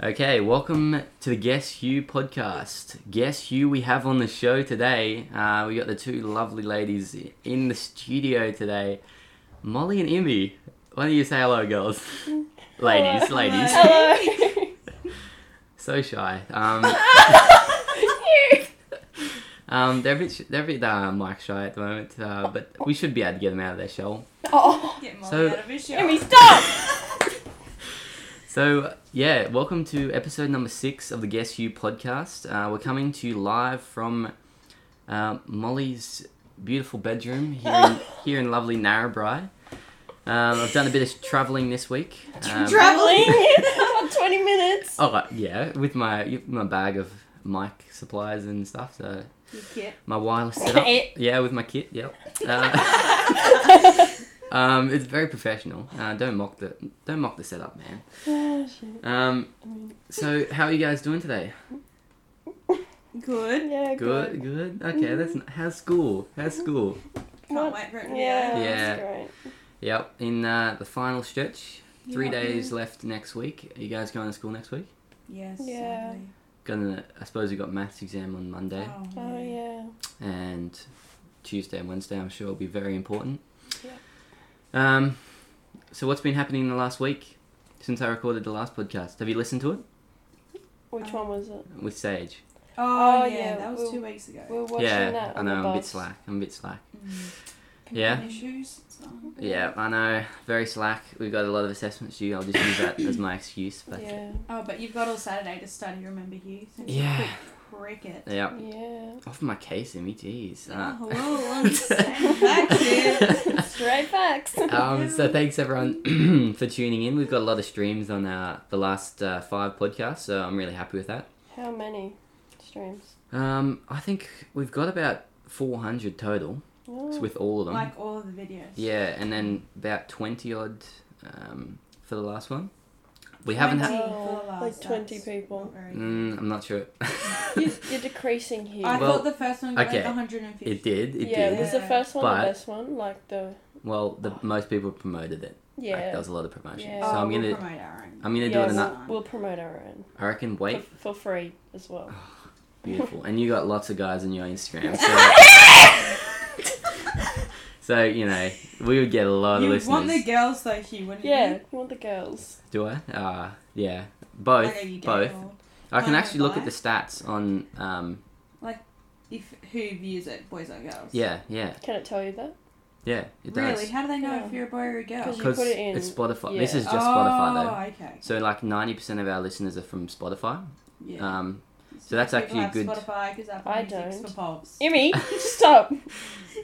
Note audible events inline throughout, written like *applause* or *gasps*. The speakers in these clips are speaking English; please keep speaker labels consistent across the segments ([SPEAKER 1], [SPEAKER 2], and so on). [SPEAKER 1] Okay, welcome to the Guess Who podcast. Guess who we have on the show today? Uh, we got the two lovely ladies in the studio today, Molly and Immy. Why don't you say
[SPEAKER 2] *laughs*
[SPEAKER 1] hello, girls? *gasps* ladies,
[SPEAKER 2] Hello.
[SPEAKER 1] ladies.
[SPEAKER 2] *laughs* Hello.
[SPEAKER 1] So shy. Um, um, they're a bit, sh- they're a bit uh, mic shy at the moment, uh, but we should be able to get them out of their shell.
[SPEAKER 2] oh,
[SPEAKER 3] Get Molly
[SPEAKER 1] So-
[SPEAKER 3] out of his shell.
[SPEAKER 2] Emmy, stop!
[SPEAKER 1] So yeah, welcome to episode number six of the Guess You podcast. Uh, we're coming to you live from uh, Molly's beautiful bedroom here in, here in lovely Narrabri. Um, I've done a bit of travelling this week. Um,
[SPEAKER 2] *laughs* Traveling for 20 minutes.
[SPEAKER 1] oh right, yeah, with my my bag of mic supplies and stuff. So
[SPEAKER 2] *laughs*
[SPEAKER 1] my wireless setup.
[SPEAKER 2] Kit.
[SPEAKER 1] yeah, with my kit. Yep.
[SPEAKER 2] *laughs*
[SPEAKER 1] Uh,
[SPEAKER 2] Ah,
[SPEAKER 1] um, it's very professional. Uh, don't mock the don't mock the setup, man. Um, so how are you guys doing today?
[SPEAKER 3] Good.
[SPEAKER 2] Yeah,
[SPEAKER 1] Good, good. Okay,
[SPEAKER 2] Mm-hmm.
[SPEAKER 1] that's n- how's school? How's school?
[SPEAKER 3] Can't wait for it to
[SPEAKER 2] Yeah,
[SPEAKER 3] be over.
[SPEAKER 1] Yeah.
[SPEAKER 2] that's great.
[SPEAKER 1] Yep, in uh, the final stretch. Three
[SPEAKER 3] Yeah.
[SPEAKER 2] Mm-hmm.
[SPEAKER 1] days left next week. Are you guys going to school next week?
[SPEAKER 3] Yes.
[SPEAKER 2] Yeah.
[SPEAKER 3] sadly.
[SPEAKER 1] Gonna, I suppose we got maths exam on Monday
[SPEAKER 2] Oh, yeah.
[SPEAKER 1] and Tuesday and Wednesday. I'm sure will be very important.
[SPEAKER 2] Yeah.
[SPEAKER 1] Um, so what's been happening in the last week since I recorded the last podcast? Have you listened to it
[SPEAKER 2] Which one was it?
[SPEAKER 1] with Sage?
[SPEAKER 3] Oh,
[SPEAKER 2] Oh,
[SPEAKER 3] yeah,
[SPEAKER 2] yeah,
[SPEAKER 3] That was
[SPEAKER 2] we'll-
[SPEAKER 3] two weeks ago.
[SPEAKER 2] We were watching
[SPEAKER 1] yeah,
[SPEAKER 2] that.
[SPEAKER 1] I
[SPEAKER 2] on
[SPEAKER 1] know.
[SPEAKER 2] the
[SPEAKER 1] I'm a bit
[SPEAKER 2] bus.
[SPEAKER 1] slack. I'm a bit slack.
[SPEAKER 3] Mm.
[SPEAKER 1] Yeah.
[SPEAKER 3] Commitment Issues. so-
[SPEAKER 1] Yeah, I know. Very slack. We've got a lot of assessments due. I'll just use that as my excuse. But yeah,
[SPEAKER 2] Yeah.
[SPEAKER 3] Oh, but you've got all Saturday to study. Remember, Hugh. So
[SPEAKER 1] Yeah.
[SPEAKER 3] Quick cricket.
[SPEAKER 2] Yeah.
[SPEAKER 1] off my case, Emmy. Jeez.
[SPEAKER 3] Oh,
[SPEAKER 1] Uh, *laughs*
[SPEAKER 3] hello. I'm just saying back
[SPEAKER 2] *laughs*
[SPEAKER 3] here.
[SPEAKER 2] Straight facts.
[SPEAKER 1] *laughs* um, so thanks everyone *clears throat* for tuning in. We've got a lot of streams on our the last uh, five podcasts, so I'm really happy with that.
[SPEAKER 2] How many streams?
[SPEAKER 1] Um, I think we've got about 400 total
[SPEAKER 2] Oh,
[SPEAKER 1] s- with all of them.
[SPEAKER 3] Like all of the videos.
[SPEAKER 1] yeah, and then about 20 odd um, for the last one. We haven't had.
[SPEAKER 3] Twenty
[SPEAKER 2] Oh,
[SPEAKER 3] for the
[SPEAKER 2] like
[SPEAKER 3] last
[SPEAKER 2] 20
[SPEAKER 3] dance.
[SPEAKER 2] people.
[SPEAKER 3] Not very good.
[SPEAKER 1] Mm, I'm not
[SPEAKER 3] *laughs*
[SPEAKER 1] sure.
[SPEAKER 2] You're, you're decreasing here.
[SPEAKER 3] I
[SPEAKER 1] Well,
[SPEAKER 3] thought the first one got
[SPEAKER 1] okay.
[SPEAKER 3] like
[SPEAKER 1] *laughs*
[SPEAKER 3] 150.
[SPEAKER 1] it did. It
[SPEAKER 2] yeah,
[SPEAKER 1] did.
[SPEAKER 2] was the
[SPEAKER 3] Yeah.
[SPEAKER 2] first one
[SPEAKER 1] But-
[SPEAKER 2] the best one? Like the.
[SPEAKER 1] Well, the most people promoted it.
[SPEAKER 2] Yeah.
[SPEAKER 1] Like, there was a lot of promotion.
[SPEAKER 2] Yeah.
[SPEAKER 1] So I'm
[SPEAKER 3] Oh, we'll
[SPEAKER 1] gonna
[SPEAKER 3] promote our own.
[SPEAKER 1] I'm gonna
[SPEAKER 2] yeah,
[SPEAKER 1] do it
[SPEAKER 2] we'll,
[SPEAKER 1] another.
[SPEAKER 2] we'll promote our own.
[SPEAKER 1] I reckon wait, Oh.
[SPEAKER 2] For, for free as well.
[SPEAKER 1] beautiful. And you got lots of guys on your Instagram. So, so you know, we would get a lot
[SPEAKER 3] You
[SPEAKER 1] of
[SPEAKER 3] would
[SPEAKER 1] listeners.
[SPEAKER 3] want the girls though, Hugh, wouldn't
[SPEAKER 2] Yeah,
[SPEAKER 3] you?
[SPEAKER 2] we want the girls.
[SPEAKER 1] do I? Uh, yeah, both,
[SPEAKER 3] Okay, you
[SPEAKER 1] both.
[SPEAKER 3] don't.
[SPEAKER 1] I can
[SPEAKER 3] Why
[SPEAKER 1] actually look at
[SPEAKER 3] not?
[SPEAKER 1] the stats on. Um,
[SPEAKER 3] If who views it, boys or girls?
[SPEAKER 1] yeah, yeah,
[SPEAKER 2] Can it tell you that?
[SPEAKER 1] yeah. It
[SPEAKER 3] Really?
[SPEAKER 1] does
[SPEAKER 3] How do they know
[SPEAKER 2] Yeah.
[SPEAKER 3] if you're a boy or a girl?
[SPEAKER 2] 'Cause you- put it in-
[SPEAKER 1] it's Spotify. This
[SPEAKER 2] yeah.
[SPEAKER 1] is just Spotify though.
[SPEAKER 3] Oh, okay.
[SPEAKER 1] So like ninety percent of our listeners are from Spotify.
[SPEAKER 3] Yeah.
[SPEAKER 1] Um, so that's
[SPEAKER 3] people
[SPEAKER 1] actually
[SPEAKER 3] have
[SPEAKER 1] good-
[SPEAKER 3] Spotify because Apple
[SPEAKER 2] I
[SPEAKER 3] Music's
[SPEAKER 2] don't.
[SPEAKER 3] for pops.
[SPEAKER 2] Emmy,
[SPEAKER 1] *laughs*
[SPEAKER 2] stop. *laughs*
[SPEAKER 1] um,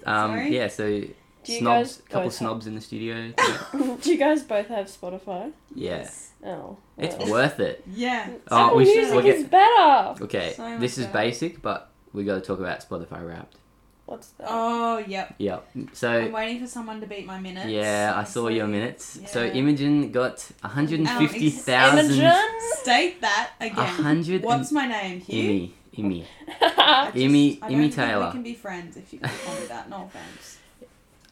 [SPEAKER 3] Sorry?
[SPEAKER 1] yeah. So
[SPEAKER 2] Do you
[SPEAKER 1] snobs,
[SPEAKER 2] guys
[SPEAKER 1] couple
[SPEAKER 2] both
[SPEAKER 1] snobs in the studio.
[SPEAKER 2] Have, do you guys both have Spotify?
[SPEAKER 1] yeah,
[SPEAKER 2] Oh,
[SPEAKER 1] it's
[SPEAKER 2] well.
[SPEAKER 1] worth it.
[SPEAKER 3] Yeah.
[SPEAKER 1] Oh,
[SPEAKER 2] Apple
[SPEAKER 1] we should-
[SPEAKER 2] music
[SPEAKER 1] we'll get-
[SPEAKER 2] is better.
[SPEAKER 1] Okay,
[SPEAKER 3] So much
[SPEAKER 1] this is
[SPEAKER 3] better.
[SPEAKER 1] basic, but we got to talk about Spotify Wrapped.
[SPEAKER 2] What's that? *laughs*
[SPEAKER 3] Oh, yep.
[SPEAKER 1] Yeah.
[SPEAKER 3] I'm
[SPEAKER 1] So
[SPEAKER 3] waiting for someone to beat my minutes.
[SPEAKER 1] yeah, I saw your minutes. So
[SPEAKER 3] Yeah.
[SPEAKER 1] Imogen got one hundred and fifty
[SPEAKER 2] Imogen.
[SPEAKER 1] thousand.
[SPEAKER 3] State that
[SPEAKER 1] A
[SPEAKER 3] again.
[SPEAKER 1] hundred and
[SPEAKER 3] What's my name, Hugh?
[SPEAKER 1] Imi, Imi.
[SPEAKER 3] I just-
[SPEAKER 1] Emmy-
[SPEAKER 3] I don't
[SPEAKER 1] Emmy
[SPEAKER 3] think
[SPEAKER 1] Taylor.
[SPEAKER 3] We can be friends if you can call me that. No offense.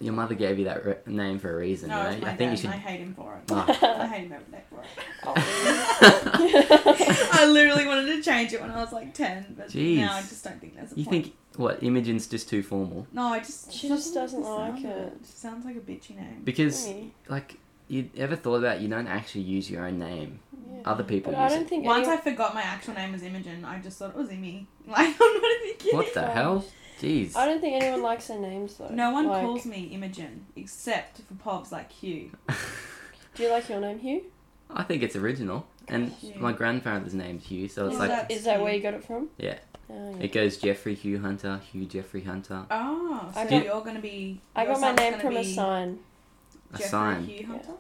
[SPEAKER 1] Your mother gave you that re- name for a reason,
[SPEAKER 3] No, it's
[SPEAKER 1] right?
[SPEAKER 3] my
[SPEAKER 1] I think
[SPEAKER 3] dad
[SPEAKER 1] you
[SPEAKER 3] and I
[SPEAKER 1] should.
[SPEAKER 3] hate him for it.
[SPEAKER 1] Oh.
[SPEAKER 3] I hate him every day for it.
[SPEAKER 1] *laughs*
[SPEAKER 3] Oh. *laughs* I literally wanted to change it when I was like 10, but
[SPEAKER 1] Jeez.
[SPEAKER 3] now I just don't think there's a
[SPEAKER 1] you
[SPEAKER 3] point.
[SPEAKER 1] think what? Imogen's just too formal
[SPEAKER 3] No, I just.
[SPEAKER 2] She
[SPEAKER 3] it
[SPEAKER 2] just doesn't
[SPEAKER 3] sound
[SPEAKER 2] like
[SPEAKER 3] good.
[SPEAKER 2] it.
[SPEAKER 3] She sounds like a bitchy name.
[SPEAKER 1] because
[SPEAKER 2] Emmy.
[SPEAKER 1] like you ever thought about you don't actually use your own name.
[SPEAKER 2] Yeah.
[SPEAKER 1] Other people
[SPEAKER 2] But I
[SPEAKER 1] use
[SPEAKER 2] don't
[SPEAKER 1] it.
[SPEAKER 2] think
[SPEAKER 3] Once
[SPEAKER 2] any-
[SPEAKER 3] Mm. I forgot my actual name was Imogen, I just thought it was Imi. *laughs* Like, I'm not even kidding.
[SPEAKER 1] What the
[SPEAKER 2] Gosh.
[SPEAKER 1] hell? Jeez. *laughs*
[SPEAKER 2] I don't think anyone likes their names though.
[SPEAKER 3] No one
[SPEAKER 2] Like,
[SPEAKER 3] calls me Imogen except for pobs like Hugh.
[SPEAKER 2] Do you like your name, Hugh?
[SPEAKER 1] I think it's original, and
[SPEAKER 3] Hugh.
[SPEAKER 1] my grandfather's name's Hugh, so it's
[SPEAKER 2] is
[SPEAKER 3] Yeah.
[SPEAKER 1] like
[SPEAKER 2] that, is that where you got it from?
[SPEAKER 1] Yeah.
[SPEAKER 2] Oh, yeah.
[SPEAKER 1] it goes Jeffrey Hugh Hunter, Hugh Jeffrey Hunter.
[SPEAKER 3] Oh, so
[SPEAKER 2] I got-
[SPEAKER 3] you're gonna be.
[SPEAKER 2] I
[SPEAKER 3] your
[SPEAKER 2] got my
[SPEAKER 3] son's
[SPEAKER 2] name
[SPEAKER 3] gonna
[SPEAKER 2] from a
[SPEAKER 3] be
[SPEAKER 2] sign.
[SPEAKER 1] A
[SPEAKER 3] Jeffrey
[SPEAKER 1] sign.
[SPEAKER 3] Hugh Hunter?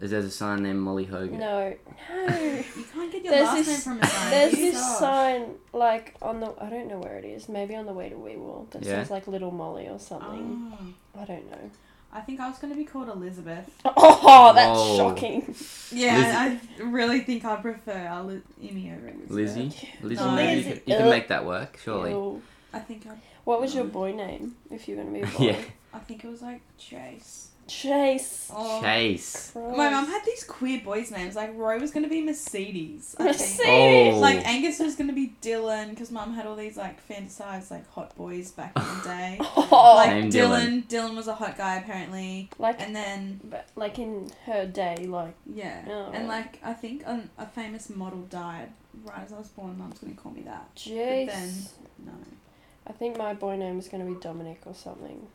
[SPEAKER 1] Is there's a sign named Molly Hogan?
[SPEAKER 2] No, no.
[SPEAKER 1] *laughs*
[SPEAKER 3] No. You can't get your
[SPEAKER 2] There's
[SPEAKER 3] last
[SPEAKER 2] this-
[SPEAKER 3] name from a sign.
[SPEAKER 2] There's
[SPEAKER 3] You
[SPEAKER 2] this
[SPEAKER 3] suck.
[SPEAKER 2] sign like on the I don't know where it is. Maybe on the way to Weewall that
[SPEAKER 1] Yeah.
[SPEAKER 2] says like Little Molly or something.
[SPEAKER 3] Oh,
[SPEAKER 2] I don't know. *laughs*
[SPEAKER 3] I think I was gonna be called Elizabeth.
[SPEAKER 2] Oh, that's
[SPEAKER 1] Whoa.
[SPEAKER 2] shocking.
[SPEAKER 3] Yeah,
[SPEAKER 1] Liz-
[SPEAKER 3] I really think I prefer Ali- Imi over Elizabeth.
[SPEAKER 1] Lizzie? Lizzie,
[SPEAKER 3] No.
[SPEAKER 1] maybe you,
[SPEAKER 2] Lizzie.
[SPEAKER 1] could- you can make that work, surely.
[SPEAKER 2] Ew.
[SPEAKER 3] I think I,
[SPEAKER 2] What was your boy name if you were gonna be a boy?
[SPEAKER 1] *laughs* Yeah.
[SPEAKER 3] I think it was like Chase.
[SPEAKER 2] Chase.
[SPEAKER 3] Oh.
[SPEAKER 1] Chase.
[SPEAKER 2] My
[SPEAKER 3] My mum had these weird boys' names. Like Roy was gonna be Mercedes. I think.
[SPEAKER 1] Oh.
[SPEAKER 3] Like Angus was gonna be Dylan because mum had all these like fantasized like hot boys back in
[SPEAKER 2] *laughs*
[SPEAKER 3] the
[SPEAKER 2] *laughs*
[SPEAKER 3] day.
[SPEAKER 2] Oh.
[SPEAKER 3] Like
[SPEAKER 1] Name
[SPEAKER 3] Dylan. Dylan. was a hot guy apparently,
[SPEAKER 2] Like,
[SPEAKER 3] and then
[SPEAKER 2] but, like in her day, like
[SPEAKER 3] yeah,
[SPEAKER 2] Oh.
[SPEAKER 3] and like I think an, a famous model died right as I was born. Mum's gonna call me that.
[SPEAKER 2] jeez.
[SPEAKER 3] then-
[SPEAKER 2] *laughs*
[SPEAKER 3] No.
[SPEAKER 2] I think my boy name is gonna be Dominic or something.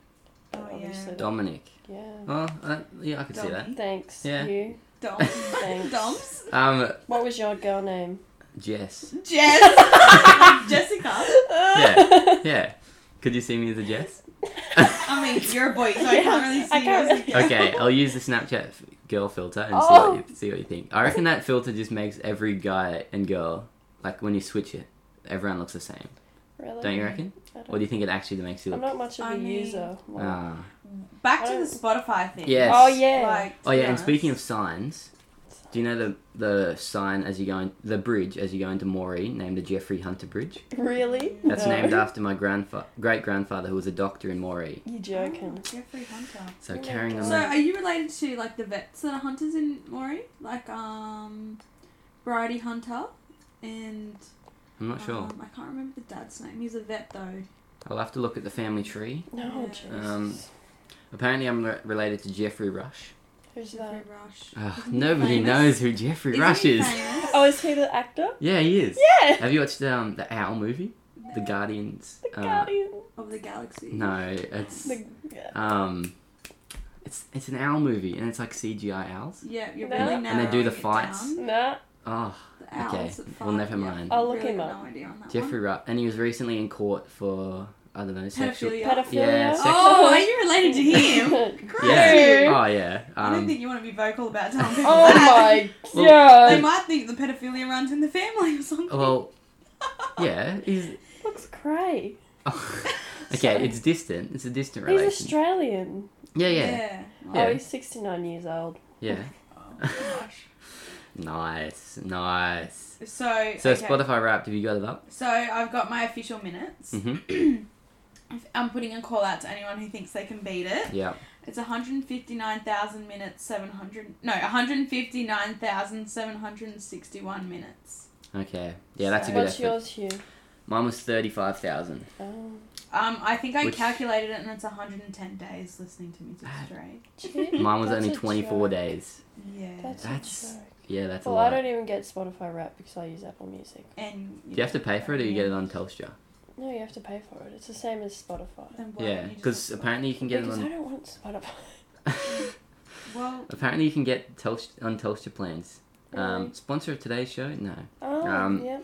[SPEAKER 2] But
[SPEAKER 3] Oh, yeah.
[SPEAKER 2] obviously that-
[SPEAKER 1] Dominic.
[SPEAKER 2] yeah.
[SPEAKER 1] Oh, uh, yeah, I could see that.
[SPEAKER 3] Dom.
[SPEAKER 2] Thanks.
[SPEAKER 1] Yeah.
[SPEAKER 2] You.
[SPEAKER 3] Dom.
[SPEAKER 2] Thanks.
[SPEAKER 3] Doms.
[SPEAKER 1] Um,
[SPEAKER 2] What was your girl name?
[SPEAKER 1] Jess.
[SPEAKER 3] Jess. *laughs* Jessica.
[SPEAKER 1] Yeah. *laughs* Yeah. Could you see me as a
[SPEAKER 3] *laughs*
[SPEAKER 1] Jess?
[SPEAKER 3] I mean, you're a boy, so I can't really see
[SPEAKER 2] I can't-
[SPEAKER 3] you. as a-
[SPEAKER 1] Okay, I'll use the Snapchat f- girl filter and
[SPEAKER 3] Oh.
[SPEAKER 1] see, what you, see what you think. I reckon that filter just makes every guy and girl, like when you switch it, everyone looks the same.
[SPEAKER 2] Really?
[SPEAKER 1] Don't you reckon?
[SPEAKER 2] I don't-
[SPEAKER 1] Or do you think it actually makes you
[SPEAKER 2] I'm
[SPEAKER 1] look?
[SPEAKER 2] not much of a
[SPEAKER 3] I mean-
[SPEAKER 2] user. Well,
[SPEAKER 1] Ah.
[SPEAKER 3] Back to the Spotify thing.
[SPEAKER 1] Yes.
[SPEAKER 2] Oh, yeah.
[SPEAKER 3] Like, to
[SPEAKER 1] oh
[SPEAKER 3] be
[SPEAKER 1] yeah, and
[SPEAKER 3] honest.
[SPEAKER 1] speaking of signs, do you know the the sign as you go in, the bridge as you go into Moree named the Jeffrey Hunter Bridge?
[SPEAKER 2] really?
[SPEAKER 1] That's
[SPEAKER 2] No.
[SPEAKER 1] named after my grandfa- great grandfather who was a doctor in Moree.
[SPEAKER 2] You
[SPEAKER 3] Oh,
[SPEAKER 2] joking?
[SPEAKER 3] Jeffrey Hunter.
[SPEAKER 1] So
[SPEAKER 2] Oh my
[SPEAKER 1] carrying on
[SPEAKER 2] God.
[SPEAKER 3] So,
[SPEAKER 1] that.
[SPEAKER 3] are you related to like the vets that are hunters in Maury, like um, Variety Hunter, and
[SPEAKER 1] I'm not sure.
[SPEAKER 3] um, I can't remember the dad's name. He's a vet though.
[SPEAKER 1] I'll have to look at the family tree.
[SPEAKER 2] No,
[SPEAKER 3] Um,
[SPEAKER 2] Jesus.
[SPEAKER 1] Apparently, I'm re- related to Jeffrey Rush.
[SPEAKER 2] Who's
[SPEAKER 3] Jeffrey
[SPEAKER 2] that?
[SPEAKER 3] Rush.
[SPEAKER 1] Ugh,
[SPEAKER 3] Isn't he
[SPEAKER 1] nobody
[SPEAKER 3] famous?
[SPEAKER 1] knows who Jeffrey
[SPEAKER 3] Isn't
[SPEAKER 1] Rush
[SPEAKER 3] he
[SPEAKER 1] is.
[SPEAKER 3] famous?
[SPEAKER 2] Oh, is he the actor?
[SPEAKER 1] *laughs* Yeah, he is.
[SPEAKER 2] Yeah.
[SPEAKER 1] Have you watched um, the Owl movie? The Guardians.
[SPEAKER 2] The
[SPEAKER 1] uh,
[SPEAKER 2] Guardian.
[SPEAKER 3] of the Galaxy.
[SPEAKER 1] No, it's
[SPEAKER 2] The, yeah.
[SPEAKER 1] um, it's it's an owl movie, and it's like CGI owls.
[SPEAKER 3] Yeah, you're
[SPEAKER 2] No.
[SPEAKER 3] really
[SPEAKER 2] And
[SPEAKER 1] they do the
[SPEAKER 3] narrowing it
[SPEAKER 1] fights.
[SPEAKER 3] down.
[SPEAKER 2] Nah.
[SPEAKER 1] Oh,
[SPEAKER 3] The owls
[SPEAKER 1] Okay,
[SPEAKER 3] that
[SPEAKER 1] well,
[SPEAKER 3] fight,
[SPEAKER 1] never
[SPEAKER 3] yeah.
[SPEAKER 1] mind.
[SPEAKER 2] I'll look
[SPEAKER 3] Really
[SPEAKER 2] him
[SPEAKER 3] got
[SPEAKER 2] up.
[SPEAKER 3] No idea on that
[SPEAKER 1] Jeffrey Rush, and he was recently in court for I don't know
[SPEAKER 3] one.
[SPEAKER 1] sexual.
[SPEAKER 3] Pedophilia.
[SPEAKER 2] Pedophilia.
[SPEAKER 1] Yeah, sex-
[SPEAKER 3] Oh, are you related to
[SPEAKER 2] *laughs*
[SPEAKER 3] him?
[SPEAKER 1] Yeah.
[SPEAKER 2] Ew.
[SPEAKER 1] Oh yeah.
[SPEAKER 3] I don't
[SPEAKER 1] Um,
[SPEAKER 3] think you want to be
[SPEAKER 1] *laughs*
[SPEAKER 3] vocal about telling people
[SPEAKER 2] Oh
[SPEAKER 3] that.
[SPEAKER 2] my
[SPEAKER 1] Well,
[SPEAKER 2] god.
[SPEAKER 3] They might think the pedophilia runs in the family or something. *laughs*
[SPEAKER 1] well, yeah. He's oh.
[SPEAKER 2] Looks grey. *laughs*
[SPEAKER 1] okay. It's distant. It's a distant
[SPEAKER 2] He's
[SPEAKER 1] relation.
[SPEAKER 2] Australian.
[SPEAKER 1] yeah, yeah,
[SPEAKER 3] yeah.
[SPEAKER 1] Yeah.
[SPEAKER 2] Oh, he's 69 years old.
[SPEAKER 1] yeah.
[SPEAKER 3] Oh, gosh.
[SPEAKER 1] Nice, nice.
[SPEAKER 3] So,
[SPEAKER 1] So
[SPEAKER 3] okay.
[SPEAKER 1] Spotify Wrapped, have you got it up?
[SPEAKER 3] So I've got my official minutes.
[SPEAKER 1] Mm-hmm. Hmm.
[SPEAKER 3] I'm putting a call out to anyone who thinks they can beat it.
[SPEAKER 1] Yeah.
[SPEAKER 3] It's 159,000 minutes, 700. No, 159,761 minutes.
[SPEAKER 1] Okay. Yeah, that's a good
[SPEAKER 2] What's
[SPEAKER 1] effort.
[SPEAKER 2] yours, Hugh?
[SPEAKER 1] Mine was
[SPEAKER 2] *laughs*
[SPEAKER 1] thirty-five thousand. *laughs*
[SPEAKER 2] Oh,
[SPEAKER 3] Um, I think I
[SPEAKER 1] Which-
[SPEAKER 3] calculated it and it's 110 days listening to music straight.
[SPEAKER 2] gee,
[SPEAKER 1] Mine was
[SPEAKER 2] that's
[SPEAKER 1] only
[SPEAKER 2] a
[SPEAKER 1] twenty-four
[SPEAKER 2] joke.
[SPEAKER 1] days.
[SPEAKER 3] Yeah.
[SPEAKER 2] That's,
[SPEAKER 1] That's-
[SPEAKER 2] a joke.
[SPEAKER 1] Yeah, that's
[SPEAKER 2] Well,
[SPEAKER 1] a lot.
[SPEAKER 2] I don't even get Spotify Rap because I use Apple Music.
[SPEAKER 3] and
[SPEAKER 1] Do you have to pay for it, or you get it on Telstra?
[SPEAKER 2] No, you have to pay for it. It's the same as Spotify.
[SPEAKER 3] Then why
[SPEAKER 1] Yeah,
[SPEAKER 3] don't you just
[SPEAKER 1] because
[SPEAKER 3] have-
[SPEAKER 1] apparently you can get it
[SPEAKER 2] because I
[SPEAKER 1] on.
[SPEAKER 2] don't want Spotify.
[SPEAKER 3] Well,
[SPEAKER 1] *laughs* apparently you can get Telstra on Telstra plans. *laughs* Um,
[SPEAKER 2] Really?
[SPEAKER 1] sponsor of today's show? No,
[SPEAKER 2] Oh,
[SPEAKER 1] Um,
[SPEAKER 2] yeah.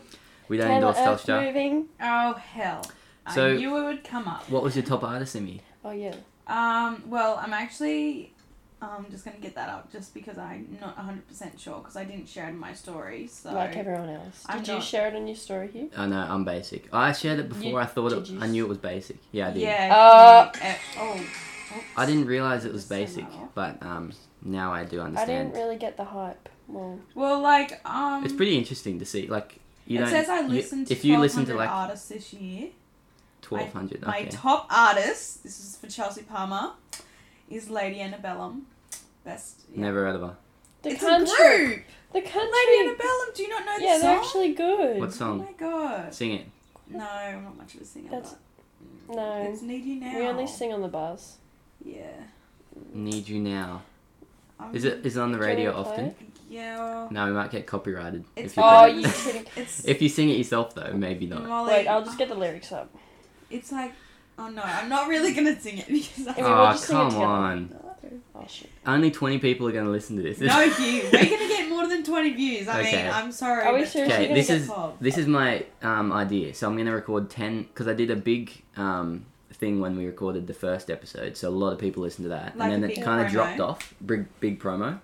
[SPEAKER 1] we don't
[SPEAKER 2] Taylor
[SPEAKER 1] endorse
[SPEAKER 2] Earth
[SPEAKER 1] Telstra.
[SPEAKER 2] moving.
[SPEAKER 3] oh hell.
[SPEAKER 1] So-
[SPEAKER 3] I knew it would come up.
[SPEAKER 1] What was your top artist, Emmy?
[SPEAKER 2] Oh yeah.
[SPEAKER 3] Um, well, I'm actually um, just going to get that up just because I'm not 100% sure because I didn't share it in my story. So
[SPEAKER 2] like everyone else. Did
[SPEAKER 3] I'm
[SPEAKER 2] you
[SPEAKER 3] not-
[SPEAKER 2] share it on your story, Hugh?
[SPEAKER 1] Oh no, I'm basic. I shared it before I thought it,
[SPEAKER 2] did you
[SPEAKER 1] I knew it was basic. Yeah, I did.
[SPEAKER 3] Yeah.
[SPEAKER 2] Uh,
[SPEAKER 3] you- eh, oh. oops.
[SPEAKER 1] I didn't realize it was
[SPEAKER 3] Just turn that
[SPEAKER 1] basic,
[SPEAKER 3] off.
[SPEAKER 1] but um, now I do
[SPEAKER 2] I
[SPEAKER 1] understand.
[SPEAKER 2] didn't really get the hype. Well,
[SPEAKER 3] Well, like um.
[SPEAKER 1] It's pretty interesting to see. Like you
[SPEAKER 3] it
[SPEAKER 1] don't.
[SPEAKER 3] says I
[SPEAKER 1] you-
[SPEAKER 3] listened to
[SPEAKER 1] if you listen to
[SPEAKER 3] 1,200
[SPEAKER 1] like
[SPEAKER 3] artists this year.
[SPEAKER 1] twelve hundred.
[SPEAKER 3] My
[SPEAKER 1] Okay.
[SPEAKER 3] top artist, this is for Chelsea Palmer, is Lady Annabellum. Best. yeah.
[SPEAKER 1] Never heard of her.
[SPEAKER 2] the
[SPEAKER 3] it's
[SPEAKER 2] country.
[SPEAKER 3] a group.
[SPEAKER 2] The country.
[SPEAKER 3] Lady Annabellum. Do you not know the
[SPEAKER 2] yeah,
[SPEAKER 3] song?
[SPEAKER 2] they're actually good.
[SPEAKER 1] What
[SPEAKER 3] Oh
[SPEAKER 1] song?
[SPEAKER 3] my god.
[SPEAKER 1] Sing it.
[SPEAKER 3] No, I'm not much of a singer.
[SPEAKER 2] That's-
[SPEAKER 3] but
[SPEAKER 2] no.
[SPEAKER 3] It's Need You Now.
[SPEAKER 2] we only sing on the bus.
[SPEAKER 3] Yeah.
[SPEAKER 1] Need you now.
[SPEAKER 3] Um,
[SPEAKER 1] Is it is it on the
[SPEAKER 2] Do you
[SPEAKER 1] radio
[SPEAKER 2] wanna play
[SPEAKER 1] often?
[SPEAKER 2] it?
[SPEAKER 3] Yeah.
[SPEAKER 1] No, we might get copyrighted.
[SPEAKER 3] It's
[SPEAKER 1] if you
[SPEAKER 2] Oh,
[SPEAKER 1] play
[SPEAKER 2] you
[SPEAKER 1] it.
[SPEAKER 2] kidding?
[SPEAKER 1] *laughs*
[SPEAKER 3] It's
[SPEAKER 1] if you sing it yourself though, maybe not.
[SPEAKER 3] Molly.
[SPEAKER 2] Wait, I'll just get the lyrics up.
[SPEAKER 3] It's like, oh no, I'm not really gonna sing it *laughs* because I.
[SPEAKER 2] Anyway, we'll
[SPEAKER 1] oh
[SPEAKER 2] just sing it
[SPEAKER 1] come
[SPEAKER 2] together.
[SPEAKER 1] on!
[SPEAKER 3] No.
[SPEAKER 2] Oh shit!
[SPEAKER 1] Only twenty people are going to listen to this.
[SPEAKER 3] No,
[SPEAKER 1] *laughs*
[SPEAKER 3] you. We're gonna get more than 20 views. I
[SPEAKER 1] Okay.
[SPEAKER 3] mean, I'm sorry.
[SPEAKER 2] Are we
[SPEAKER 3] but-
[SPEAKER 2] seriously
[SPEAKER 1] Okay,
[SPEAKER 2] gonna
[SPEAKER 1] this
[SPEAKER 2] get
[SPEAKER 1] is this is my um, idea. So I'm going to record ten because I did a big um, thing when we recorded the first episode. So a lot of people listened to that,
[SPEAKER 3] Like a
[SPEAKER 1] and then it
[SPEAKER 3] big
[SPEAKER 1] kind of
[SPEAKER 3] promo.
[SPEAKER 1] dropped off. Big big promo,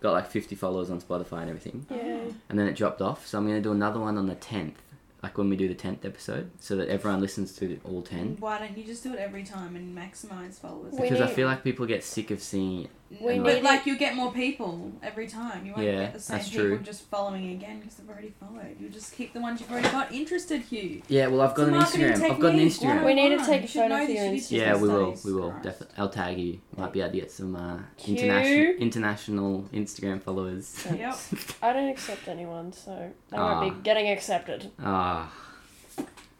[SPEAKER 1] got like 50 followers on Spotify and everything,
[SPEAKER 2] Yeah.
[SPEAKER 1] and then it dropped off. So I'm going to do another one on the 10th, like when we do the 10th episode, so that everyone listens to all 10.
[SPEAKER 3] Why don't you just do it every time and maximize followers?
[SPEAKER 2] We
[SPEAKER 1] Because I
[SPEAKER 2] need-
[SPEAKER 1] feel like people get sick of seeing
[SPEAKER 2] We
[SPEAKER 1] and
[SPEAKER 3] but
[SPEAKER 2] need
[SPEAKER 3] like you get more people every time. You won't
[SPEAKER 1] Yeah,
[SPEAKER 3] get the same
[SPEAKER 1] that's
[SPEAKER 3] people
[SPEAKER 1] true.
[SPEAKER 3] just following again because they've already followed. You just keep the ones you've already got interested, Hugh.
[SPEAKER 1] Yeah, well, I've
[SPEAKER 3] It's
[SPEAKER 1] got
[SPEAKER 3] a
[SPEAKER 1] an
[SPEAKER 3] marketing
[SPEAKER 1] Instagram. I've got an
[SPEAKER 3] technique. Why
[SPEAKER 1] Instagram.
[SPEAKER 2] We need to
[SPEAKER 3] not?
[SPEAKER 2] take
[SPEAKER 3] You
[SPEAKER 2] a
[SPEAKER 3] should
[SPEAKER 2] photo
[SPEAKER 3] know
[SPEAKER 2] for
[SPEAKER 3] this.
[SPEAKER 2] your
[SPEAKER 3] You need
[SPEAKER 2] Instagram.
[SPEAKER 3] to
[SPEAKER 1] Yeah,
[SPEAKER 3] use
[SPEAKER 1] we will.
[SPEAKER 3] those.
[SPEAKER 1] We will.
[SPEAKER 3] Christ.
[SPEAKER 1] Defi- I'll tag you. Might be able to get some uh,
[SPEAKER 2] Cute.
[SPEAKER 1] international international Instagram followers.
[SPEAKER 3] Yep.
[SPEAKER 2] I don't accept anyone, so I won't
[SPEAKER 1] Ah.
[SPEAKER 2] be getting accepted.
[SPEAKER 1] *laughs* Ah.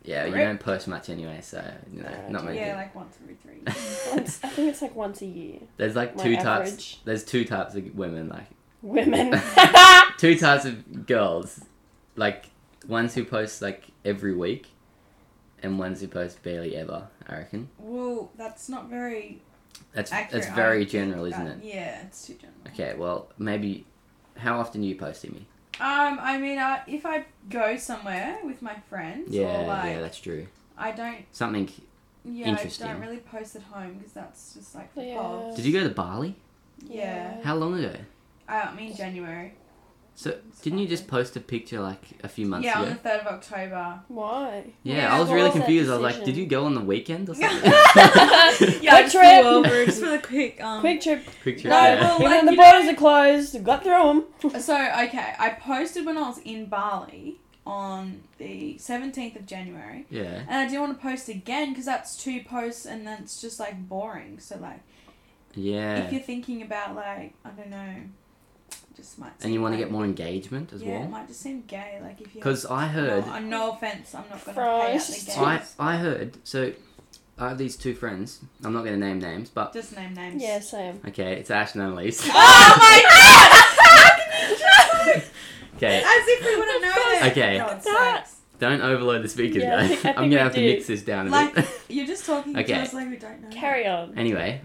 [SPEAKER 1] yeah, you
[SPEAKER 3] Rip.
[SPEAKER 1] don't post much anyway, so you know,
[SPEAKER 2] Yeah,
[SPEAKER 1] not many.
[SPEAKER 3] Yeah,
[SPEAKER 1] people.
[SPEAKER 3] like once every three.
[SPEAKER 1] *laughs*
[SPEAKER 2] Once, I think it's like once a year.
[SPEAKER 1] There's like
[SPEAKER 2] my
[SPEAKER 1] two types.
[SPEAKER 2] average.
[SPEAKER 1] There's two types of women, like *laughs*
[SPEAKER 2] Women. *laughs*
[SPEAKER 1] two types of girls, like ones who post like every week, and ones who post barely ever. I reckon
[SPEAKER 3] well, that's not very.
[SPEAKER 1] that's
[SPEAKER 3] Accurate,
[SPEAKER 1] that's very
[SPEAKER 3] I don't
[SPEAKER 1] general,
[SPEAKER 3] think
[SPEAKER 1] isn't
[SPEAKER 3] that-
[SPEAKER 1] it?
[SPEAKER 3] Yeah, it's too general.
[SPEAKER 1] Okay, well maybe. How often are you posting me?
[SPEAKER 3] Um, I mean, I, if I go somewhere with my friends,
[SPEAKER 1] Yeah,
[SPEAKER 3] or like
[SPEAKER 1] yeah, that's true.
[SPEAKER 3] I don't,
[SPEAKER 1] Something.
[SPEAKER 3] yeah, I
[SPEAKER 1] Interesting.
[SPEAKER 3] don't really post at home because that's just like for
[SPEAKER 2] Yeah.
[SPEAKER 3] yeah.
[SPEAKER 1] Did you go to Bali?
[SPEAKER 3] Yeah. Uh,
[SPEAKER 1] How long ago?
[SPEAKER 3] I mean January.
[SPEAKER 1] So
[SPEAKER 3] It's
[SPEAKER 1] didn't you
[SPEAKER 3] fine.
[SPEAKER 1] just post a picture like a few months
[SPEAKER 3] yeah,
[SPEAKER 1] ago?
[SPEAKER 3] on the third of October.
[SPEAKER 2] Why?
[SPEAKER 1] Yeah,
[SPEAKER 3] Yeah,
[SPEAKER 1] I was
[SPEAKER 2] what
[SPEAKER 1] really
[SPEAKER 2] was that
[SPEAKER 1] confused. I was like,
[SPEAKER 2] decision?
[SPEAKER 1] did you go on the
[SPEAKER 3] *laughs*
[SPEAKER 1] weekend or
[SPEAKER 3] yeah,
[SPEAKER 1] something?
[SPEAKER 3] *laughs* I just
[SPEAKER 2] trip. *laughs*
[SPEAKER 3] flew over just for the quick. Um,
[SPEAKER 2] Quick trip.
[SPEAKER 1] Quick
[SPEAKER 3] No,
[SPEAKER 1] trip. yeah.
[SPEAKER 3] well,
[SPEAKER 2] Even
[SPEAKER 3] like,
[SPEAKER 2] though
[SPEAKER 3] you
[SPEAKER 2] the
[SPEAKER 3] know-
[SPEAKER 2] borders are closed, got through them.
[SPEAKER 3] So okay, I posted when I was in Bali on the seventeenth of January.
[SPEAKER 1] *laughs* yeah.
[SPEAKER 3] And I didn't want to post again because that's two posts and that's just like boring. So like,
[SPEAKER 1] Yeah.
[SPEAKER 3] if you're thinking about like, I don't know, just might.
[SPEAKER 1] and you
[SPEAKER 3] seem
[SPEAKER 1] want to
[SPEAKER 3] like-
[SPEAKER 1] get more engagement as
[SPEAKER 3] yeah, it
[SPEAKER 1] well?
[SPEAKER 3] might just seem gay. Like if you.
[SPEAKER 1] Because I heard,
[SPEAKER 3] No, no offense, I'm not gonna
[SPEAKER 2] Christ.
[SPEAKER 3] pay out
[SPEAKER 1] I,
[SPEAKER 3] the gays.
[SPEAKER 1] I heard, so I have these two friends. I'm not going to name names, but
[SPEAKER 3] Just name names.
[SPEAKER 2] Yeah, same.
[SPEAKER 1] okay, it's Ash and Annalise.
[SPEAKER 2] *laughs*
[SPEAKER 3] *laughs* Oh my god!
[SPEAKER 1] *laughs* okay,
[SPEAKER 3] As if we wouldn't know it.
[SPEAKER 1] Okay.
[SPEAKER 2] That-
[SPEAKER 3] God, sucks.
[SPEAKER 1] don't overload the speakers
[SPEAKER 2] Yeah, I
[SPEAKER 3] *laughs*
[SPEAKER 1] though.
[SPEAKER 2] think- I
[SPEAKER 1] I'm
[SPEAKER 2] think
[SPEAKER 1] going
[SPEAKER 2] we
[SPEAKER 1] to have to
[SPEAKER 2] do.
[SPEAKER 1] mix this down a
[SPEAKER 3] Like-
[SPEAKER 1] bit. *laughs*
[SPEAKER 3] You're just talking
[SPEAKER 1] Okay.
[SPEAKER 3] to us like we don't know.
[SPEAKER 2] *laughs* Carry on.
[SPEAKER 1] anyway,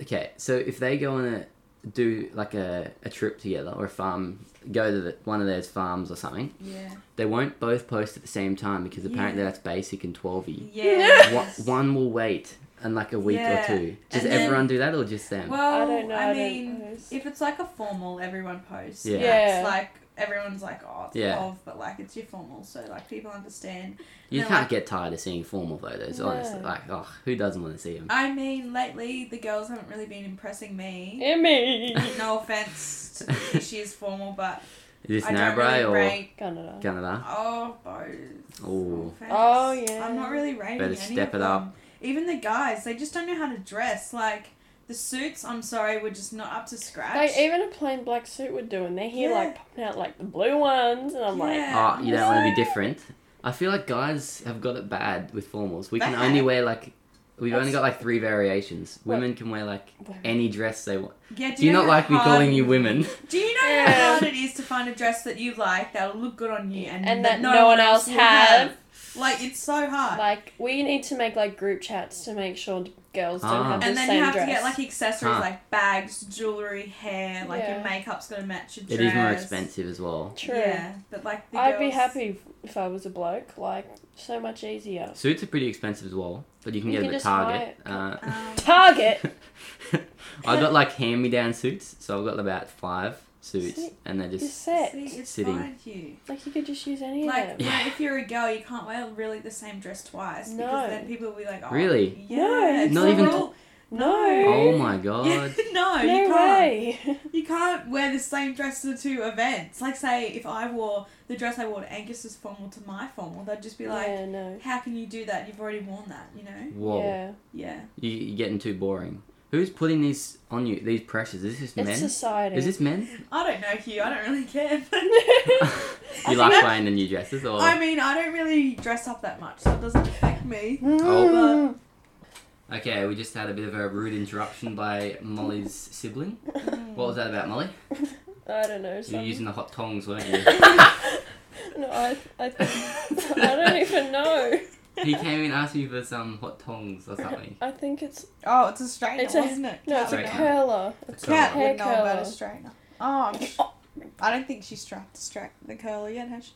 [SPEAKER 1] okay, so if they go on a do like a, a trip together or a farm go to the, one of those farms or something
[SPEAKER 3] Yeah.
[SPEAKER 1] they won't both post at the same time because apparently
[SPEAKER 3] Yeah.
[SPEAKER 1] that's basic and 12y
[SPEAKER 3] Yeah.
[SPEAKER 1] Wha- one will wait and like a week
[SPEAKER 3] Yeah,
[SPEAKER 1] or two. Does
[SPEAKER 3] and then-
[SPEAKER 1] everyone do that or just them?
[SPEAKER 3] Well,
[SPEAKER 2] I don't know.
[SPEAKER 3] Oh, I
[SPEAKER 2] I don't
[SPEAKER 3] mean,
[SPEAKER 2] post.
[SPEAKER 3] if it's like a formal, everyone posts.
[SPEAKER 1] Yeah.
[SPEAKER 2] Yeah.
[SPEAKER 3] It's like everyone's like, oh, it's
[SPEAKER 1] Yeah.
[SPEAKER 3] twelve, but like it's your formal, so like people understand.
[SPEAKER 1] you
[SPEAKER 3] no,
[SPEAKER 1] can't
[SPEAKER 3] like-
[SPEAKER 1] get tired of seeing formal photos,
[SPEAKER 2] No.
[SPEAKER 1] honestly. Like, oh, who doesn't want to see them?
[SPEAKER 3] I mean, lately the girls haven't really been impressing me.
[SPEAKER 2] Emmy.
[SPEAKER 3] No
[SPEAKER 1] *laughs*
[SPEAKER 3] offense to the issues formal, but
[SPEAKER 1] Is this
[SPEAKER 3] I don't
[SPEAKER 1] Narrabri
[SPEAKER 3] really
[SPEAKER 1] or
[SPEAKER 3] rate.
[SPEAKER 2] Canada.
[SPEAKER 1] Canada?
[SPEAKER 3] Oh, both.
[SPEAKER 1] Ooh.
[SPEAKER 3] No offense.
[SPEAKER 2] Oh, yeah.
[SPEAKER 3] I'm not really rating.
[SPEAKER 1] Better
[SPEAKER 3] any
[SPEAKER 1] step
[SPEAKER 3] of
[SPEAKER 1] it up.
[SPEAKER 3] them. Even the guys, they just don't know how to dress. Like the suits, I'm sorry, were just not up to scratch.
[SPEAKER 2] Like even a plain black suit would do, and they're here
[SPEAKER 3] Yeah.
[SPEAKER 2] like popping out like the blue ones, and I'm like,
[SPEAKER 1] Ah, you don't
[SPEAKER 3] Yeah.
[SPEAKER 2] *laughs*
[SPEAKER 1] want to be different. I feel like guys have got it bad with formals. We can
[SPEAKER 3] Bad?
[SPEAKER 1] only wear like, we've only
[SPEAKER 2] That's-
[SPEAKER 1] got like three variations.
[SPEAKER 2] What?
[SPEAKER 1] Women can wear like
[SPEAKER 2] Women.
[SPEAKER 1] any dress they want.
[SPEAKER 3] Yeah,
[SPEAKER 1] Do you
[SPEAKER 3] know
[SPEAKER 1] not
[SPEAKER 3] how
[SPEAKER 1] like me
[SPEAKER 3] hard-
[SPEAKER 1] calling you women? *laughs*
[SPEAKER 3] Do you know
[SPEAKER 2] Yeah.
[SPEAKER 3] how hard it is to find a dress that you like that'll look good on you and,
[SPEAKER 2] And that no one else
[SPEAKER 3] will
[SPEAKER 2] have?
[SPEAKER 3] Like it's so hard.
[SPEAKER 2] like we need to make like group chats to make sure girls don't
[SPEAKER 1] Ah.
[SPEAKER 2] have the
[SPEAKER 3] and then
[SPEAKER 2] same
[SPEAKER 3] you have
[SPEAKER 2] dress.
[SPEAKER 3] to get like accessories
[SPEAKER 1] Huh.
[SPEAKER 3] like bags, jewelry, hair. Like your
[SPEAKER 2] Yeah.
[SPEAKER 3] makeup's gonna match your dress.
[SPEAKER 1] It is more expensive as well.
[SPEAKER 2] True.
[SPEAKER 3] Yeah, but like the
[SPEAKER 2] I'd be
[SPEAKER 3] girls-
[SPEAKER 2] happy if- if I was a bloke. Like so much easier.
[SPEAKER 1] Suits are pretty expensive as well, but you can
[SPEAKER 2] You
[SPEAKER 1] get
[SPEAKER 2] can
[SPEAKER 1] them at
[SPEAKER 2] just
[SPEAKER 1] Target.
[SPEAKER 2] buy
[SPEAKER 1] *laughs* Uh,
[SPEAKER 3] Um,
[SPEAKER 2] Target.
[SPEAKER 1] I got like hand me down suits, so I've got about five suits,
[SPEAKER 2] See,
[SPEAKER 1] and they're
[SPEAKER 2] You're
[SPEAKER 1] just
[SPEAKER 2] set.
[SPEAKER 3] See, it's
[SPEAKER 1] sitting.
[SPEAKER 3] fine, Hugh.
[SPEAKER 2] Like you could just use any
[SPEAKER 3] Like,
[SPEAKER 2] of them.
[SPEAKER 1] Yeah.
[SPEAKER 3] like, if you're a girl, you can't wear really the same dress twice
[SPEAKER 2] No.
[SPEAKER 3] because then people will be like, oh,
[SPEAKER 1] Really?
[SPEAKER 3] Yeah,
[SPEAKER 2] No,
[SPEAKER 3] it's
[SPEAKER 1] Not
[SPEAKER 3] the
[SPEAKER 1] even-
[SPEAKER 3] rule.
[SPEAKER 2] No. *laughs*
[SPEAKER 1] Oh my god.
[SPEAKER 3] *laughs* Yeah, *laughs* no,
[SPEAKER 2] No
[SPEAKER 3] you can't.
[SPEAKER 2] way.
[SPEAKER 3] You can't wear the same dress to the two events. Like, say, if I wore the dress I wore to Angus's formal to my formal,
[SPEAKER 2] *laughs*
[SPEAKER 3] they'd just be like,
[SPEAKER 2] yeah. No.
[SPEAKER 3] how can you do that? You've already worn that, you know?
[SPEAKER 1] Whoa.
[SPEAKER 2] Yeah.
[SPEAKER 3] Yeah.
[SPEAKER 1] You, you're getting too boring. Who's putting these on you? These pressures? Is this
[SPEAKER 2] It's
[SPEAKER 1] men?
[SPEAKER 2] society. *laughs*
[SPEAKER 1] Is this men?
[SPEAKER 3] I don't know, Hugh. I don't really *laughs* care. But
[SPEAKER 1] you
[SPEAKER 3] think
[SPEAKER 1] like
[SPEAKER 3] that's-
[SPEAKER 1] wearing the new dresses, or
[SPEAKER 3] I mean, I don't really dress up that much, so it doesn't affect me.
[SPEAKER 2] Mm.
[SPEAKER 1] Oh. okay? We just had a bit of a rude interruption by Molly's sibling. What was that about, Molly?
[SPEAKER 2] I don't know.
[SPEAKER 1] You were
[SPEAKER 2] some-
[SPEAKER 1] using the hot tongs, weren't
[SPEAKER 2] *laughs*
[SPEAKER 1] you?
[SPEAKER 2] no, I, I, think, I
[SPEAKER 1] *laughs*
[SPEAKER 2] don't even know.
[SPEAKER 1] he came and asked me for some hot tongs or something.
[SPEAKER 2] I think it's
[SPEAKER 3] Oh, it's a straightener,
[SPEAKER 2] It's a-
[SPEAKER 3] wasn't it?
[SPEAKER 2] no, it's a
[SPEAKER 1] Right.
[SPEAKER 2] curler.
[SPEAKER 1] It's
[SPEAKER 3] Cat
[SPEAKER 1] all right.
[SPEAKER 2] Hair
[SPEAKER 3] would know about a
[SPEAKER 2] curler.
[SPEAKER 3] straightener. Oh, I'm sh- I don't think she's strapped to straighten the curler yet, has she?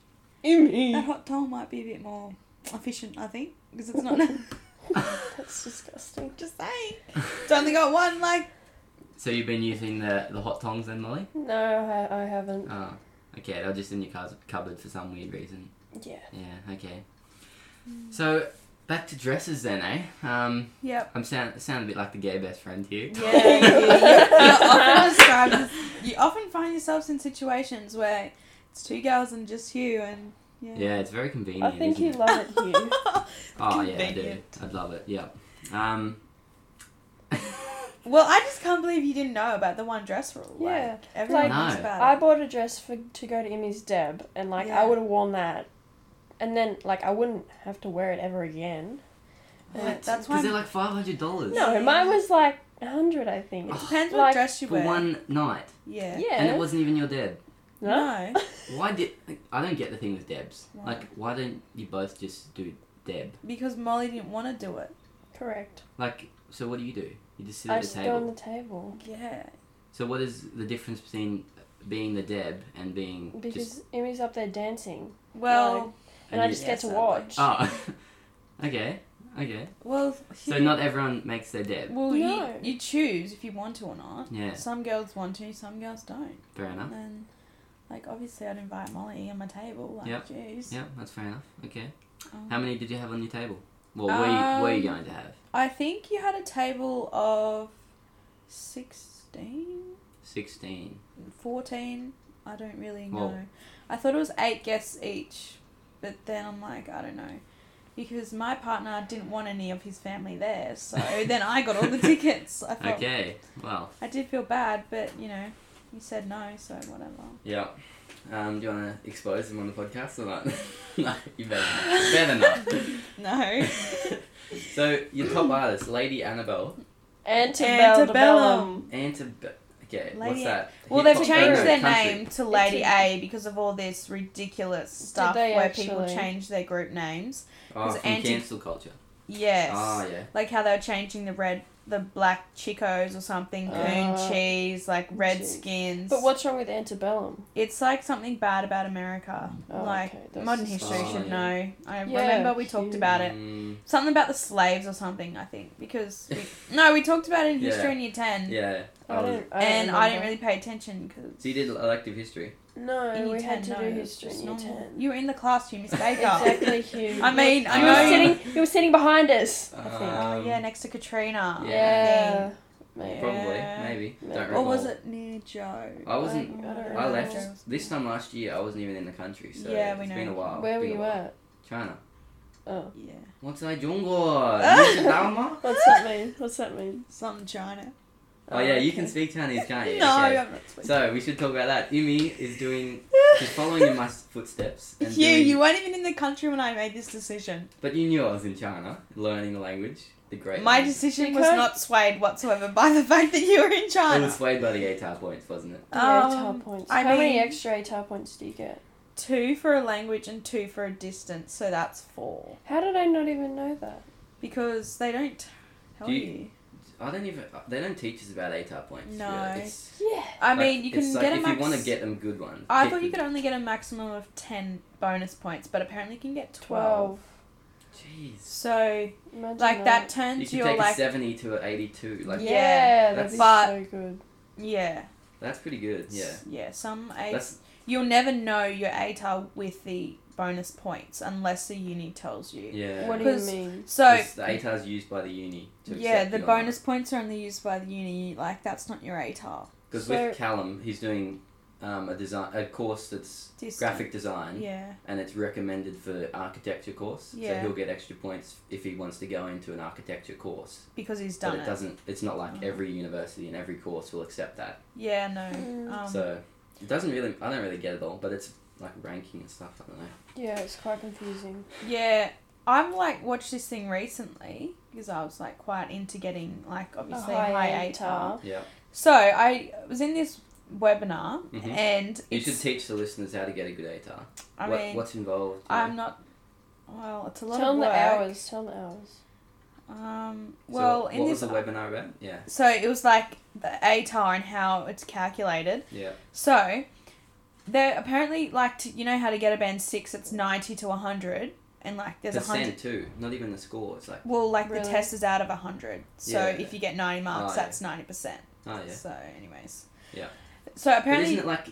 [SPEAKER 3] That *laughs*
[SPEAKER 2] Ew.
[SPEAKER 3] hot towel might be a bit more efficient, I think, because it's not. *laughs*
[SPEAKER 2] *laughs* That's disgusting.
[SPEAKER 3] just saying. It's only got one, like.
[SPEAKER 1] *laughs* so you've been using the, the hot tongs then, Molly?
[SPEAKER 2] No, I, I haven't.
[SPEAKER 1] Oh, okay. They're just in your cars- cupboard for some weird reason.
[SPEAKER 2] Yeah.
[SPEAKER 1] Yeah, okay. So Back to dresses then, eh? Um,
[SPEAKER 3] Yep.
[SPEAKER 1] I'm sound sound a bit like the gay best friend here.
[SPEAKER 4] Yeah,
[SPEAKER 3] you, you,
[SPEAKER 4] yeah.
[SPEAKER 3] often describe this, you often find yourselves in situations where it's two girls and just you, and yeah.
[SPEAKER 1] Yeah, it's very convenient.
[SPEAKER 4] I think *laughs*
[SPEAKER 1] isn't
[SPEAKER 4] you
[SPEAKER 1] it?
[SPEAKER 4] love it,
[SPEAKER 3] *laughs*
[SPEAKER 4] Hugh.
[SPEAKER 1] Oh yeah, I do.
[SPEAKER 3] Convenient.
[SPEAKER 1] I'd love it. Yeah.
[SPEAKER 4] *laughs*
[SPEAKER 1] Um,
[SPEAKER 3] Well, I just can't believe you didn't know about the one dress rule.
[SPEAKER 4] Yeah,
[SPEAKER 3] Like, everyone
[SPEAKER 4] like,
[SPEAKER 3] knows
[SPEAKER 1] No.
[SPEAKER 3] about
[SPEAKER 4] I
[SPEAKER 3] it.
[SPEAKER 4] bought a dress for to go to Emmy's deb, and like
[SPEAKER 3] Yeah.
[SPEAKER 4] I would have worn that, and then like I wouldn't have to wear it ever again.
[SPEAKER 3] Yeah, that's why
[SPEAKER 1] because they're like five hundred dollars.
[SPEAKER 4] No, mine was like a hundred, I think. *sighs*
[SPEAKER 3] it depends what
[SPEAKER 4] Like,
[SPEAKER 3] dress you
[SPEAKER 1] For
[SPEAKER 3] wear.
[SPEAKER 1] one night,
[SPEAKER 3] Oh, yeah.
[SPEAKER 4] Yeah.
[SPEAKER 1] and it wasn't even your dad.
[SPEAKER 4] no.
[SPEAKER 3] No.
[SPEAKER 1] *laughs* Why did I don't get the thing with Debs?
[SPEAKER 3] Why?
[SPEAKER 1] Like, why don't you both just do Deb?
[SPEAKER 3] Because Molly didn't want to do it.
[SPEAKER 4] *laughs* Correct.
[SPEAKER 1] Like, so what do you do? You just sit
[SPEAKER 4] I
[SPEAKER 1] at the
[SPEAKER 4] just go on
[SPEAKER 1] table.
[SPEAKER 4] the table
[SPEAKER 3] Yeah.
[SPEAKER 1] So what is the difference between being the Deb and being
[SPEAKER 4] because
[SPEAKER 1] just?
[SPEAKER 4] Emmy's up there dancing,
[SPEAKER 3] Well,
[SPEAKER 4] and I
[SPEAKER 1] you-
[SPEAKER 4] just
[SPEAKER 3] Yeah,
[SPEAKER 4] get to
[SPEAKER 3] so-
[SPEAKER 4] watch.
[SPEAKER 1] Oh, *laughs* okay, okay.
[SPEAKER 3] well.
[SPEAKER 1] So
[SPEAKER 3] you-
[SPEAKER 1] not everyone makes their Deb.
[SPEAKER 3] Well,
[SPEAKER 4] No.
[SPEAKER 3] you, you choose if you want to or not.
[SPEAKER 1] Yeah,
[SPEAKER 3] Some girls want to, some girls don't.
[SPEAKER 1] fair enough.
[SPEAKER 3] And like obviously, I'd invite Molly on my table. Like,
[SPEAKER 1] Yep.
[SPEAKER 3] jeez.
[SPEAKER 1] Yeah, that's fair enough. Okay.
[SPEAKER 3] Um,
[SPEAKER 1] How many did you have on your table? Well, were you, were you
[SPEAKER 3] Um,
[SPEAKER 1] going to have?
[SPEAKER 3] I think you had a table of 16,
[SPEAKER 1] 16.
[SPEAKER 3] 14. I don't really know.
[SPEAKER 1] Well-
[SPEAKER 3] I thought it was eight guests each, but then I'm like, I don't know. Because my partner didn't want any of his family there,
[SPEAKER 1] *laughs*
[SPEAKER 3] so then I got all the tickets. I felt
[SPEAKER 1] Okay, well,
[SPEAKER 3] I did feel bad, but you know, you said no, so whatever.
[SPEAKER 1] yeah. Um, do you want to expose them on the podcast or not? *laughs* no, you better not. Better not. *laughs*
[SPEAKER 3] No. *laughs*
[SPEAKER 1] so, your top artist, Lady Annabelle.
[SPEAKER 4] Antebellum.
[SPEAKER 3] Antebellum.
[SPEAKER 1] Antebellum. Okay, what's
[SPEAKER 3] Lady-
[SPEAKER 1] that?
[SPEAKER 3] Well,
[SPEAKER 1] Hip
[SPEAKER 3] they've
[SPEAKER 1] hop
[SPEAKER 3] changed
[SPEAKER 1] genre,
[SPEAKER 3] their
[SPEAKER 1] country.
[SPEAKER 3] name to Lady
[SPEAKER 4] It's
[SPEAKER 3] A because of all this ridiculous stuff
[SPEAKER 4] they
[SPEAKER 3] where people
[SPEAKER 4] actually?
[SPEAKER 3] change their group names.
[SPEAKER 1] Oh,
[SPEAKER 3] It's
[SPEAKER 1] from
[SPEAKER 3] anti-
[SPEAKER 1] cancel culture.
[SPEAKER 3] Yes.
[SPEAKER 1] Oh, yeah.
[SPEAKER 3] Like how they were changing the red, the black chicos or something, coon
[SPEAKER 4] Uh,
[SPEAKER 3] cheese, like redskins.
[SPEAKER 4] Jeez. But what's wrong with antebellum?
[SPEAKER 3] It's like something bad about America.
[SPEAKER 4] Oh,
[SPEAKER 3] like
[SPEAKER 4] okay, that's
[SPEAKER 3] modern
[SPEAKER 4] just-
[SPEAKER 3] history
[SPEAKER 1] Oh,
[SPEAKER 3] should
[SPEAKER 1] yeah.
[SPEAKER 3] know. I
[SPEAKER 4] Yeah,
[SPEAKER 3] remember we talked
[SPEAKER 4] huge.
[SPEAKER 3] about it.
[SPEAKER 1] Mm,
[SPEAKER 3] Something about the slaves or something, I think, because we, *laughs* no, we talked about it in
[SPEAKER 1] Yeah.
[SPEAKER 3] history in year ten,
[SPEAKER 1] yeah.
[SPEAKER 4] I
[SPEAKER 1] Um,
[SPEAKER 4] don't. I don't
[SPEAKER 3] and I didn't
[SPEAKER 4] remember.
[SPEAKER 3] really pay attention because
[SPEAKER 1] so, you did elective history.
[SPEAKER 4] No,
[SPEAKER 3] in year
[SPEAKER 4] we had
[SPEAKER 3] 10,
[SPEAKER 4] to
[SPEAKER 3] no,
[SPEAKER 4] do
[SPEAKER 3] it's
[SPEAKER 4] history
[SPEAKER 3] just
[SPEAKER 4] in year
[SPEAKER 3] normal.
[SPEAKER 4] ten.
[SPEAKER 3] You were in the classroom, Miss *laughs* Baker.
[SPEAKER 4] Exactly, Hugh.
[SPEAKER 3] I mean, I
[SPEAKER 4] you
[SPEAKER 1] know-
[SPEAKER 4] were sitting. You were sitting behind us. I think.
[SPEAKER 1] Um,
[SPEAKER 3] yeah, next to Katrina.
[SPEAKER 1] yeah.
[SPEAKER 4] yeah.
[SPEAKER 3] Yeah.
[SPEAKER 4] Maybe.
[SPEAKER 1] Probably, maybe.
[SPEAKER 4] Maybe.
[SPEAKER 1] Don't
[SPEAKER 4] Or
[SPEAKER 1] recall.
[SPEAKER 3] Or was it near Joe?
[SPEAKER 1] Oh. I wasn't-
[SPEAKER 4] I don't
[SPEAKER 1] I
[SPEAKER 4] remember.
[SPEAKER 1] left this time last year. I wasn't even in the country, so
[SPEAKER 3] Yeah,
[SPEAKER 1] it's
[SPEAKER 3] we know.
[SPEAKER 1] been a while.
[SPEAKER 4] Where were
[SPEAKER 1] Been a
[SPEAKER 4] you
[SPEAKER 1] while.
[SPEAKER 4] at?
[SPEAKER 1] China.
[SPEAKER 4] Oh.
[SPEAKER 3] Yeah,
[SPEAKER 1] What's that,
[SPEAKER 3] *laughs*
[SPEAKER 1] Jungo? Is it Dharma?
[SPEAKER 4] What's that mean? What's that mean?
[SPEAKER 3] something
[SPEAKER 1] *laughs*
[SPEAKER 3] China.
[SPEAKER 1] Oh yeah, you
[SPEAKER 4] okay.
[SPEAKER 1] can speak Chinese, can't you?
[SPEAKER 3] *laughs* No,
[SPEAKER 1] Okay.
[SPEAKER 3] I'm not speaking.
[SPEAKER 1] So we should talk about that. Imi is doing. She's following in
[SPEAKER 3] *laughs*
[SPEAKER 1] my footsteps. And
[SPEAKER 3] you,
[SPEAKER 1] doing-
[SPEAKER 3] you weren't even in the country when I made this decision.
[SPEAKER 1] But you knew I was in China, learning the language, the great.
[SPEAKER 3] My
[SPEAKER 1] language.
[SPEAKER 3] decision
[SPEAKER 4] You
[SPEAKER 3] was
[SPEAKER 4] can't-
[SPEAKER 3] not swayed whatsoever by the *laughs* fact that you were in
[SPEAKER 1] It
[SPEAKER 3] China.
[SPEAKER 1] was swayed by the ATAR points, wasn't it?
[SPEAKER 4] The ATAR
[SPEAKER 3] Um,
[SPEAKER 4] points.
[SPEAKER 3] I
[SPEAKER 4] How many
[SPEAKER 3] mean-
[SPEAKER 4] extra ATAR points do you get?
[SPEAKER 3] Two for a language and two for a distance, so that's four.
[SPEAKER 4] How did I not even know that?
[SPEAKER 3] Because they don't tell
[SPEAKER 1] Do
[SPEAKER 3] you.
[SPEAKER 1] you- I don't even. They don't teach us about ATAR points.
[SPEAKER 3] No.
[SPEAKER 1] really. It's-
[SPEAKER 4] Yeah.
[SPEAKER 3] I
[SPEAKER 1] like,
[SPEAKER 3] mean, you can
[SPEAKER 1] it's like
[SPEAKER 3] get a
[SPEAKER 1] if
[SPEAKER 3] max.
[SPEAKER 1] you want to get them good ones.
[SPEAKER 3] I
[SPEAKER 1] pick
[SPEAKER 3] thought you
[SPEAKER 1] the-
[SPEAKER 3] could only get a maximum of 10 bonus points, but apparently you can get 12.
[SPEAKER 4] Twelve.
[SPEAKER 1] Jeez.
[SPEAKER 3] So,
[SPEAKER 4] Imagine
[SPEAKER 3] like, that turns
[SPEAKER 1] You can
[SPEAKER 3] your,
[SPEAKER 1] take a
[SPEAKER 3] like,
[SPEAKER 1] seventy to an eighty-two. Like
[SPEAKER 4] yeah, that'd be
[SPEAKER 3] But-
[SPEAKER 4] so good.
[SPEAKER 3] yeah.
[SPEAKER 1] that's pretty good. Yeah.
[SPEAKER 3] Yeah, some A.
[SPEAKER 1] That's
[SPEAKER 3] You'll never know your ATAR with the bonus points unless the uni tells you.
[SPEAKER 1] yeah.
[SPEAKER 4] What do you
[SPEAKER 3] Because-
[SPEAKER 4] mean?
[SPEAKER 3] So,
[SPEAKER 1] 'Cause the ATAR is used by the uni. To
[SPEAKER 3] yeah, the bonus points are only used by the uni. Like, that's not your ATAR.
[SPEAKER 1] Because
[SPEAKER 4] So-
[SPEAKER 1] with Callum, he's doing um, a design a course that's
[SPEAKER 3] Distance.
[SPEAKER 1] graphic design,
[SPEAKER 3] Yeah.
[SPEAKER 1] and it's recommended for architecture course.
[SPEAKER 3] Yeah.
[SPEAKER 1] So he'll get extra points if he wants to go into an architecture course.
[SPEAKER 3] Because he's
[SPEAKER 1] but
[SPEAKER 3] done
[SPEAKER 1] it,
[SPEAKER 3] it.
[SPEAKER 1] doesn't. It's not like
[SPEAKER 3] Oh.
[SPEAKER 1] every university and every course will accept that.
[SPEAKER 3] Yeah,
[SPEAKER 4] Mm.
[SPEAKER 3] no. Um,
[SPEAKER 1] so it doesn't really. I don't really get it all, but it's like ranking and stuff. I don't know.
[SPEAKER 4] Yeah, it's quite confusing.
[SPEAKER 3] Yeah, I've like watched this thing recently because I was like quite into getting like obviously
[SPEAKER 4] high
[SPEAKER 3] high,
[SPEAKER 4] ATAR.
[SPEAKER 3] ATAR.
[SPEAKER 1] Yeah.
[SPEAKER 3] So I was in this webinar
[SPEAKER 1] Mhm.
[SPEAKER 3] and
[SPEAKER 1] You
[SPEAKER 3] it's,
[SPEAKER 1] should teach the listeners how to get a good ATAR.
[SPEAKER 3] I
[SPEAKER 1] what,
[SPEAKER 3] mean,
[SPEAKER 1] what's involved? you know?
[SPEAKER 3] I'm not. Well, it's a lot
[SPEAKER 4] Tell
[SPEAKER 3] of
[SPEAKER 4] them
[SPEAKER 3] work.
[SPEAKER 4] the hours. Tell them the hours.
[SPEAKER 3] Um.
[SPEAKER 1] So
[SPEAKER 3] Well,
[SPEAKER 1] what
[SPEAKER 3] in
[SPEAKER 1] was
[SPEAKER 3] this.
[SPEAKER 1] the webinar about? Yeah.
[SPEAKER 3] so it was like the ATAR and how it's calculated.
[SPEAKER 1] Yeah.
[SPEAKER 3] So, they're apparently like to, you know how to get a band six. It's ninety to hundred, and like there's a hundred.
[SPEAKER 1] Percent too. Not even the score. It's like
[SPEAKER 3] Well, like
[SPEAKER 4] Really?
[SPEAKER 3] the test is out of 100. So
[SPEAKER 1] Yeah.
[SPEAKER 3] if you get 90 marks,
[SPEAKER 1] Oh, yeah.
[SPEAKER 3] that's 90%.
[SPEAKER 1] oh yeah.
[SPEAKER 3] So, anyways.
[SPEAKER 1] Yeah.
[SPEAKER 3] So
[SPEAKER 1] But
[SPEAKER 3] apparently.
[SPEAKER 1] isn't it like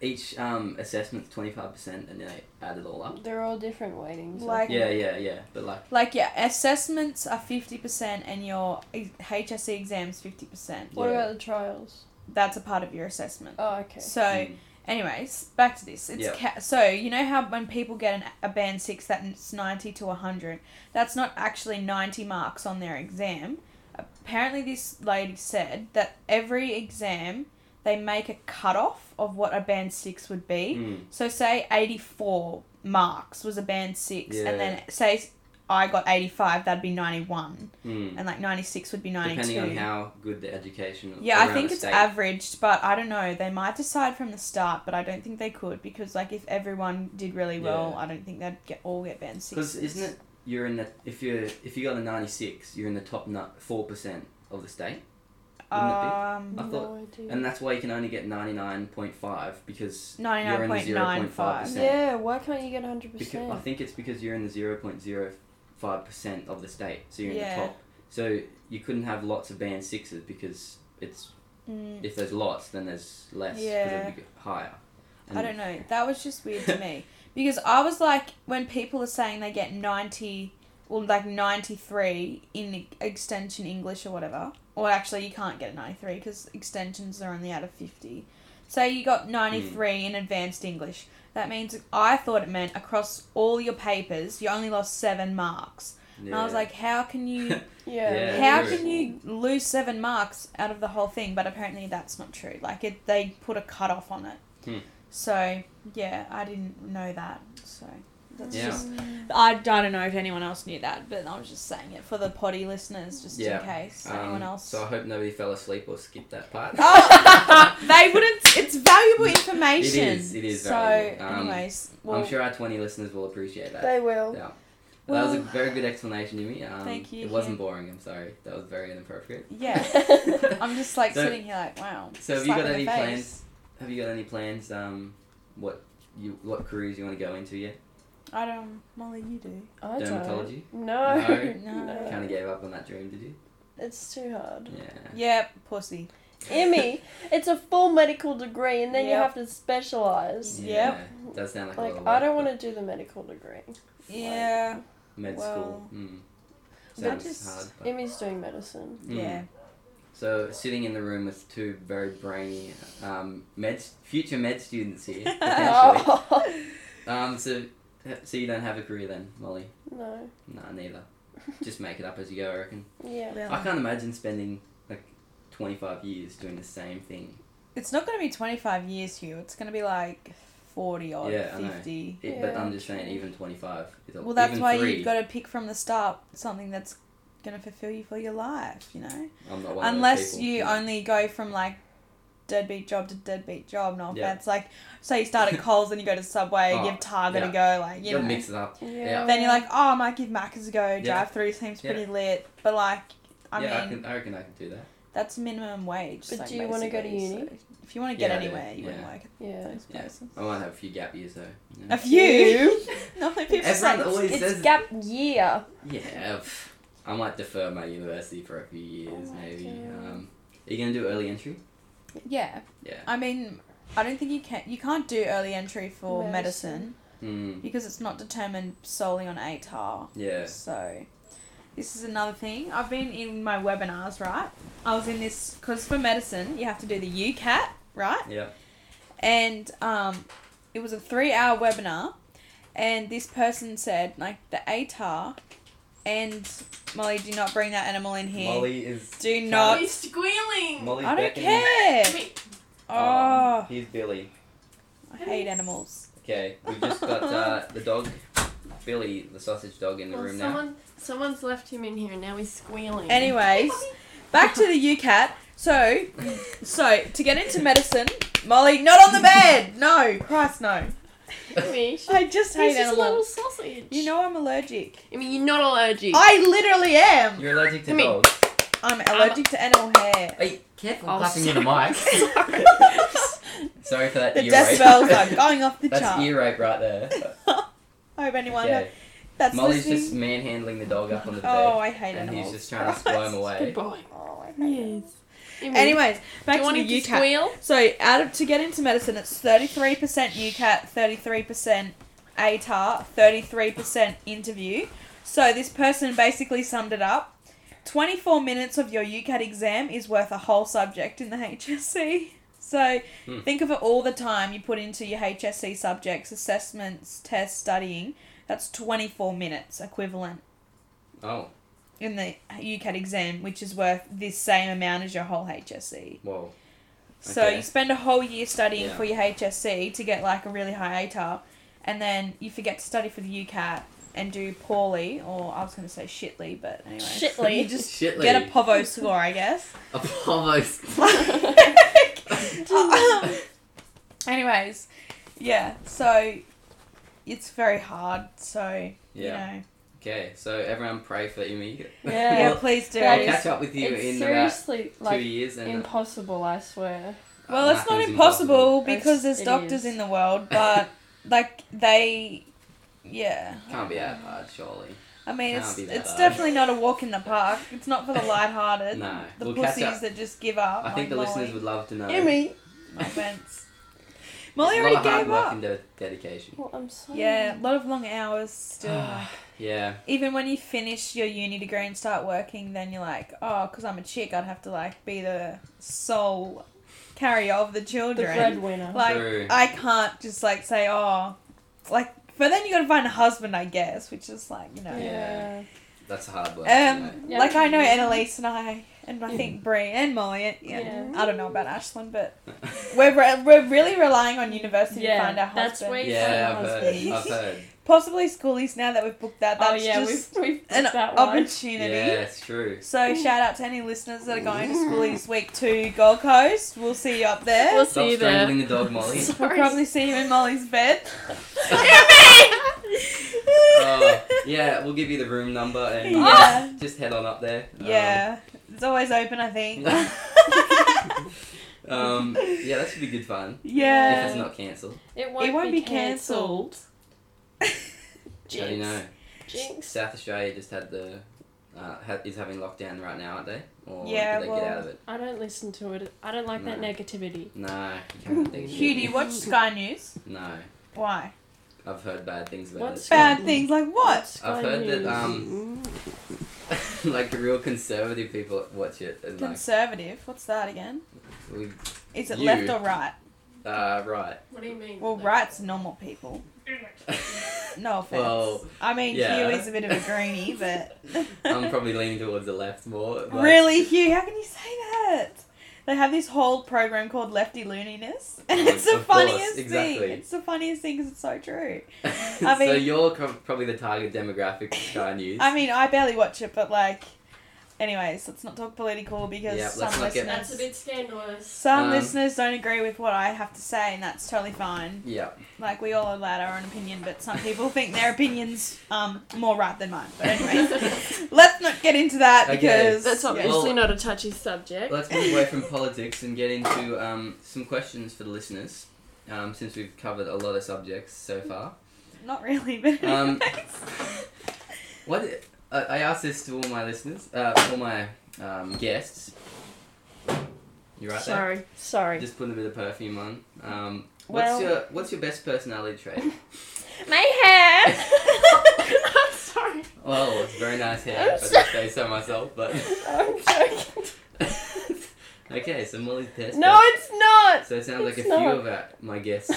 [SPEAKER 1] each um, assessment's twenty five percent, and then I add it all up.
[SPEAKER 4] They're all different weightings.
[SPEAKER 3] Like-
[SPEAKER 1] Yeah, yeah, yeah. But like,
[SPEAKER 3] Like yeah, assessments are fifty percent, and your e- HSC exams fifty percent.
[SPEAKER 4] what
[SPEAKER 1] yeah.
[SPEAKER 4] about the trials?
[SPEAKER 3] That's a part of your assessment.
[SPEAKER 4] Oh, okay.
[SPEAKER 3] So,
[SPEAKER 1] mm,
[SPEAKER 3] anyways, back to this. It's
[SPEAKER 1] Yeah.
[SPEAKER 3] ca- so you know how when people get an, a band six, that's ninety to hundred. That's not actually ninety marks on their exam. Apparently, this lady said that every exam they make a cutoff of what a band six would be.
[SPEAKER 1] mm,
[SPEAKER 3] So say 84 marks was a band 6
[SPEAKER 1] Yeah.
[SPEAKER 3] and then say I got 85 that'd be 91
[SPEAKER 1] mm.
[SPEAKER 3] and like 96 would be 92.
[SPEAKER 1] depending on how good the education.
[SPEAKER 3] yeah, I
[SPEAKER 1] around
[SPEAKER 3] think
[SPEAKER 1] the
[SPEAKER 3] it's
[SPEAKER 1] state-
[SPEAKER 3] averaged, but I don't know. They might decide from the start, but I don't think they could because like if everyone did really well,
[SPEAKER 1] Yeah.
[SPEAKER 3] I don't think they'd get all get band 6
[SPEAKER 1] Because isn't it you're in the if you if you got a ninety six, you're in the top four percent of the state, wouldn't it be?
[SPEAKER 3] um
[SPEAKER 1] I thought-
[SPEAKER 4] no idea.
[SPEAKER 1] and that's why you can only get ninety nine point five because you're in the zero point five
[SPEAKER 3] 99.95.
[SPEAKER 1] percent.
[SPEAKER 4] yeah, why can't you get hundred
[SPEAKER 1] Because I
[SPEAKER 4] percent?
[SPEAKER 1] think it's because you're in the zero point zero five percent of the state, so you're in
[SPEAKER 3] Yeah.
[SPEAKER 1] the top. So you couldn't have lots of band sixes because it's
[SPEAKER 3] Mm,
[SPEAKER 1] if there's lots, then there's less because
[SPEAKER 3] Yeah.
[SPEAKER 1] it'd be higher.
[SPEAKER 3] I don't know. That was just weird to me because I was like when people are saying they get 90 or like 93 in extension English or whatever. Or actually you can't get a 93 cuz extensions are only out of 50. So you got 93 in advanced English. That means I thought it meant across all your papers you only lost 7 marks. And I was
[SPEAKER 1] Yeah.
[SPEAKER 3] like how can you
[SPEAKER 4] Yeah.
[SPEAKER 1] Yeah,
[SPEAKER 3] how
[SPEAKER 1] true.
[SPEAKER 3] can you lose 7 marks out of the whole thing? But apparently that's not true. Like it they put a cut off on it.
[SPEAKER 1] Hmm.
[SPEAKER 3] So yeah, I didn't know that. So that's
[SPEAKER 1] Yeah.
[SPEAKER 3] just I, I don't know if anyone else knew that, but I was just saying it for the potty listeners, just
[SPEAKER 1] Yeah,
[SPEAKER 3] in case
[SPEAKER 1] *laughs* Um,
[SPEAKER 3] anyone else.
[SPEAKER 1] So I hope nobody fell asleep or skipped that part.
[SPEAKER 3] *laughs* oh, *laughs* they wouldn't. It's valuable information.
[SPEAKER 1] It is, it is
[SPEAKER 3] So,
[SPEAKER 1] valuable. Um,
[SPEAKER 3] anyways, well,
[SPEAKER 1] *laughs* I'm sure our 20 listeners will appreciate that.
[SPEAKER 4] They will.
[SPEAKER 1] Yeah.
[SPEAKER 3] Well-
[SPEAKER 1] that was a very good explanation, Jimmy. Um,
[SPEAKER 3] Thank you,
[SPEAKER 1] It wasn't boring. I'm sorry. That was very inappropriate. *laughs*
[SPEAKER 3] yeah, I'm just like
[SPEAKER 1] So-
[SPEAKER 3] sitting here like, wow.
[SPEAKER 1] so have you
[SPEAKER 3] slap
[SPEAKER 1] got
[SPEAKER 3] in the
[SPEAKER 1] any
[SPEAKER 3] face.
[SPEAKER 1] plans? Have you got any plans? Um, what you what careers you want to go into yet?
[SPEAKER 3] I don't. Molly, you do.
[SPEAKER 4] I don't.
[SPEAKER 1] Dermatology.
[SPEAKER 4] *laughs* No.
[SPEAKER 1] No.
[SPEAKER 3] No.
[SPEAKER 1] Kind of gave up on that dream, did you?
[SPEAKER 4] It's too hard.
[SPEAKER 1] Yeah.
[SPEAKER 3] Yep, pussy.
[SPEAKER 1] *laughs*
[SPEAKER 4] Emmy, it's a full medical degree, and then you
[SPEAKER 3] Yep.
[SPEAKER 4] have to specialize.
[SPEAKER 1] Yeah. Does sound like, a lot
[SPEAKER 4] Like
[SPEAKER 1] of
[SPEAKER 4] I don't want to do the medical degree.
[SPEAKER 3] Yeah.
[SPEAKER 1] med
[SPEAKER 3] well,
[SPEAKER 1] school. Mm.
[SPEAKER 4] but
[SPEAKER 1] Sounds
[SPEAKER 3] just-
[SPEAKER 1] hard. but-
[SPEAKER 4] Emmy's doing
[SPEAKER 1] *laughs*
[SPEAKER 4] medicine.
[SPEAKER 1] Mm.
[SPEAKER 3] Yeah.
[SPEAKER 1] So sitting in the room with two very brainy um, med future med
[SPEAKER 4] *laughs*
[SPEAKER 1] students here. potentially.
[SPEAKER 4] Oh.
[SPEAKER 1] Um, so, so you don't have a career then, Molly?
[SPEAKER 4] no.
[SPEAKER 1] Nah, neither. Just make it up as you go, I reckon.
[SPEAKER 4] Yeah. *laughs*
[SPEAKER 1] I can't imagine spending like 25 years doing the same thing.
[SPEAKER 3] It's not going to be 25 years, Hugh. It's going to be like 40 or
[SPEAKER 1] Yeah, I know.
[SPEAKER 3] 50.
[SPEAKER 1] It, But
[SPEAKER 4] Yeah,
[SPEAKER 1] I'm just saying,
[SPEAKER 4] true.
[SPEAKER 1] even 25 is a,
[SPEAKER 3] Well, that's
[SPEAKER 1] even
[SPEAKER 3] why
[SPEAKER 1] three,
[SPEAKER 3] you've got to pick from the start something that's going to fulfill you for your life, you know?
[SPEAKER 1] I'm not one of those
[SPEAKER 3] Unless
[SPEAKER 1] people.
[SPEAKER 3] you
[SPEAKER 1] Yeah.
[SPEAKER 3] only go from like deadbeat job to deadbeat job, no
[SPEAKER 1] Yeah.
[SPEAKER 3] offense. Like, say you
[SPEAKER 1] *laughs*
[SPEAKER 3] start at Coles and you go to Subway,
[SPEAKER 1] Oh,
[SPEAKER 3] give Target a go, like,
[SPEAKER 1] you
[SPEAKER 3] you
[SPEAKER 1] gotta
[SPEAKER 3] know.
[SPEAKER 1] mix it up.
[SPEAKER 4] Yeah.
[SPEAKER 1] Yeah.
[SPEAKER 3] Then you're like, oh, I might give Macca's a go.
[SPEAKER 1] Yeah.
[SPEAKER 3] Drive through seems
[SPEAKER 1] Yeah.
[SPEAKER 3] pretty lit. But like, I
[SPEAKER 1] yeah,
[SPEAKER 3] mean,
[SPEAKER 1] I, can, I reckon I can do that.
[SPEAKER 3] that's minimum wage.
[SPEAKER 4] But
[SPEAKER 3] like,
[SPEAKER 4] do you wanna go to
[SPEAKER 3] basically,
[SPEAKER 4] uni?
[SPEAKER 3] so if you want to get
[SPEAKER 1] Yeah, I do.
[SPEAKER 3] anywhere, you wouldn't
[SPEAKER 1] Yeah.
[SPEAKER 3] work at
[SPEAKER 4] Yeah.
[SPEAKER 3] those
[SPEAKER 1] Yeah.
[SPEAKER 3] places.
[SPEAKER 1] I might have a few gap years though. you know?
[SPEAKER 4] *laughs*
[SPEAKER 3] A *laughs* few. no, people
[SPEAKER 1] Everyone
[SPEAKER 3] say-
[SPEAKER 1] always
[SPEAKER 4] It's
[SPEAKER 1] says-
[SPEAKER 4] gap year.
[SPEAKER 1] Yeah, pff, I might defer my university for a few years
[SPEAKER 4] Oh my
[SPEAKER 1] maybe.
[SPEAKER 4] God.
[SPEAKER 1] Um, are you gonna do early entry?
[SPEAKER 3] Yeah,
[SPEAKER 1] Yeah.
[SPEAKER 3] I mean, I don't think you can. You can't do early entry for medicine,
[SPEAKER 4] Medicine.
[SPEAKER 1] Hmm.
[SPEAKER 3] because it's not determined solely on ATAR.
[SPEAKER 1] Yeah.
[SPEAKER 3] So, this is another thing. I've been in my webinars, right? I was in this because for medicine you have to do the UCAT, right?
[SPEAKER 1] Yeah.
[SPEAKER 3] and um, it was a three hour webinar and this person said like the atar and molly do not bring that animal in here
[SPEAKER 1] Molly is.
[SPEAKER 3] do
[SPEAKER 1] Uh,
[SPEAKER 3] not
[SPEAKER 2] He's squealing.
[SPEAKER 1] Molly's
[SPEAKER 3] i don't
[SPEAKER 1] beckoning.
[SPEAKER 3] care
[SPEAKER 2] Wait,
[SPEAKER 3] oh
[SPEAKER 1] he's Billy.
[SPEAKER 3] i hate animals
[SPEAKER 1] Okay, we've just got uh, the dog, Billy, the sausage dog, in the
[SPEAKER 2] well,
[SPEAKER 1] room now. *laughs*
[SPEAKER 2] someone, someone's left him in here. Now he's squealing.
[SPEAKER 3] anyways back to the ucat so so to get into medicine molly not on the bed no christ no
[SPEAKER 2] Emmy, she's
[SPEAKER 3] i just hate
[SPEAKER 2] he's just a little
[SPEAKER 3] animals
[SPEAKER 2] sausage.
[SPEAKER 3] you know i'm allergic
[SPEAKER 2] I mean, you're not allergic.
[SPEAKER 3] i literally am
[SPEAKER 1] You're allergic to
[SPEAKER 2] Come here.
[SPEAKER 1] dogs.
[SPEAKER 3] i'm allergic to animal hair
[SPEAKER 1] Hey, careful
[SPEAKER 2] Oh,
[SPEAKER 1] clapping in the
[SPEAKER 2] *laughs*
[SPEAKER 1] mic.
[SPEAKER 2] sorry.
[SPEAKER 1] Sorry for that
[SPEAKER 3] The
[SPEAKER 1] ear
[SPEAKER 3] decibels
[SPEAKER 1] rape. *laughs*
[SPEAKER 3] are going off the
[SPEAKER 1] That's
[SPEAKER 3] chart.
[SPEAKER 1] ear rape right there.
[SPEAKER 3] *laughs* I hope anyone
[SPEAKER 1] Okay.
[SPEAKER 3] that's
[SPEAKER 1] Molly's
[SPEAKER 3] listening.
[SPEAKER 1] just manhandling the dog up on the bed.
[SPEAKER 3] oh, I hate
[SPEAKER 1] and
[SPEAKER 3] animals. *laughs*
[SPEAKER 1] he's just trying to swat him away.
[SPEAKER 2] Goodbye.
[SPEAKER 3] Oh, I hate
[SPEAKER 2] Yes.
[SPEAKER 3] Anyways,
[SPEAKER 2] do
[SPEAKER 3] back
[SPEAKER 2] you want
[SPEAKER 3] to
[SPEAKER 2] him
[SPEAKER 3] the
[SPEAKER 2] to
[SPEAKER 3] UCAT.
[SPEAKER 2] squeal?
[SPEAKER 3] So out of, to get into medicine, it's thirty three percent UCAT, thirty three percent ATAR, thirty three percent interview. So this person basically summed it up. Twenty four minutes of your UCAT exam is worth a whole subject in the *laughs* HSC. So
[SPEAKER 1] Hmm.
[SPEAKER 3] think of it all the time you put into your HSC subjects, assessments, tests, studying. That's twenty four minutes equivalent
[SPEAKER 1] Oh,
[SPEAKER 3] in the UCAT exam, which is worth this same amount as your whole HSC.
[SPEAKER 1] whoa.
[SPEAKER 3] So
[SPEAKER 1] Okay.
[SPEAKER 3] you spend a whole year studying
[SPEAKER 1] Yeah.
[SPEAKER 3] for your HSC to get like a really high ATAR, and then you forget to study for the UCAT and do poorly, or I was going to say shitly, but anyway.
[SPEAKER 4] Shitly.
[SPEAKER 3] *laughs* You just
[SPEAKER 1] Shitly.
[SPEAKER 3] get a povo score,
[SPEAKER 4] *laughs*
[SPEAKER 3] I guess.
[SPEAKER 1] A
[SPEAKER 3] *laughs*
[SPEAKER 1] Pavos.
[SPEAKER 3] Um, anyways, yeah, so it's very hard, so,
[SPEAKER 1] *laughs* Yeah.
[SPEAKER 3] you know.
[SPEAKER 1] Okay, so everyone pray for Imi. *laughs*
[SPEAKER 4] Yeah.
[SPEAKER 3] Yeah,
[SPEAKER 1] Well,
[SPEAKER 3] please do.
[SPEAKER 4] That
[SPEAKER 1] I'll
[SPEAKER 4] is-
[SPEAKER 1] catch up with you
[SPEAKER 4] it's
[SPEAKER 1] in about
[SPEAKER 4] seriously
[SPEAKER 1] two
[SPEAKER 4] like
[SPEAKER 1] years. And uh,
[SPEAKER 4] impossible. I swear.
[SPEAKER 3] Well, it's not
[SPEAKER 1] Nothing's
[SPEAKER 3] impossible because
[SPEAKER 4] It's-
[SPEAKER 3] there's
[SPEAKER 4] it
[SPEAKER 3] doctors
[SPEAKER 4] is.
[SPEAKER 3] in the world, but, like, they. Yeah.
[SPEAKER 1] *laughs* Can't be that hard, surely.
[SPEAKER 3] I mean,
[SPEAKER 1] Can't
[SPEAKER 3] it's
[SPEAKER 1] be that
[SPEAKER 3] it's
[SPEAKER 1] hard.
[SPEAKER 3] definitely not a walk in the park. It's
[SPEAKER 1] *laughs*
[SPEAKER 3] not for the light-hearted.
[SPEAKER 1] No,
[SPEAKER 3] The
[SPEAKER 1] we'll catch
[SPEAKER 3] pussies
[SPEAKER 1] up.
[SPEAKER 3] that just give up.
[SPEAKER 1] I think
[SPEAKER 3] like
[SPEAKER 1] the
[SPEAKER 3] Oh, Molly.
[SPEAKER 1] listeners would love to know.
[SPEAKER 2] Emmy.
[SPEAKER 1] *laughs*
[SPEAKER 3] No offense.
[SPEAKER 1] It's
[SPEAKER 3] Molly
[SPEAKER 1] a lot of
[SPEAKER 3] already
[SPEAKER 1] hard
[SPEAKER 3] gave
[SPEAKER 1] work
[SPEAKER 3] up.
[SPEAKER 1] and de- dedication.
[SPEAKER 2] Well, I'm sorry.
[SPEAKER 3] Yeah, a lot of long hours still.
[SPEAKER 1] *sighs*
[SPEAKER 3] like-
[SPEAKER 1] Yeah.
[SPEAKER 3] even when you finish your uni degree and start working, then you're like, oh, because I'm a chick, I'd have to like be the sole carrier of the
[SPEAKER 4] The
[SPEAKER 3] children.
[SPEAKER 4] breadwinner.
[SPEAKER 3] like
[SPEAKER 1] True.
[SPEAKER 3] I can't just like say, oh, like. But then you got to find a husband, I guess, which is like you know.
[SPEAKER 1] Yeah. That's a hard work.
[SPEAKER 3] Um,
[SPEAKER 1] you know.
[SPEAKER 4] Yeah.
[SPEAKER 3] like I know Annalise and I, and I think Brie and Molly. And,
[SPEAKER 4] Yeah.
[SPEAKER 3] I don't know about Ashlyn, but *laughs* we're re- we're really relying on university to
[SPEAKER 4] Yeah,
[SPEAKER 3] find our
[SPEAKER 4] that's
[SPEAKER 3] husband.
[SPEAKER 4] where you-
[SPEAKER 1] yeah, I've
[SPEAKER 4] Husband.
[SPEAKER 1] heard. I've
[SPEAKER 3] *laughs*
[SPEAKER 1] heard.
[SPEAKER 3] Possibly schoolies now that we've booked that.
[SPEAKER 4] Oh
[SPEAKER 3] That's
[SPEAKER 4] yeah, we've,
[SPEAKER 3] just
[SPEAKER 4] we've
[SPEAKER 3] an
[SPEAKER 4] picked that one.
[SPEAKER 2] *laughs*
[SPEAKER 1] Yeah,
[SPEAKER 3] opportunity.
[SPEAKER 1] it's true.
[SPEAKER 3] So shout out to any listeners that are going to schoolies week two Gold Coast. We'll see you up there.
[SPEAKER 2] We'll
[SPEAKER 3] We'll,
[SPEAKER 1] Stop
[SPEAKER 2] see you there.
[SPEAKER 1] strangling the dog,
[SPEAKER 3] *laughs*
[SPEAKER 1] Molly.
[SPEAKER 3] probably see you in Molly's bed. *laughs*
[SPEAKER 1] Uh, yeah, we'll give you the room number and uh,
[SPEAKER 3] Yeah.
[SPEAKER 1] just head on up there. Um,
[SPEAKER 3] yeah, it's always open. I think.
[SPEAKER 1] *laughs*
[SPEAKER 3] *laughs*
[SPEAKER 1] Um, yeah, that should be good fun. If
[SPEAKER 3] yeah.
[SPEAKER 1] it's not cancelled.
[SPEAKER 2] It won't,
[SPEAKER 3] it won't be
[SPEAKER 2] cancelled.
[SPEAKER 3] cancelled. *laughs*
[SPEAKER 1] How do you know?
[SPEAKER 2] Jinx.
[SPEAKER 1] South Australia just had the uh, ha- is having lockdown right now, aren't they? Or
[SPEAKER 3] Yeah,
[SPEAKER 1] did they
[SPEAKER 3] well-
[SPEAKER 1] get out of it?
[SPEAKER 2] I don't listen to it. I don't like that
[SPEAKER 1] No.
[SPEAKER 2] negativity.
[SPEAKER 1] No, you can't think
[SPEAKER 3] Hugh, do you watch Sky News?
[SPEAKER 1] No,
[SPEAKER 3] Why?
[SPEAKER 1] I've heard bad things about
[SPEAKER 2] What's
[SPEAKER 1] it.
[SPEAKER 3] Bad things like what?
[SPEAKER 1] I've
[SPEAKER 2] Sky
[SPEAKER 1] heard that,
[SPEAKER 2] News.
[SPEAKER 1] um, *laughs* like real conservative people watch it and like
[SPEAKER 3] Conservative. What's that again?
[SPEAKER 1] we
[SPEAKER 3] Is it
[SPEAKER 1] You.
[SPEAKER 3] left or right?
[SPEAKER 1] uh, right.
[SPEAKER 2] What do you mean?
[SPEAKER 3] Well, right's normal people. No offense.
[SPEAKER 1] Well,
[SPEAKER 3] I mean,
[SPEAKER 1] yeah.
[SPEAKER 3] Hugh is a bit of a greenie, but
[SPEAKER 1] *laughs* I'm
[SPEAKER 3] *laughs*
[SPEAKER 1] probably leaning towards the left more. but- *laughs*
[SPEAKER 3] really, Hugh, how can you say that? They have this whole program called Lefty Looniness, *laughs* and
[SPEAKER 1] Oh,
[SPEAKER 3] it's the
[SPEAKER 1] of course,
[SPEAKER 3] funniest
[SPEAKER 1] exactly.
[SPEAKER 3] thing. It's the funniest thing because it's so true.
[SPEAKER 1] so
[SPEAKER 3] mean-
[SPEAKER 1] you're co- probably the target demographic for Sky News.
[SPEAKER 3] I mean, I barely watch it, but like, anyways, let's not talk political because
[SPEAKER 1] Yeah, let's
[SPEAKER 3] some
[SPEAKER 1] not
[SPEAKER 3] listeners.
[SPEAKER 1] get-
[SPEAKER 2] That's a bit scandalous.
[SPEAKER 3] Some
[SPEAKER 1] Um,
[SPEAKER 3] listeners don't agree with what I have to say, and that's totally fine.
[SPEAKER 1] yeah.
[SPEAKER 3] Like we all are allowed our own opinion, but some people *laughs* think their opinions um more right than mine.
[SPEAKER 1] *laughs*
[SPEAKER 3] But anyways, let's not get into that
[SPEAKER 1] Okay.
[SPEAKER 3] because
[SPEAKER 2] That's
[SPEAKER 3] yeah.
[SPEAKER 1] obvious.
[SPEAKER 2] obviously
[SPEAKER 1] Well-
[SPEAKER 2] not a touchy subject.
[SPEAKER 1] Let's move away from politics and get into um, some questions for the listeners, um, since we've covered a lot of subjects so far.
[SPEAKER 3] Not really, but
[SPEAKER 1] Um, *laughs*
[SPEAKER 3] anyways.
[SPEAKER 1] What I I asked this to all my listeners, uh, all my um, guests. You right
[SPEAKER 2] sorry,
[SPEAKER 1] there?
[SPEAKER 2] sorry.
[SPEAKER 1] Just putting a bit of perfume on. Um,
[SPEAKER 3] Well-
[SPEAKER 1] what's your What's your best personality trait?
[SPEAKER 2] My
[SPEAKER 1] *laughs*
[SPEAKER 2] hair. I'm sorry.
[SPEAKER 1] well, it's very nice hair.
[SPEAKER 2] I'm
[SPEAKER 1] if I
[SPEAKER 2] sorry.
[SPEAKER 1] just say so myself, but *laughs*
[SPEAKER 2] I'm joking.
[SPEAKER 1] okay. So Molly's best.
[SPEAKER 2] No, it's
[SPEAKER 1] *laughs*
[SPEAKER 2] not.
[SPEAKER 1] So it sounds like a
[SPEAKER 2] it's
[SPEAKER 1] few
[SPEAKER 2] not.
[SPEAKER 1] of our, my guests.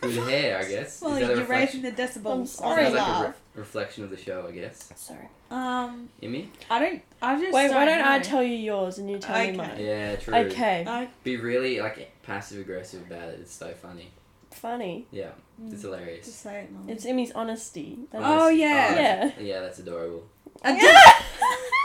[SPEAKER 1] Good hair, I guess.
[SPEAKER 3] Molly,
[SPEAKER 1] Is that a
[SPEAKER 3] you're raising
[SPEAKER 1] reflection?
[SPEAKER 3] the
[SPEAKER 2] I'm
[SPEAKER 3] decibels.
[SPEAKER 2] sorry.
[SPEAKER 3] on
[SPEAKER 1] Sounds
[SPEAKER 3] the
[SPEAKER 1] like a
[SPEAKER 3] laugh.
[SPEAKER 1] re- reflection of the show, I guess.
[SPEAKER 2] sorry.
[SPEAKER 3] Um,
[SPEAKER 1] Imi?
[SPEAKER 3] I don't. I just.
[SPEAKER 2] Wait,
[SPEAKER 3] don't
[SPEAKER 2] why don't
[SPEAKER 3] know.
[SPEAKER 2] I tell you yours and you tell
[SPEAKER 3] Okay.
[SPEAKER 2] me mine?
[SPEAKER 1] Yeah, true.
[SPEAKER 2] Okay.
[SPEAKER 3] I,
[SPEAKER 1] Be really like passive aggressive about it. It's so funny.
[SPEAKER 2] Funny.
[SPEAKER 1] Yeah, it's
[SPEAKER 3] Mm,
[SPEAKER 1] hilarious.
[SPEAKER 3] just say it, Molly.
[SPEAKER 2] It's Emmy's honesty. That's
[SPEAKER 3] Oh, yeah.
[SPEAKER 1] that's- yeah, that's adorable.
[SPEAKER 3] I did-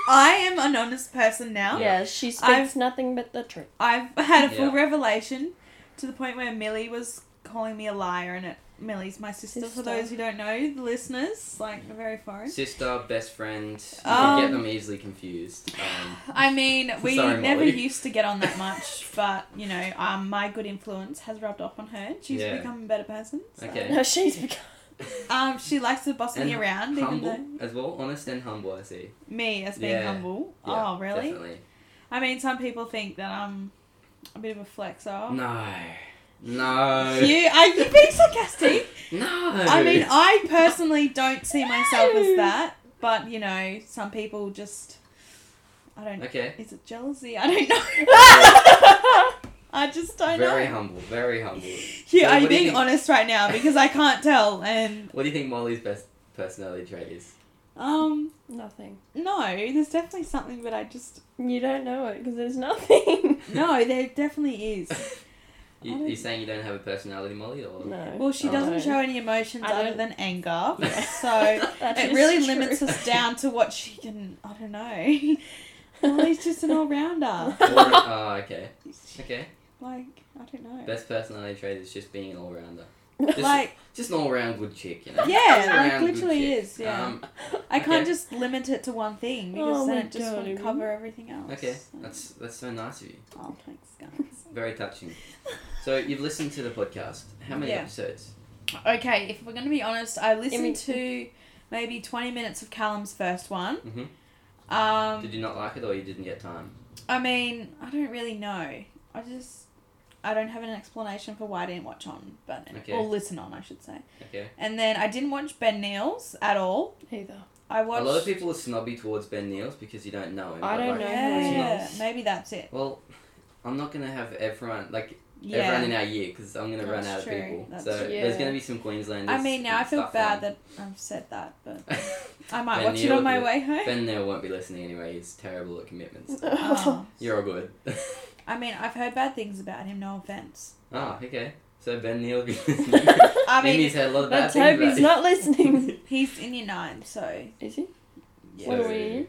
[SPEAKER 3] I am an honest person now.
[SPEAKER 2] Yeah, she speaks
[SPEAKER 3] I've-
[SPEAKER 2] nothing but the truth.
[SPEAKER 3] I've *laughs* had a full
[SPEAKER 1] Yeah.
[SPEAKER 3] revelation to the point where Millie was calling me a liar, and it, Millie's my sister,
[SPEAKER 2] Sister.
[SPEAKER 3] For those who don't know, the listeners, like, are very foreign.
[SPEAKER 1] Sister, best friend. You can get
[SPEAKER 3] Um,
[SPEAKER 1] them easily confused. Um,
[SPEAKER 3] *laughs* I mean, we
[SPEAKER 1] Sorry,
[SPEAKER 3] never
[SPEAKER 1] Molly.
[SPEAKER 3] used to get on
[SPEAKER 1] *laughs*
[SPEAKER 3] that much, but you know, um, my good influence has rubbed off on her. She's
[SPEAKER 1] Yeah.
[SPEAKER 3] become a better person. so.
[SPEAKER 1] Okay.
[SPEAKER 2] No, she's
[SPEAKER 1] *laughs*
[SPEAKER 2] become.
[SPEAKER 3] Um, she likes to boss
[SPEAKER 1] And
[SPEAKER 3] me around, even
[SPEAKER 1] humble
[SPEAKER 3] though
[SPEAKER 1] as well. Honest and humble. I see.
[SPEAKER 3] me as being
[SPEAKER 1] Yeah.
[SPEAKER 3] humble.
[SPEAKER 1] Yeah,
[SPEAKER 3] oh, really?
[SPEAKER 1] Definitely.
[SPEAKER 3] I mean, some people think that I'm a bit of a flexer.
[SPEAKER 1] No. No.
[SPEAKER 3] Oh. You, are you being sarcastic?
[SPEAKER 1] No. *laughs*
[SPEAKER 3] I mean, I personally don't see myself as that, but you know, some people just. I don't.
[SPEAKER 1] Okay.
[SPEAKER 3] Is it jealousy? I don't know. *laughs* I just don't
[SPEAKER 1] Very
[SPEAKER 3] know.
[SPEAKER 1] humble. Very humble. So
[SPEAKER 3] Yeah, I'm
[SPEAKER 1] what do you
[SPEAKER 3] being
[SPEAKER 1] think-
[SPEAKER 3] honest right now because I can't tell, and
[SPEAKER 1] What do you think Molly's best personality trait is? *laughs*
[SPEAKER 3] um,
[SPEAKER 2] Nothing.
[SPEAKER 3] no, there's definitely something, but I just
[SPEAKER 2] You don't know it because there's
[SPEAKER 1] *laughs*
[SPEAKER 2] nothing.
[SPEAKER 3] no, there definitely is.
[SPEAKER 1] You, you're saying you don't have a personality, Molly, or *laughs*
[SPEAKER 2] no.
[SPEAKER 3] Well, she
[SPEAKER 1] Oh.
[SPEAKER 3] doesn't show any emotions
[SPEAKER 2] I
[SPEAKER 3] other
[SPEAKER 2] don't-
[SPEAKER 3] than
[SPEAKER 2] *laughs*
[SPEAKER 3] anger, so
[SPEAKER 2] That
[SPEAKER 3] it
[SPEAKER 2] is
[SPEAKER 3] really
[SPEAKER 2] true. *laughs*
[SPEAKER 3] limits us down to what she can. I don't know. *laughs* Molly's just an
[SPEAKER 1] *laughs*
[SPEAKER 3] all rounder.
[SPEAKER 1] Or- oh, okay. Okay.
[SPEAKER 3] Like I don't know.
[SPEAKER 1] Best personality trait is just being an all
[SPEAKER 3] *laughs*
[SPEAKER 1] rounder. Just,
[SPEAKER 3] Like
[SPEAKER 1] just an all round good chick, you *laughs* know?
[SPEAKER 3] yeah,
[SPEAKER 1] All-round
[SPEAKER 3] like
[SPEAKER 1] good
[SPEAKER 3] literally
[SPEAKER 1] chick.
[SPEAKER 3] is. Yeah,
[SPEAKER 1] Um,
[SPEAKER 3] I can't
[SPEAKER 1] okay.
[SPEAKER 3] just limit it to one thing because
[SPEAKER 2] Oh,
[SPEAKER 3] then
[SPEAKER 2] my
[SPEAKER 3] it just won't
[SPEAKER 2] darling.
[SPEAKER 3] cover everything else.
[SPEAKER 1] okay,
[SPEAKER 3] So-
[SPEAKER 1] that's that's so nice of you.
[SPEAKER 3] Oh, thanks,
[SPEAKER 1] *laughs*
[SPEAKER 3] guys.
[SPEAKER 1] Very touching. So you've listened to the podcast. How many
[SPEAKER 3] Yeah.
[SPEAKER 1] episodes?
[SPEAKER 3] okay, if we're gonna be honest, I
[SPEAKER 2] me
[SPEAKER 3] listened to maybe twenty minutes of Callum's first one.
[SPEAKER 1] hmm
[SPEAKER 3] Um,
[SPEAKER 1] Did you not like it, or you didn't get time?
[SPEAKER 3] I mean, I don't really know. I just I don't have an explanation for why I didn't watch on, but
[SPEAKER 1] Okay.
[SPEAKER 3] or listen on, I should say.
[SPEAKER 1] Okay.
[SPEAKER 3] And then I didn't watch Ben Neils at all.
[SPEAKER 2] Either.
[SPEAKER 1] *laughs*
[SPEAKER 2] *laughs*
[SPEAKER 3] I watched.
[SPEAKER 1] A lot of people are snobby towards Ben Neils because you don't know him.
[SPEAKER 2] I
[SPEAKER 1] but,
[SPEAKER 2] don't
[SPEAKER 1] like,
[SPEAKER 2] know
[SPEAKER 3] yeah,
[SPEAKER 2] who he
[SPEAKER 3] yeah,
[SPEAKER 2] is.
[SPEAKER 3] maybe that's it.
[SPEAKER 1] Well, I'm not gonna have everyone like
[SPEAKER 3] Yeah.
[SPEAKER 1] everyone in our year because I'm gonna run out
[SPEAKER 3] That's
[SPEAKER 1] of
[SPEAKER 3] true,
[SPEAKER 1] people.
[SPEAKER 3] that's
[SPEAKER 1] so
[SPEAKER 2] true.
[SPEAKER 1] there's
[SPEAKER 2] Yeah.
[SPEAKER 1] gonna be some Queenslanders.
[SPEAKER 3] I mean, now I
[SPEAKER 1] and
[SPEAKER 3] feel
[SPEAKER 1] stuff *laughs*
[SPEAKER 3] bad
[SPEAKER 1] on.
[SPEAKER 3] that I've said that, but I might
[SPEAKER 1] Ben
[SPEAKER 3] watch it on
[SPEAKER 1] Neil
[SPEAKER 3] my
[SPEAKER 1] would-
[SPEAKER 3] way home.
[SPEAKER 1] ben Neil won't be listening anyway. He's terrible at commitments.
[SPEAKER 3] Oh.
[SPEAKER 1] *laughs* You're all good.
[SPEAKER 3] I mean, I've heard bad things about him. No offense.
[SPEAKER 1] Ah, okay. So Ben Neil will be listening.
[SPEAKER 3] *laughs* I
[SPEAKER 1] Then
[SPEAKER 3] mean,
[SPEAKER 1] he's had a lot of bad
[SPEAKER 2] Let's
[SPEAKER 1] things
[SPEAKER 2] hope
[SPEAKER 1] about
[SPEAKER 2] he's
[SPEAKER 1] him.
[SPEAKER 2] not
[SPEAKER 1] *laughs*
[SPEAKER 2] listening.
[SPEAKER 3] he's in your nine, so
[SPEAKER 2] Is he?
[SPEAKER 1] So,
[SPEAKER 2] What are we in?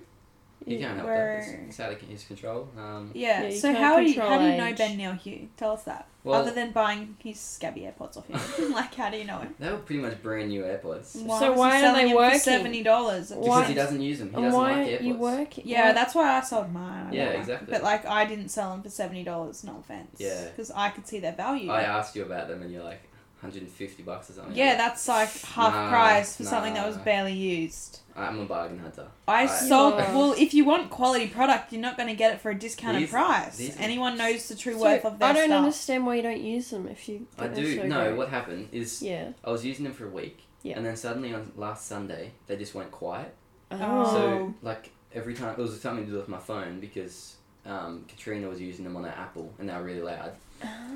[SPEAKER 1] You can't help
[SPEAKER 3] We're-
[SPEAKER 1] that. It's, it's out of his control. Um,
[SPEAKER 3] yeah.
[SPEAKER 2] Yeah, you
[SPEAKER 3] so
[SPEAKER 2] can't
[SPEAKER 3] how do you
[SPEAKER 2] control
[SPEAKER 3] how do you know
[SPEAKER 2] age.
[SPEAKER 3] Ben Neil Hugh? Tell us that.
[SPEAKER 1] well,
[SPEAKER 3] Other than buying his scabby AirPods off
[SPEAKER 1] *laughs*
[SPEAKER 3] him, *laughs* like how do you know him?
[SPEAKER 1] they were pretty much brand new AirPods.
[SPEAKER 2] So
[SPEAKER 3] was he
[SPEAKER 2] why are
[SPEAKER 3] selling
[SPEAKER 2] they
[SPEAKER 3] him
[SPEAKER 2] working?
[SPEAKER 3] For Seventy dollars.
[SPEAKER 2] Because
[SPEAKER 1] Because
[SPEAKER 2] Why-
[SPEAKER 1] he doesn't use them. He
[SPEAKER 2] And
[SPEAKER 1] doesn't
[SPEAKER 2] why
[SPEAKER 1] like
[SPEAKER 2] aren't
[SPEAKER 1] AirPods.
[SPEAKER 2] you working?
[SPEAKER 3] Yeah, that's why I sold mine. I
[SPEAKER 1] Yeah,
[SPEAKER 3] don't know.
[SPEAKER 1] exactly.
[SPEAKER 3] But like, I didn't sell them for seventy dollars. No offense.
[SPEAKER 1] Yeah.
[SPEAKER 3] Because I could see their value.
[SPEAKER 1] I asked you about them and you're like 150 bucks or something.
[SPEAKER 3] yeah, that's like half
[SPEAKER 1] Nah,
[SPEAKER 3] price for something that was
[SPEAKER 1] nah.
[SPEAKER 3] barely used.
[SPEAKER 1] I'm a bargain hunter.
[SPEAKER 3] I
[SPEAKER 1] Right.
[SPEAKER 3] sold.
[SPEAKER 2] Yeah.
[SPEAKER 3] Well, if you want quality product, you're not going to get it for a discounted
[SPEAKER 1] These-
[SPEAKER 3] price.
[SPEAKER 1] these-
[SPEAKER 3] Anyone knows the true
[SPEAKER 2] So,
[SPEAKER 3] worth of their
[SPEAKER 2] I don't
[SPEAKER 3] stuff.
[SPEAKER 2] understand why you don't use them if you.
[SPEAKER 1] I
[SPEAKER 2] they're
[SPEAKER 1] do.
[SPEAKER 2] so
[SPEAKER 1] no,
[SPEAKER 2] great.
[SPEAKER 1] what happened is
[SPEAKER 2] Yeah.
[SPEAKER 1] I was using them for a week.
[SPEAKER 2] Yeah.
[SPEAKER 1] And then suddenly on last Sunday, they just went quiet.
[SPEAKER 3] Oh.
[SPEAKER 1] So, like, every time, it was something to do with my phone because um, Katrina was using them on her Apple and they were really loud.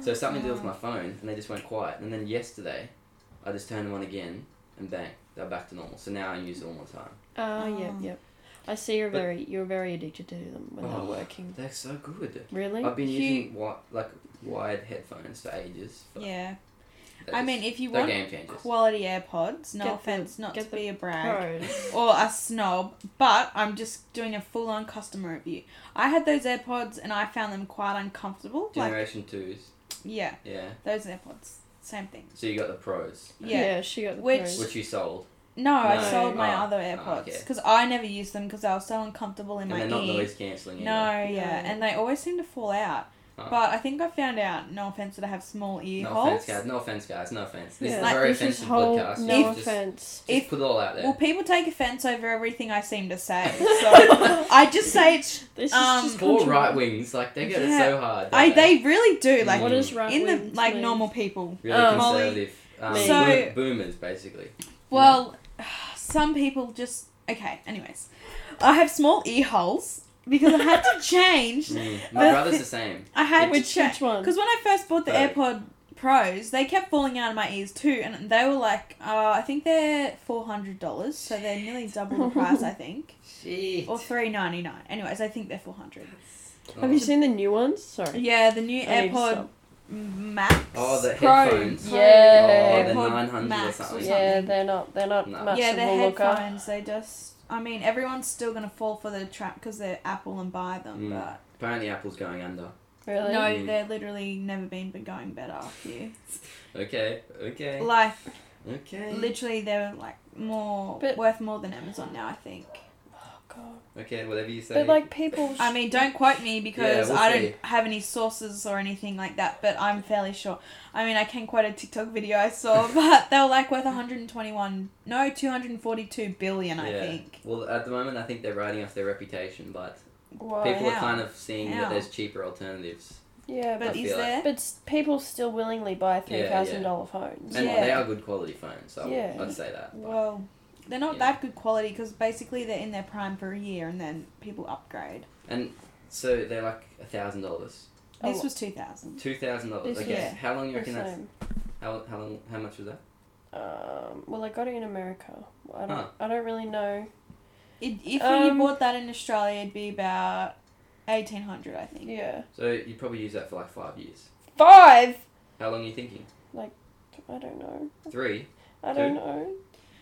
[SPEAKER 1] So, something to do with my phone and they just went quiet. And then yesterday, I just turned them on again and bang, they're back to normal. So now I use it all the time.
[SPEAKER 2] Ah, yep,
[SPEAKER 3] Oh.
[SPEAKER 2] yep. I see you're
[SPEAKER 1] But-
[SPEAKER 2] very you're very addicted to them when
[SPEAKER 1] Oh.
[SPEAKER 2] they're working.
[SPEAKER 1] They're so good.
[SPEAKER 2] Really?
[SPEAKER 1] I've been
[SPEAKER 3] You-
[SPEAKER 1] using wi- like wired headphones for ages. but
[SPEAKER 3] Yeah.
[SPEAKER 1] they
[SPEAKER 3] I
[SPEAKER 1] just-
[SPEAKER 3] mean, if you
[SPEAKER 1] they're
[SPEAKER 3] want
[SPEAKER 1] game changers.
[SPEAKER 3] *laughs* quality AirPods,
[SPEAKER 2] Get
[SPEAKER 3] no
[SPEAKER 2] the-
[SPEAKER 3] offense, not
[SPEAKER 2] get
[SPEAKER 3] to
[SPEAKER 2] the
[SPEAKER 3] be a brag.
[SPEAKER 2] Pros.
[SPEAKER 3] or a snob, but I'm just doing a full on customer review. I had those AirPods and I found them quite uncomfortable. Like,
[SPEAKER 1] Generation twos.
[SPEAKER 3] yeah,
[SPEAKER 1] Yeah.
[SPEAKER 3] those AirPods, same thing.
[SPEAKER 1] So you got the pros,
[SPEAKER 2] yeah.
[SPEAKER 3] Yeah.
[SPEAKER 2] she got the
[SPEAKER 3] Which-
[SPEAKER 2] pros.
[SPEAKER 1] which you sold,
[SPEAKER 3] No, I
[SPEAKER 2] No.
[SPEAKER 3] sold my
[SPEAKER 1] Ah,
[SPEAKER 3] other
[SPEAKER 1] ah,
[SPEAKER 3] AirPods
[SPEAKER 1] okay.
[SPEAKER 3] because I never used them because they were so uncomfortable in
[SPEAKER 1] and
[SPEAKER 3] my
[SPEAKER 1] they're not
[SPEAKER 3] ear.
[SPEAKER 1] noise cancelling.
[SPEAKER 3] no,
[SPEAKER 1] either.
[SPEAKER 3] yeah,
[SPEAKER 2] No.
[SPEAKER 3] and they always seem to fall out.
[SPEAKER 1] Ah.
[SPEAKER 3] But I think I found out. No offense that I have small ear
[SPEAKER 1] No
[SPEAKER 3] holes.
[SPEAKER 1] offense, guys. No offense, guys. No offense. This
[SPEAKER 2] yeah.
[SPEAKER 1] is
[SPEAKER 3] Like,
[SPEAKER 1] a very
[SPEAKER 2] this is
[SPEAKER 1] offensive
[SPEAKER 2] whole,
[SPEAKER 1] podcast.
[SPEAKER 2] No
[SPEAKER 1] just,
[SPEAKER 2] offense.
[SPEAKER 1] Just
[SPEAKER 3] If-
[SPEAKER 1] put it all out there.
[SPEAKER 3] Well, people take offense over everything I seem to
[SPEAKER 1] *laughs*
[SPEAKER 3] say, so I just say it's.
[SPEAKER 2] This
[SPEAKER 3] um,
[SPEAKER 2] is just
[SPEAKER 1] Poor
[SPEAKER 2] contra-
[SPEAKER 1] right wings, like they get
[SPEAKER 3] Yeah.
[SPEAKER 1] it so hard.
[SPEAKER 3] I
[SPEAKER 1] don't they?
[SPEAKER 3] they really do like
[SPEAKER 2] What
[SPEAKER 1] Mm.
[SPEAKER 2] is right
[SPEAKER 3] in the
[SPEAKER 2] wing
[SPEAKER 3] like
[SPEAKER 2] mean?
[SPEAKER 3] normal people.
[SPEAKER 1] really
[SPEAKER 2] Um,
[SPEAKER 3] Molly-
[SPEAKER 1] conservative. Um,
[SPEAKER 2] me.
[SPEAKER 1] boom-
[SPEAKER 3] So-
[SPEAKER 1] boomers, basically.
[SPEAKER 3] Well, *sighs* some people just okay. Anyways, I have small ear holes because I had *laughs* to change.
[SPEAKER 1] Mm. My
[SPEAKER 3] But-
[SPEAKER 1] brother's the same.
[SPEAKER 3] I had
[SPEAKER 2] Which-
[SPEAKER 3] to
[SPEAKER 2] which one?
[SPEAKER 3] because when I first bought the
[SPEAKER 1] Oh.
[SPEAKER 3] AirPod Pros, they kept falling out of my ears too, and they were like, uh, I think they're four hundred dollars, so they're nearly double the price,
[SPEAKER 1] *laughs*
[SPEAKER 3] I think,
[SPEAKER 1] Shit. Oh,
[SPEAKER 3] or three ninety nine. Anyways, I think they're four hundred.
[SPEAKER 2] Have you seen the new ones? Sorry.
[SPEAKER 3] Yeah, the new
[SPEAKER 2] I need to
[SPEAKER 3] AirPod
[SPEAKER 2] stop.
[SPEAKER 3] Max.
[SPEAKER 1] Oh, the
[SPEAKER 3] Pro.
[SPEAKER 1] headphones.
[SPEAKER 3] Pro.
[SPEAKER 2] Yeah. Oh, the
[SPEAKER 3] AirPod
[SPEAKER 1] 900 or
[SPEAKER 3] Max
[SPEAKER 1] something.
[SPEAKER 2] Yeah, they're not. They're not
[SPEAKER 1] No.
[SPEAKER 2] much
[SPEAKER 3] yeah,
[SPEAKER 2] of
[SPEAKER 3] the
[SPEAKER 2] a looker.
[SPEAKER 3] headphones. They just. I mean, everyone's still gonna fall for the trap because they're Apple and buy
[SPEAKER 1] Mm.
[SPEAKER 3] them, but
[SPEAKER 1] Apparently, Apple's going under.
[SPEAKER 2] Really?
[SPEAKER 3] no,
[SPEAKER 1] Mm.
[SPEAKER 3] they're literally never been but going better. After you.
[SPEAKER 1] Okay, okay,
[SPEAKER 3] Like
[SPEAKER 1] okay,
[SPEAKER 3] literally, they're like more
[SPEAKER 2] But-
[SPEAKER 3] worth more than Amazon now. I think.
[SPEAKER 2] Oh, God.
[SPEAKER 1] okay. Whatever you say.
[SPEAKER 2] But like
[SPEAKER 1] *laughs*
[SPEAKER 2] people.
[SPEAKER 3] I mean, don't quote me because
[SPEAKER 1] we'll
[SPEAKER 3] I
[SPEAKER 1] see.
[SPEAKER 3] don't have any sources or anything like that, but I'm fairly sure. I mean, I can quote a TikTok video
[SPEAKER 1] *laughs*
[SPEAKER 3] I saw, but they were like worth 121, no, 242 billion, I
[SPEAKER 1] Yeah.
[SPEAKER 3] think.
[SPEAKER 1] Well, at the moment, I think they're writing off their reputation, but
[SPEAKER 2] Why?
[SPEAKER 1] People are
[SPEAKER 3] how?
[SPEAKER 1] kind of seeing
[SPEAKER 3] How?
[SPEAKER 1] that there's cheaper alternatives.
[SPEAKER 2] yeah, but
[SPEAKER 3] But
[SPEAKER 1] I
[SPEAKER 3] is
[SPEAKER 1] feel like-
[SPEAKER 3] there?
[SPEAKER 2] but s- people still willingly buy three
[SPEAKER 1] Yeah,
[SPEAKER 2] thousand
[SPEAKER 1] yeah.
[SPEAKER 2] dollar phones.
[SPEAKER 1] And
[SPEAKER 3] Yeah.
[SPEAKER 1] they are good quality phones, so
[SPEAKER 2] Yeah.
[SPEAKER 1] I'd say that.
[SPEAKER 3] Well, they're not
[SPEAKER 1] Yeah.
[SPEAKER 3] that good quality because basically they're in their prime for a year and then people upgrade.
[SPEAKER 1] And so they're like a thousand dollars,
[SPEAKER 2] Oh,
[SPEAKER 3] This was two thousand.
[SPEAKER 1] two thousand dollars.
[SPEAKER 2] This
[SPEAKER 1] Okay,
[SPEAKER 3] was-
[SPEAKER 1] how long you
[SPEAKER 2] the
[SPEAKER 1] reckon that's?
[SPEAKER 2] same.
[SPEAKER 1] How, how long? How much was that?
[SPEAKER 2] Um, well, I got it in America. I don't.
[SPEAKER 1] Huh.
[SPEAKER 2] I don't really know.
[SPEAKER 3] If you
[SPEAKER 2] Um,
[SPEAKER 3] bought that in Australia, it'd be about eighteen hundred, I think.
[SPEAKER 2] Yeah,
[SPEAKER 1] So you probably use that for like five years.
[SPEAKER 2] five.
[SPEAKER 1] How long are you thinking?
[SPEAKER 2] I don't know.
[SPEAKER 1] Three.
[SPEAKER 2] I
[SPEAKER 1] Two?
[SPEAKER 2] don't know.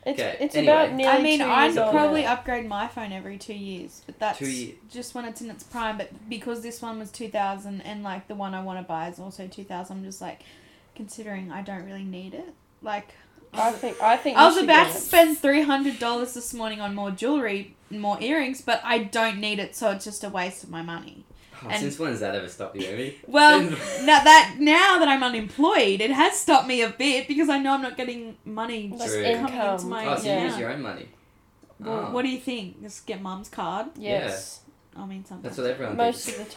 [SPEAKER 2] It's
[SPEAKER 1] Okay,
[SPEAKER 2] it's
[SPEAKER 1] anyway.
[SPEAKER 2] about nearly
[SPEAKER 3] I mean,
[SPEAKER 2] two
[SPEAKER 3] I
[SPEAKER 2] years old
[SPEAKER 3] probably
[SPEAKER 2] now.
[SPEAKER 3] upgrade my phone every two years, but that's
[SPEAKER 1] Two ye-
[SPEAKER 3] just when it's in its prime. But because this one was two thousand, and like the one I want to buy is also two thousand, I'm just like considering I don't really need it. Like
[SPEAKER 2] I think I think
[SPEAKER 3] I
[SPEAKER 2] you
[SPEAKER 3] was
[SPEAKER 2] should
[SPEAKER 3] about
[SPEAKER 2] get
[SPEAKER 3] to
[SPEAKER 2] it.
[SPEAKER 3] spend three hundred dollars this morning on more jewelry, more earrings, but I don't need it, so it's just a waste of my money.
[SPEAKER 1] Oh,
[SPEAKER 3] And-
[SPEAKER 1] since when's that ever stopped you, Amy?
[SPEAKER 3] *laughs*
[SPEAKER 2] *laughs*
[SPEAKER 3] Well, now
[SPEAKER 1] Since-
[SPEAKER 3] that now that I'm unemployed, it has stopped me a bit because I know I'm not getting money
[SPEAKER 2] Like
[SPEAKER 3] just
[SPEAKER 1] True.
[SPEAKER 3] coming into
[SPEAKER 2] income.
[SPEAKER 3] my
[SPEAKER 1] oh, so you
[SPEAKER 2] yeah.
[SPEAKER 1] use your own money.
[SPEAKER 3] Well,
[SPEAKER 1] Ah,
[SPEAKER 3] What do you think? Just get mum's card.
[SPEAKER 2] Yes,
[SPEAKER 3] I mean, sometimes.
[SPEAKER 1] that's what everyone
[SPEAKER 2] most
[SPEAKER 1] thinks.
[SPEAKER 2] of the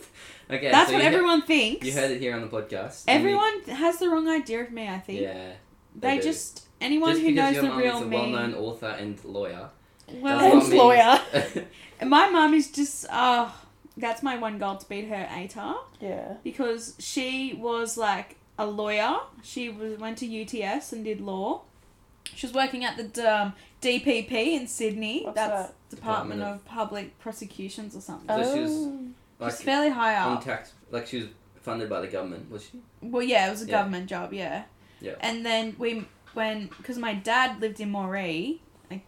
[SPEAKER 2] time.
[SPEAKER 1] Okay,
[SPEAKER 3] That's
[SPEAKER 1] so
[SPEAKER 3] what
[SPEAKER 1] you he-
[SPEAKER 3] everyone thinks.
[SPEAKER 1] you heard it here on the podcast. and we-
[SPEAKER 3] everyone has the wrong idea of me. I think
[SPEAKER 1] Yeah.
[SPEAKER 3] they
[SPEAKER 1] do.
[SPEAKER 3] just anyone
[SPEAKER 1] Just
[SPEAKER 3] who
[SPEAKER 1] because
[SPEAKER 3] knows
[SPEAKER 1] your
[SPEAKER 3] the
[SPEAKER 1] mum
[SPEAKER 3] real
[SPEAKER 1] is a
[SPEAKER 3] me.
[SPEAKER 1] well-known author and lawyer. *laughs*
[SPEAKER 3] well,
[SPEAKER 1] does not
[SPEAKER 2] And
[SPEAKER 1] mean-
[SPEAKER 2] lawyer.
[SPEAKER 3] my mum is just uh that's my one goal to beat her ATAR
[SPEAKER 2] Yeah.
[SPEAKER 3] because she was like a lawyer. She was, went to UTS and did law. She was working at the um, DPP in Sydney.
[SPEAKER 2] What's
[SPEAKER 3] That's Department,
[SPEAKER 1] Department
[SPEAKER 3] of Public Prosecutions or something.
[SPEAKER 1] So she was,
[SPEAKER 2] Oh.
[SPEAKER 3] She's
[SPEAKER 1] like
[SPEAKER 3] fairly high up.
[SPEAKER 1] on tax, like she was funded by the government, was she?
[SPEAKER 3] Well, yeah, it was a
[SPEAKER 1] Yeah.
[SPEAKER 3] government job, yeah.
[SPEAKER 1] Yeah.
[SPEAKER 3] And then we, when, because my dad lived in Moree, like,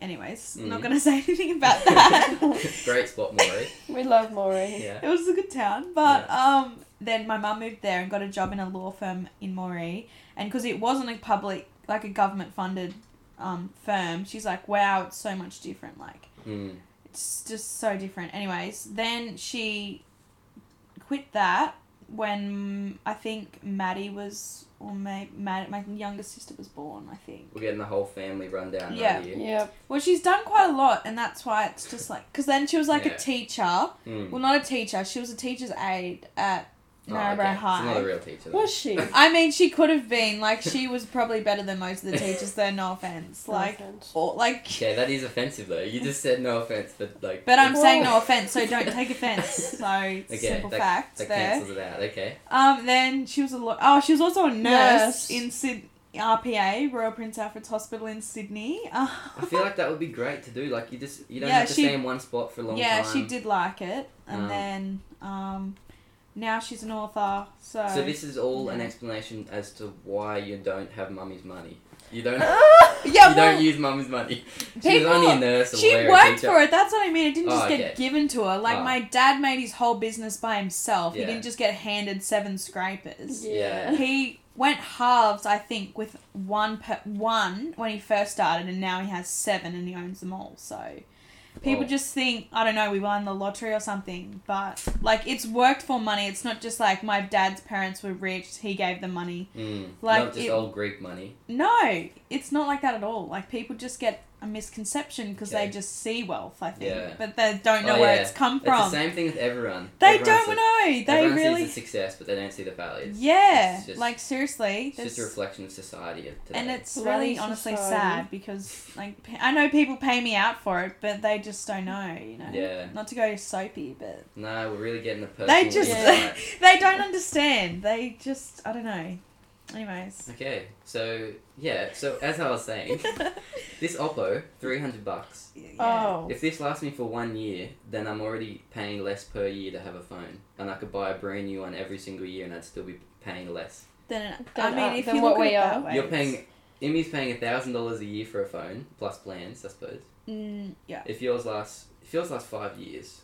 [SPEAKER 3] anyways, I'm not
[SPEAKER 1] Mhm.
[SPEAKER 3] going to *laughs* say
[SPEAKER 1] *laughs*
[SPEAKER 3] anything *laughs* about that.
[SPEAKER 1] Great spot,
[SPEAKER 3] *laughs*
[SPEAKER 1] Maury.
[SPEAKER 2] We love Maury.
[SPEAKER 1] Yeah.
[SPEAKER 3] it was a good town, but, um, then my mum moved there and got a job in a law firm in Moree, and because it wasn't a public, like a government funded, um, firm, she's like, wow, it's so much different, like,
[SPEAKER 1] Mm.
[SPEAKER 3] it's just so different. Anyways, then she quit that when I think Maddie was, or my, Maddie, my younger sister was born, I think.
[SPEAKER 1] We're getting the whole family rundown
[SPEAKER 3] Yeah.
[SPEAKER 1] right here.
[SPEAKER 2] Yep.
[SPEAKER 3] Well, she's done quite a lot, and that's why it's just like, because then she was like
[SPEAKER 1] Yeah.
[SPEAKER 3] a teacher.
[SPEAKER 1] Mm.
[SPEAKER 3] Well, not a teacher, she was a teacher's aide at Narrabri
[SPEAKER 1] It's
[SPEAKER 3] High.
[SPEAKER 1] Oh, not a real teacher. then.
[SPEAKER 2] Was
[SPEAKER 1] *laughs*
[SPEAKER 2] she?
[SPEAKER 3] I mean, she could have been, like, she was probably better than most of the teachers, though,
[SPEAKER 2] *laughs*
[SPEAKER 3] no offense.
[SPEAKER 2] No
[SPEAKER 3] Like,
[SPEAKER 1] *laughs*
[SPEAKER 2] offense.
[SPEAKER 3] or, like,
[SPEAKER 1] Okay, that is offensive though. You just said no offense, but like.
[SPEAKER 3] but I'm
[SPEAKER 1] it-
[SPEAKER 3] saying no offense, so don't take offense. *laughs*
[SPEAKER 1] *laughs*
[SPEAKER 3] So, simple
[SPEAKER 1] that,
[SPEAKER 3] fact
[SPEAKER 1] that
[SPEAKER 3] there.
[SPEAKER 1] cancels it out. Okay.
[SPEAKER 3] Um, then she was a lo- oh, she was also a nurse
[SPEAKER 2] Nurse.
[SPEAKER 3] in Syd RPA Royal Prince Alfred's Hospital in Sydney. *laughs* Uh,
[SPEAKER 1] I feel like that would be great to do. Like you just you don't
[SPEAKER 3] Yeah,
[SPEAKER 1] have to
[SPEAKER 3] she-
[SPEAKER 1] stay in one spot for a long
[SPEAKER 3] yeah,
[SPEAKER 1] time.
[SPEAKER 3] she did like it, and
[SPEAKER 1] Um,
[SPEAKER 3] then um, now she's an author. So,
[SPEAKER 1] So this is all an
[SPEAKER 3] Yeah.
[SPEAKER 1] explanation as to why you don't have mummy's money. You don't.
[SPEAKER 3] yeah,
[SPEAKER 1] you
[SPEAKER 3] well,
[SPEAKER 1] don't use mummy's money. She
[SPEAKER 3] people-
[SPEAKER 1] was only a nurse. A
[SPEAKER 3] she
[SPEAKER 1] lawyer, a
[SPEAKER 3] worked
[SPEAKER 1] teacher.
[SPEAKER 3] for it. That's what I mean. It didn't just
[SPEAKER 1] Oh,
[SPEAKER 3] get
[SPEAKER 1] okay.
[SPEAKER 3] given to her. Like
[SPEAKER 1] Ah.
[SPEAKER 3] my dad made his whole business by himself. He
[SPEAKER 1] Yeah.
[SPEAKER 3] didn't just get handed seven scrapers.
[SPEAKER 1] Yeah.
[SPEAKER 3] He went halves, I think, with one per- one when he first started, and now he has seven and he owns them all. So people
[SPEAKER 1] Wow.
[SPEAKER 3] just think, I don't know, we won the lottery or something. But like, it's worked for money. It's not just like my dad's parents were rich; he gave them money.
[SPEAKER 1] Mm,
[SPEAKER 3] Like,
[SPEAKER 1] not just
[SPEAKER 3] it-
[SPEAKER 1] old Greek money.
[SPEAKER 3] No, it's not like that at all. Like people just get a misconception because
[SPEAKER 1] Okay.
[SPEAKER 3] they just see wealth, I think,
[SPEAKER 1] Yeah.
[SPEAKER 3] but they don't know
[SPEAKER 1] Oh,
[SPEAKER 3] where
[SPEAKER 1] yeah.
[SPEAKER 3] it's come
[SPEAKER 1] It's the
[SPEAKER 3] from.
[SPEAKER 1] same thing with everyone.
[SPEAKER 3] they
[SPEAKER 1] Everyone
[SPEAKER 3] don't
[SPEAKER 1] says-
[SPEAKER 3] know. They
[SPEAKER 1] everyone
[SPEAKER 3] really,
[SPEAKER 1] sees the success, but they don't see the failures.
[SPEAKER 3] yeah.
[SPEAKER 1] it's just-
[SPEAKER 3] like seriously,
[SPEAKER 1] It's just a
[SPEAKER 3] there's-
[SPEAKER 1] reflection of society of today.
[SPEAKER 3] And it's
[SPEAKER 2] Bloody
[SPEAKER 3] really honestly
[SPEAKER 2] society.
[SPEAKER 3] sad because like p- I know people pay me out for it, but they just don't know, you know.
[SPEAKER 1] Yeah.
[SPEAKER 3] Not to go soapy, but
[SPEAKER 1] no, we're really getting the personal.
[SPEAKER 3] they just
[SPEAKER 1] insight.
[SPEAKER 3] they don't understand. They just I don't know.
[SPEAKER 1] *laughs*
[SPEAKER 3] Anyways.
[SPEAKER 1] *laughs* okay, so yeah, so as I was
[SPEAKER 3] *laughs*
[SPEAKER 1] saying, this Oppo, three hundred bucks.
[SPEAKER 3] Yeah.
[SPEAKER 2] Oh.
[SPEAKER 1] If this lasts me for one year, then I'm already paying less per year to have a phone, and I could buy a brand new one every single year, and I'd still be paying less.
[SPEAKER 3] Then I
[SPEAKER 2] Then,
[SPEAKER 3] mean,
[SPEAKER 2] uh,
[SPEAKER 3] if
[SPEAKER 2] then
[SPEAKER 3] you
[SPEAKER 2] what
[SPEAKER 3] look at
[SPEAKER 2] we
[SPEAKER 3] it that
[SPEAKER 2] are.
[SPEAKER 3] way,
[SPEAKER 1] You're paying. Imi's paying thousand dollars a year for a phone plus plans, I suppose.
[SPEAKER 3] Mm, yeah.
[SPEAKER 1] If yours lasts, if yours lasts five years,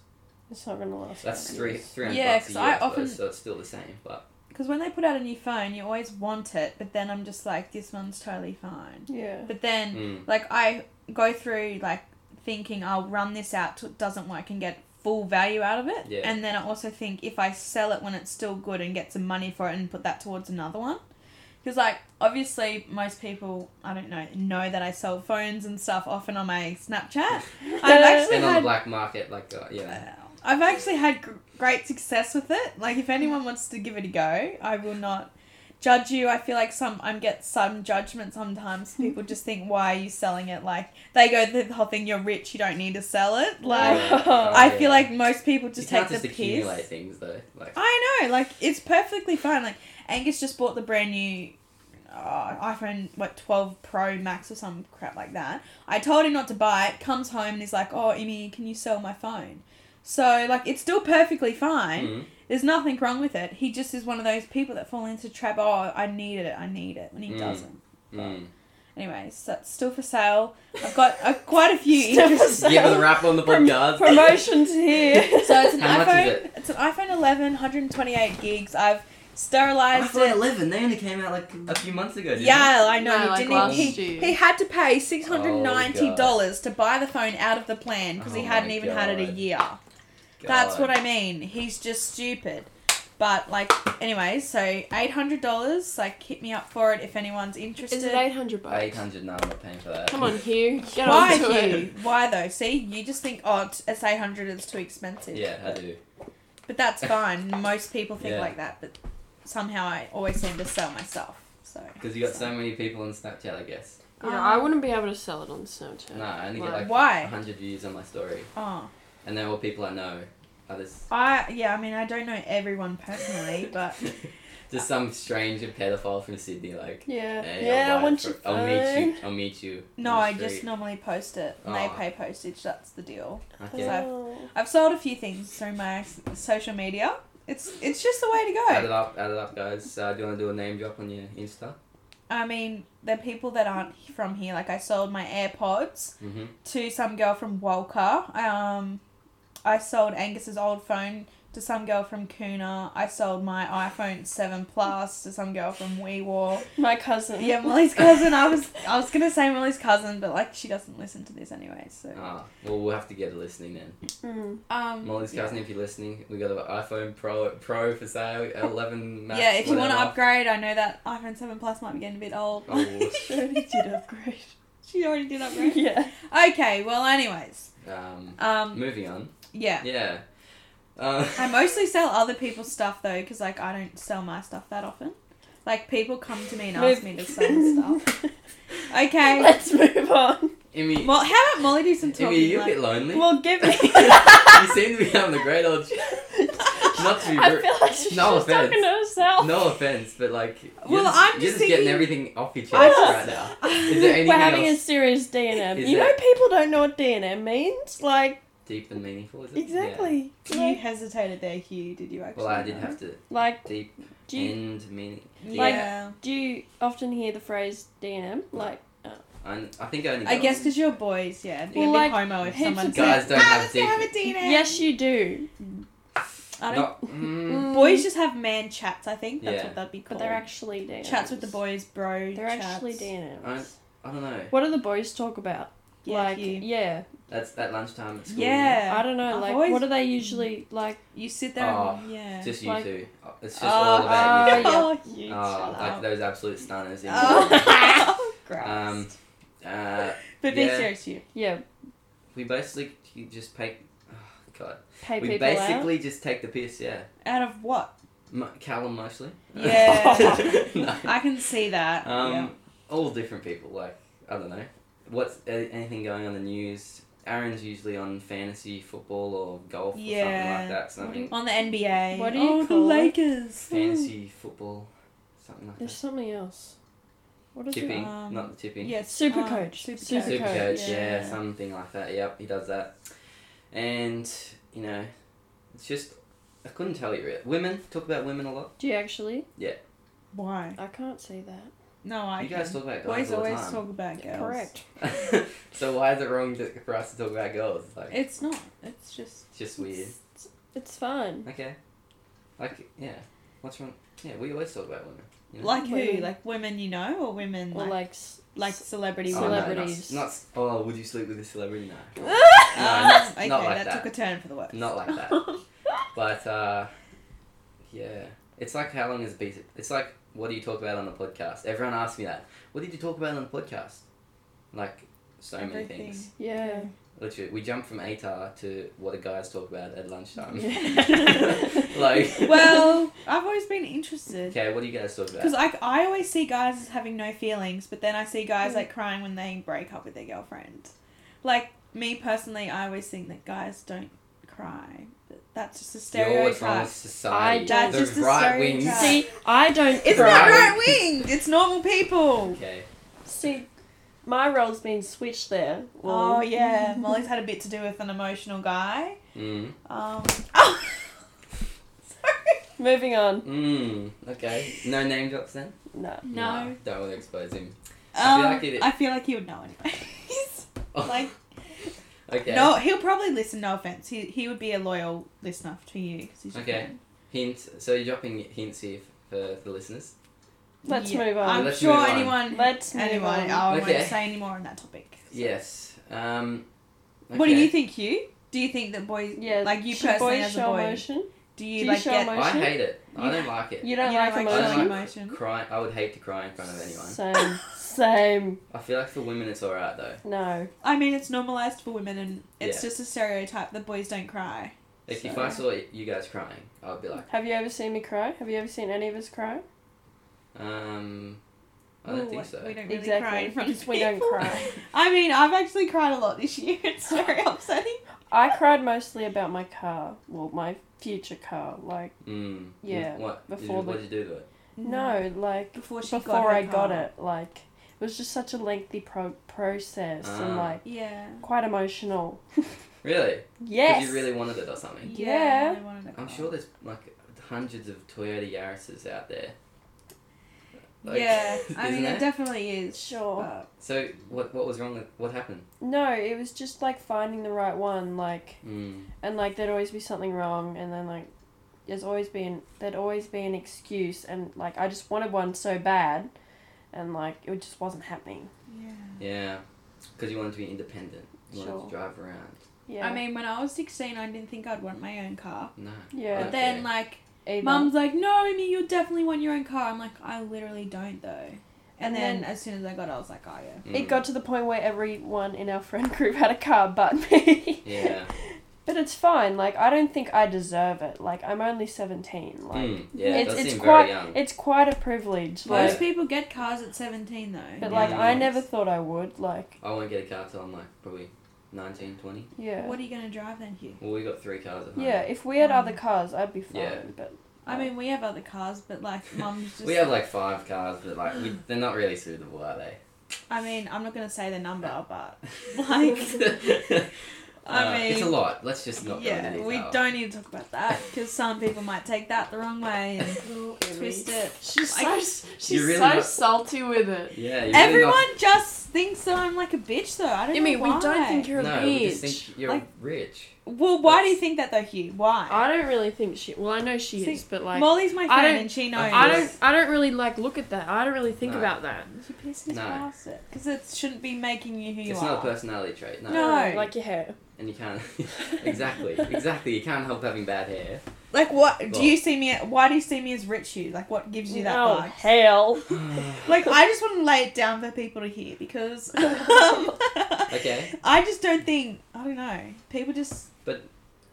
[SPEAKER 2] It's not gonna last.
[SPEAKER 1] that's
[SPEAKER 2] five
[SPEAKER 1] three
[SPEAKER 2] years.
[SPEAKER 1] three hundred
[SPEAKER 3] Yeah,
[SPEAKER 1] bucks a
[SPEAKER 3] 'cause
[SPEAKER 1] year.
[SPEAKER 3] I
[SPEAKER 1] I suppose,
[SPEAKER 3] often-
[SPEAKER 1] so it's still the same, but
[SPEAKER 3] Because when they put out a new phone, you always want it, but then I'm just like, this one's totally fine.
[SPEAKER 2] Yeah. *laughs*
[SPEAKER 3] But then
[SPEAKER 1] mm,
[SPEAKER 3] like I go through like thinking I'll run this out till it doesn't work and get full value out of it.
[SPEAKER 1] Yeah.
[SPEAKER 3] And then I also think if I sell it when it's still good and get some money for it and put that towards another one. Because like obviously most people I don't know know that I sell phones and stuff often on my Snapchat. I've
[SPEAKER 1] *laughs*
[SPEAKER 3] actually
[SPEAKER 1] and on the
[SPEAKER 3] had
[SPEAKER 1] black market, like uh, yeah.
[SPEAKER 3] uh, I've actually had gr- great success with it. Like, if anyone wants to give it a go, I will not judge you. I feel like some I get some judgment sometimes. People just think, "Why are you selling it?" Like they go through the whole thing. You're rich. You don't need to sell it. Like
[SPEAKER 1] Yeah.
[SPEAKER 2] Oh,
[SPEAKER 3] *laughs* I
[SPEAKER 1] yeah.
[SPEAKER 3] feel like most people
[SPEAKER 1] You
[SPEAKER 3] just
[SPEAKER 1] can't
[SPEAKER 3] take the piss.
[SPEAKER 1] accumulate things though. Like
[SPEAKER 3] I know, like it's perfectly fine. Like Angus just bought the brand new uh, iPhone, what twelve Pro Max or some crap like that. I told him not to buy it. Comes home and he's like, "Oh, Emmy, can you sell my phone?" So like it's still perfectly fine.
[SPEAKER 1] mm,
[SPEAKER 3] There's nothing wrong with it. He just is one of those people that fall into trap. Oh, I needed it. I need it, and he
[SPEAKER 1] Mm.
[SPEAKER 3] doesn't.
[SPEAKER 1] mm.
[SPEAKER 3] Anyways, so it's still for sale. I've got uh, quite a
[SPEAKER 1] *laughs*
[SPEAKER 2] *laughs*
[SPEAKER 3] few.
[SPEAKER 2] Still for
[SPEAKER 3] interest-
[SPEAKER 2] sale.
[SPEAKER 1] Give it
[SPEAKER 3] *laughs*
[SPEAKER 1] a wrap on the
[SPEAKER 2] Prom-
[SPEAKER 1] podcast. *laughs*
[SPEAKER 2] Promotions here.
[SPEAKER 3] So it's an
[SPEAKER 1] How
[SPEAKER 3] iPhone.
[SPEAKER 1] much is it?
[SPEAKER 3] It's an iPhone 11, 128 gigs. I've sterilized
[SPEAKER 1] iPhone
[SPEAKER 3] it.
[SPEAKER 1] 11. They only came out like a few months ago. Didn't
[SPEAKER 3] Yeah, I know.
[SPEAKER 5] No,
[SPEAKER 3] he
[SPEAKER 5] like
[SPEAKER 3] didn't.
[SPEAKER 5] last
[SPEAKER 3] he,
[SPEAKER 5] year.
[SPEAKER 3] he had to pay six hundred ninety
[SPEAKER 1] Oh,
[SPEAKER 3] dollars to buy the phone out of the plan because he
[SPEAKER 1] Oh,
[SPEAKER 3] hadn't
[SPEAKER 1] my
[SPEAKER 3] even had it a
[SPEAKER 1] God.
[SPEAKER 3] year. That's what I mean. He's just stupid. But like, anyways, so eight hundred dollars. Like, hit me up for it if anyone's interested.
[SPEAKER 2] Is it 800 bucks?
[SPEAKER 1] 800. No, I'm not paying for that.
[SPEAKER 2] Come on, Hugh. Get
[SPEAKER 3] Why,
[SPEAKER 2] on to
[SPEAKER 3] Hugh?
[SPEAKER 2] it.
[SPEAKER 3] Why though? See, you just think, oh, it's- it's eight hundred. It's too
[SPEAKER 1] *laughs*
[SPEAKER 3] expensive.
[SPEAKER 1] Yeah, I do.
[SPEAKER 3] But that's fine. Most people think
[SPEAKER 1] Yeah.
[SPEAKER 3] like that, but somehow I always seem to sell myself. So
[SPEAKER 1] Because you got so many people on Snapchat, I guess.
[SPEAKER 2] Yeah, I wouldn't be able to sell it on Snapchat.
[SPEAKER 1] No, I only get
[SPEAKER 2] Why?
[SPEAKER 1] like
[SPEAKER 3] why?
[SPEAKER 1] 100 views on my story,
[SPEAKER 3] Oh.
[SPEAKER 1] and they're all people I know. Others.
[SPEAKER 3] *laughs* I yeah, I mean I don't know everyone personally, but
[SPEAKER 1] *laughs* just some stranger pedophile from Sydney, like.
[SPEAKER 2] Yeah.
[SPEAKER 1] Hey,
[SPEAKER 2] yeah,
[SPEAKER 1] I'll
[SPEAKER 2] I
[SPEAKER 1] buy
[SPEAKER 2] want
[SPEAKER 1] it
[SPEAKER 2] your
[SPEAKER 1] for- I'll
[SPEAKER 2] phone.
[SPEAKER 1] meet you. I'll meet you. on
[SPEAKER 3] no,
[SPEAKER 1] the
[SPEAKER 3] I just
[SPEAKER 1] street.
[SPEAKER 3] normally post it and they
[SPEAKER 1] Oh.
[SPEAKER 3] pay postage. That's the deal.
[SPEAKER 1] Okay.
[SPEAKER 3] Yeah.
[SPEAKER 2] Oh.
[SPEAKER 3] I've sold a few things through my s- social media. It's it's just the way to
[SPEAKER 1] Add it
[SPEAKER 3] go.
[SPEAKER 1] up, add it up, guys. Uh, do you want to do a name drop on your Insta?
[SPEAKER 3] I mean, the people that aren't from here, like I sold my AirPods
[SPEAKER 1] Mm-hmm.
[SPEAKER 3] to some girl from Walker. Um, I sold Angus's old phone to some girl from Kuna. I sold my iPhone Seven Plus to some girl from WeWar.
[SPEAKER 2] My cousin.
[SPEAKER 3] Yeah, Molly's cousin. I was I was gonna say Molly's cousin, but like she doesn't listen to this anyway. So
[SPEAKER 1] Ah, well, we'll have to get a listening then.
[SPEAKER 2] Mm.
[SPEAKER 3] um,
[SPEAKER 1] Molly's
[SPEAKER 3] yeah.
[SPEAKER 1] cousin, if you're listening, we got an iPhone Pro Pro for
[SPEAKER 3] *laughs*
[SPEAKER 1] sale, 11 Max.
[SPEAKER 3] yeah, if you want to
[SPEAKER 1] whatever.
[SPEAKER 3] upgrade, I know that iPhone Seven Plus might be getting a bit old. *laughs*
[SPEAKER 1] Oh.
[SPEAKER 2] She *laughs* already did upgrade.
[SPEAKER 3] she already did
[SPEAKER 2] *laughs*
[SPEAKER 3] upgrade.
[SPEAKER 2] yeah.
[SPEAKER 3] okay, well, anyways,
[SPEAKER 1] Um,
[SPEAKER 3] um,
[SPEAKER 1] moving on.
[SPEAKER 3] yeah.
[SPEAKER 1] Yeah. Uh,
[SPEAKER 3] *laughs* I mostly sell other people's stuff though, because like I don't sell my stuff that often. Like people come to me and ask me to
[SPEAKER 2] *laughs*
[SPEAKER 3] sell stuff. Okay.
[SPEAKER 2] Let's move on.
[SPEAKER 1] *laughs* Emmy,
[SPEAKER 3] Well, how about Molly do some
[SPEAKER 1] Emmy, are
[SPEAKER 3] talking?
[SPEAKER 1] you a bit
[SPEAKER 3] Like,
[SPEAKER 1] lonely?
[SPEAKER 2] Well, give me.
[SPEAKER 1] *laughs*
[SPEAKER 3] *laughs*
[SPEAKER 1] you seem to be having a great old. *laughs* Not
[SPEAKER 3] *laughs*
[SPEAKER 1] to be
[SPEAKER 2] I
[SPEAKER 1] rude.
[SPEAKER 2] feel like she's
[SPEAKER 1] No
[SPEAKER 2] just talking
[SPEAKER 1] offense.
[SPEAKER 2] to herself.
[SPEAKER 1] No offense, but like, you're
[SPEAKER 3] Well,
[SPEAKER 1] just,
[SPEAKER 3] I'm
[SPEAKER 1] you're
[SPEAKER 3] just
[SPEAKER 1] just getting
[SPEAKER 3] thinking-
[SPEAKER 1] everything off your chest
[SPEAKER 2] I just-
[SPEAKER 1] right now. Is there
[SPEAKER 2] *laughs*
[SPEAKER 1] anything
[SPEAKER 2] We're having a
[SPEAKER 1] else
[SPEAKER 2] serious D and M.
[SPEAKER 1] Is
[SPEAKER 2] You know,
[SPEAKER 1] there-
[SPEAKER 2] people don't know what D and M means. Like
[SPEAKER 1] deep and meaningful? Is it? Yeah.
[SPEAKER 2] exactly.
[SPEAKER 3] *laughs* you
[SPEAKER 2] Like,
[SPEAKER 3] hesitated there, Hugh. Did you actually?
[SPEAKER 1] Well, I did
[SPEAKER 3] know?
[SPEAKER 1] have to
[SPEAKER 2] like,
[SPEAKER 1] deep
[SPEAKER 2] do you
[SPEAKER 1] and meaning.
[SPEAKER 2] Like-
[SPEAKER 1] yeah.
[SPEAKER 3] Yeah.
[SPEAKER 2] do you often hear the phrase D and M? Like
[SPEAKER 1] I, I think I only.
[SPEAKER 3] I
[SPEAKER 1] got-
[SPEAKER 3] guess because you're boys, yeah. It'd be
[SPEAKER 2] Well,
[SPEAKER 3] a
[SPEAKER 2] like,
[SPEAKER 3] bit homo if
[SPEAKER 2] heaps
[SPEAKER 3] someone
[SPEAKER 2] of
[SPEAKER 1] guys
[SPEAKER 3] said,
[SPEAKER 1] don't
[SPEAKER 3] "Ah,
[SPEAKER 1] have
[SPEAKER 3] let's go
[SPEAKER 1] dick."
[SPEAKER 3] have a dinner."
[SPEAKER 2] yes, you do.
[SPEAKER 3] I don't.
[SPEAKER 1] Not, mm,
[SPEAKER 3] Boys just have man chats. I think that's
[SPEAKER 1] Yeah.
[SPEAKER 3] what that'd be
[SPEAKER 2] but
[SPEAKER 3] called.
[SPEAKER 2] they're actually D and Ms.
[SPEAKER 3] chats with the boys, bro.
[SPEAKER 2] They're
[SPEAKER 3] chats.
[SPEAKER 2] actually D and Ms.
[SPEAKER 1] I don't know.
[SPEAKER 2] What do the boys talk about?
[SPEAKER 3] Yeah,
[SPEAKER 2] like
[SPEAKER 3] you.
[SPEAKER 2] yeah,
[SPEAKER 1] That's that lunchtime at school. isn't
[SPEAKER 3] Yeah.
[SPEAKER 2] I don't know.
[SPEAKER 3] I've
[SPEAKER 2] Like
[SPEAKER 3] always-
[SPEAKER 2] what do they usually like?
[SPEAKER 3] You sit there. and, yeah.
[SPEAKER 1] it? Just you
[SPEAKER 2] Like-
[SPEAKER 1] two. Oh, It's just
[SPEAKER 3] Oh,
[SPEAKER 1] all about you.
[SPEAKER 2] yeah.
[SPEAKER 1] two.
[SPEAKER 3] Oh, you
[SPEAKER 1] Oh,
[SPEAKER 3] shut
[SPEAKER 1] like
[SPEAKER 3] up.
[SPEAKER 1] those absolute stunners. In
[SPEAKER 3] *laughs* Oh, *laughs* Christ.
[SPEAKER 1] um, uh,
[SPEAKER 3] but be
[SPEAKER 1] yeah.
[SPEAKER 3] serious, you.
[SPEAKER 2] Yeah,
[SPEAKER 1] we basically just take. Oh, God.
[SPEAKER 2] pay
[SPEAKER 1] we
[SPEAKER 2] people
[SPEAKER 1] basically just take the piss. Yeah.
[SPEAKER 3] Out of what?
[SPEAKER 1] M- Callum mostly.
[SPEAKER 3] Yeah.
[SPEAKER 1] *laughs* no.
[SPEAKER 3] *laughs* I can see that.
[SPEAKER 1] Um,
[SPEAKER 3] yeah.
[SPEAKER 1] all different people. Like I don't know. What's a- anything going on in the news? Aaron's usually on fantasy football or golf or something
[SPEAKER 3] Yeah.
[SPEAKER 1] like that. Something
[SPEAKER 3] On the NBA.
[SPEAKER 2] What do
[SPEAKER 3] oh,
[SPEAKER 2] you
[SPEAKER 3] the
[SPEAKER 2] call it?
[SPEAKER 3] Lakers. Hmm.
[SPEAKER 1] fantasy football, something like
[SPEAKER 2] out. There's something else. What
[SPEAKER 1] that.
[SPEAKER 2] is it?
[SPEAKER 1] Tipping,
[SPEAKER 3] um,
[SPEAKER 1] not the tipping.
[SPEAKER 3] Yes. Uh,
[SPEAKER 2] Super coach.
[SPEAKER 3] Super,
[SPEAKER 2] Super
[SPEAKER 1] Super
[SPEAKER 2] coach,
[SPEAKER 1] coach, yeah.
[SPEAKER 3] yeah.
[SPEAKER 1] something like that. Yep, he does that. And you know, it's just I couldn't tell you. Really. Women talk about women a lot.
[SPEAKER 2] Do you actually?
[SPEAKER 3] Why?
[SPEAKER 2] I can't say that.
[SPEAKER 3] No, I.
[SPEAKER 1] you guys
[SPEAKER 3] can.
[SPEAKER 1] talk about guys
[SPEAKER 3] Boys
[SPEAKER 1] all the
[SPEAKER 3] always
[SPEAKER 1] time.
[SPEAKER 3] talk about girls.
[SPEAKER 2] Correct.
[SPEAKER 1] *laughs* so why is it wrong to, for us to talk about girls? Like
[SPEAKER 3] It's not. It's just.
[SPEAKER 1] it's just weird.
[SPEAKER 2] It's, it's fun.
[SPEAKER 1] Okay. Like, yeah. What's wrong? Yeah, we always talk about women. you know?
[SPEAKER 3] Like who?
[SPEAKER 2] Women.
[SPEAKER 3] Like women you know, or women
[SPEAKER 2] Or
[SPEAKER 3] like like,
[SPEAKER 2] like s- s-
[SPEAKER 3] celebrity
[SPEAKER 1] Oh, no,
[SPEAKER 3] women.
[SPEAKER 1] not-
[SPEAKER 2] celebrities.
[SPEAKER 1] not, oh, would you sleep with a celebrity? No.
[SPEAKER 3] *laughs* Um,
[SPEAKER 1] not-
[SPEAKER 3] okay,
[SPEAKER 1] not like
[SPEAKER 3] that,
[SPEAKER 1] that.
[SPEAKER 3] took a turn for the worse.
[SPEAKER 1] Not like that.
[SPEAKER 3] *laughs*
[SPEAKER 1] But, uh, yeah. It's like how long is a piece of... It's like, what do you talk about on the podcast? Everyone asks me that. What did you talk about on the podcast? Like, so
[SPEAKER 3] Everything.
[SPEAKER 1] many things.
[SPEAKER 2] Yeah.
[SPEAKER 1] Literally, we jumped from ATAR to what the guys talk about at lunchtime.
[SPEAKER 2] Yeah.
[SPEAKER 1] *laughs* like, *laughs*
[SPEAKER 3] well, I've always been interested
[SPEAKER 1] okay, what do you guys talk
[SPEAKER 3] because
[SPEAKER 1] about?
[SPEAKER 3] I, I always see guys as having no feelings, but then I see guys
[SPEAKER 1] Hmm.
[SPEAKER 2] Mm.
[SPEAKER 3] like crying when they break up with their girlfriend. Like me personally, I always think that guys don't cry. But that's just a
[SPEAKER 1] You're what's wrong
[SPEAKER 3] stereotype.
[SPEAKER 1] with society.
[SPEAKER 2] I don't-
[SPEAKER 1] the
[SPEAKER 3] That's just a
[SPEAKER 1] right wing.
[SPEAKER 3] stereotype.
[SPEAKER 2] See, I don't
[SPEAKER 3] It's
[SPEAKER 2] cry.
[SPEAKER 3] not
[SPEAKER 1] Right.
[SPEAKER 3] right wing. It's normal people.
[SPEAKER 1] Okay.
[SPEAKER 2] See, my role's been switched there.
[SPEAKER 3] Oh yeah, Molly's had a bit to do with an emotional guy.
[SPEAKER 1] Mm.
[SPEAKER 2] *laughs*
[SPEAKER 3] Um, oh, *laughs* sorry.
[SPEAKER 2] *laughs* Moving on.
[SPEAKER 1] Mm. Okay. No name drops then.
[SPEAKER 2] No.
[SPEAKER 1] Nah, don't want to expose him. *laughs* I
[SPEAKER 3] Um,
[SPEAKER 1] feel like it-
[SPEAKER 3] I feel like he would know anyway.
[SPEAKER 2] *laughs*
[SPEAKER 3] like
[SPEAKER 1] okay.
[SPEAKER 3] no, he'll probably listen. No offense, he he would be a loyal listener to you. 'cause he's your
[SPEAKER 1] Okay.
[SPEAKER 3] friend.
[SPEAKER 1] Hint. So you're dropping hints here for, for the listeners.
[SPEAKER 2] Let's move on.
[SPEAKER 3] I'm
[SPEAKER 1] Let's
[SPEAKER 3] sure
[SPEAKER 1] move on.
[SPEAKER 3] anyone,
[SPEAKER 2] Let's move
[SPEAKER 3] anyone,
[SPEAKER 2] on.
[SPEAKER 3] I
[SPEAKER 1] Okay.
[SPEAKER 3] won't say any more on that topic.
[SPEAKER 1] Yes. Um.
[SPEAKER 3] What do
[SPEAKER 1] okay.
[SPEAKER 3] you think, Hugh? Do you think that boys,
[SPEAKER 2] Yeah.
[SPEAKER 3] like you
[SPEAKER 2] should
[SPEAKER 3] personally
[SPEAKER 2] boys
[SPEAKER 3] as a
[SPEAKER 2] show
[SPEAKER 3] boy,
[SPEAKER 2] emotion?
[SPEAKER 3] do you
[SPEAKER 2] Do you
[SPEAKER 3] like
[SPEAKER 2] show
[SPEAKER 3] get
[SPEAKER 2] emotion?
[SPEAKER 1] I hate it. I
[SPEAKER 3] You-
[SPEAKER 1] don't like it.
[SPEAKER 2] You don't
[SPEAKER 3] You
[SPEAKER 2] like
[SPEAKER 1] I
[SPEAKER 3] don't like
[SPEAKER 2] emotion?
[SPEAKER 1] don't
[SPEAKER 3] showing
[SPEAKER 1] like
[SPEAKER 3] emotion?
[SPEAKER 1] crying. I would hate to cry in front of anyone.
[SPEAKER 2] Same. Same.
[SPEAKER 1] I feel like for women it's alright though.
[SPEAKER 2] No.
[SPEAKER 3] I mean, it's normalized for women, and it's
[SPEAKER 1] Yeah.
[SPEAKER 3] just a stereotype that boys don't cry.
[SPEAKER 1] Like if
[SPEAKER 2] So-
[SPEAKER 1] I saw you guys crying, I would be like,
[SPEAKER 2] Have you ever seen me cry? Have you ever seen any of us cry?
[SPEAKER 1] um, I don't
[SPEAKER 3] Ooh,
[SPEAKER 1] think
[SPEAKER 3] what-
[SPEAKER 1] so.
[SPEAKER 3] We
[SPEAKER 1] *laughs*
[SPEAKER 3] don't really
[SPEAKER 2] Exactly,
[SPEAKER 3] cry in front
[SPEAKER 2] because
[SPEAKER 3] of
[SPEAKER 2] we don't
[SPEAKER 3] *laughs* people.
[SPEAKER 2] cry.
[SPEAKER 3] I mean, I've actually cried a lot this year. *laughs*
[SPEAKER 2] *laughs*
[SPEAKER 3] It's very upsetting.
[SPEAKER 2] I cried mostly about my car. Well, my future car. Like,
[SPEAKER 1] Mm.
[SPEAKER 2] Yeah,
[SPEAKER 1] What? Did you,
[SPEAKER 2] before the-
[SPEAKER 1] what did you do to it?
[SPEAKER 2] no, like,
[SPEAKER 3] Mm. Before she
[SPEAKER 2] before
[SPEAKER 3] got her
[SPEAKER 2] I got
[SPEAKER 3] car.
[SPEAKER 2] it, like, it was just such a lengthy pro- process and,
[SPEAKER 1] Ah.
[SPEAKER 2] like,
[SPEAKER 3] Yeah.
[SPEAKER 2] quite
[SPEAKER 3] *laughs*
[SPEAKER 2] emotional.
[SPEAKER 1] Really? 'Cause
[SPEAKER 2] yes!
[SPEAKER 1] You really wanted it or something?
[SPEAKER 2] Yeah.
[SPEAKER 3] I wanted a
[SPEAKER 1] I'm
[SPEAKER 3] car.
[SPEAKER 1] sure there's like hundreds of Toyota Yaris's out there. Like, *laughs*
[SPEAKER 3] yeah, I
[SPEAKER 1] isn't
[SPEAKER 3] mean
[SPEAKER 1] there?
[SPEAKER 3] it definitely is.
[SPEAKER 2] Sure.
[SPEAKER 3] but-
[SPEAKER 1] So what? What was wrong? with What happened?
[SPEAKER 2] No, it was just like finding the right one, like
[SPEAKER 1] Mm.
[SPEAKER 2] and like there'd always be something wrong and then like there's always been there'd always be an excuse and like I just wanted one so bad and like it just wasn't happening.
[SPEAKER 3] yeah.
[SPEAKER 1] Yeah, because you wanted to be independent. You wanted
[SPEAKER 2] Sure.
[SPEAKER 1] to drive around.
[SPEAKER 2] Yeah.
[SPEAKER 3] I mean, when I was sixteen, I didn't think I'd want my own car.
[SPEAKER 1] No.
[SPEAKER 2] Yeah.
[SPEAKER 3] But then, like,
[SPEAKER 2] Either.
[SPEAKER 3] mum's like, "No, Amy, you'll definitely want your own car." I'm like, "I literally don't though." And,
[SPEAKER 2] And
[SPEAKER 3] then,
[SPEAKER 2] then-
[SPEAKER 3] as soon as I got, it, I was like, "Oh yeah."
[SPEAKER 1] Mm.
[SPEAKER 2] it got to the point where everyone in our friend group had a car but me.
[SPEAKER 1] *laughs* Yeah.
[SPEAKER 2] *laughs* But it's fine, like I don't think I deserve it. Like I'm only seventeen. Like
[SPEAKER 3] *laughs*
[SPEAKER 1] Mm. Yeah. It
[SPEAKER 2] it's
[SPEAKER 1] does
[SPEAKER 2] it's
[SPEAKER 1] seem
[SPEAKER 2] quite
[SPEAKER 1] very young.
[SPEAKER 2] it's quite a privilege.
[SPEAKER 3] Most
[SPEAKER 1] Yeah.
[SPEAKER 2] Like
[SPEAKER 3] people get cars at seventeen though.
[SPEAKER 2] but like
[SPEAKER 1] Yeah.
[SPEAKER 2] I never thought I would, like
[SPEAKER 1] I won't get a car till I'm like probably 19, 20.
[SPEAKER 2] yeah.
[SPEAKER 3] what are you gonna drive then, Hugh?
[SPEAKER 1] Well, we got three cars at home.
[SPEAKER 2] Yeah, if we had
[SPEAKER 3] Um,
[SPEAKER 2] other cars, I'd be fine.
[SPEAKER 1] Yeah.
[SPEAKER 2] But
[SPEAKER 3] I mean, we have other cars, but like, mum's just.
[SPEAKER 1] *laughs* We have like five cars, but like we, they're not really suitable, are they?
[SPEAKER 3] I mean, I'm not gonna say the number, but
[SPEAKER 1] *laughs*
[SPEAKER 3] Like- I
[SPEAKER 1] Uh, it's a
[SPEAKER 3] mean-
[SPEAKER 1] lot. Let's just not. go
[SPEAKER 3] yeah,
[SPEAKER 1] into
[SPEAKER 3] we
[SPEAKER 1] detail.
[SPEAKER 3] don't need to talk about that because some people might take that the wrong way *laughs* and twist it.
[SPEAKER 5] She's
[SPEAKER 3] Like,
[SPEAKER 5] so s- she's
[SPEAKER 1] really
[SPEAKER 5] so
[SPEAKER 1] not-
[SPEAKER 5] salty with it.
[SPEAKER 1] Yeah. *laughs* You're really
[SPEAKER 3] Everyone
[SPEAKER 1] not-
[SPEAKER 3] just thinks that I'm like a bitch, though. I don't
[SPEAKER 5] I
[SPEAKER 3] know
[SPEAKER 5] mean, we
[SPEAKER 3] why.
[SPEAKER 5] don't think you're
[SPEAKER 1] no,
[SPEAKER 5] a
[SPEAKER 1] we
[SPEAKER 5] bitch.
[SPEAKER 1] just think you're
[SPEAKER 3] Like-
[SPEAKER 1] rich.
[SPEAKER 3] Well, why do you
[SPEAKER 1] That's-
[SPEAKER 3] think that though, Hugh? Why?
[SPEAKER 5] I don't really think she. Well, I know she
[SPEAKER 3] See,
[SPEAKER 5] is, but like,
[SPEAKER 3] Molly's my
[SPEAKER 5] I
[SPEAKER 3] friend,
[SPEAKER 5] don't-
[SPEAKER 3] and she knows.
[SPEAKER 5] I don't. I don't really like look at that. I don't really think
[SPEAKER 1] No.
[SPEAKER 5] about that.
[SPEAKER 3] She pisses
[SPEAKER 1] No.
[SPEAKER 3] past it because it shouldn't be making you who you
[SPEAKER 1] It's
[SPEAKER 3] are.
[SPEAKER 1] not a personality trait. No.
[SPEAKER 3] No.
[SPEAKER 5] like your hair.
[SPEAKER 1] And you
[SPEAKER 3] *laughs*
[SPEAKER 1] can't. *laughs* exactly. Exactly. You can't help having bad hair.
[SPEAKER 3] Like, what
[SPEAKER 1] Well-
[SPEAKER 3] do you see me? Why do you see me as rich? Hugh? like, what gives you that
[SPEAKER 2] no
[SPEAKER 5] Oh,
[SPEAKER 1] *sighs*
[SPEAKER 3] vibe?
[SPEAKER 2] hell.
[SPEAKER 3] *sighs* Like, I just want to lay it down for people to hear
[SPEAKER 1] *laughs*
[SPEAKER 3] because. um,
[SPEAKER 1] Okay.
[SPEAKER 3] I just don't think. I don't know. People just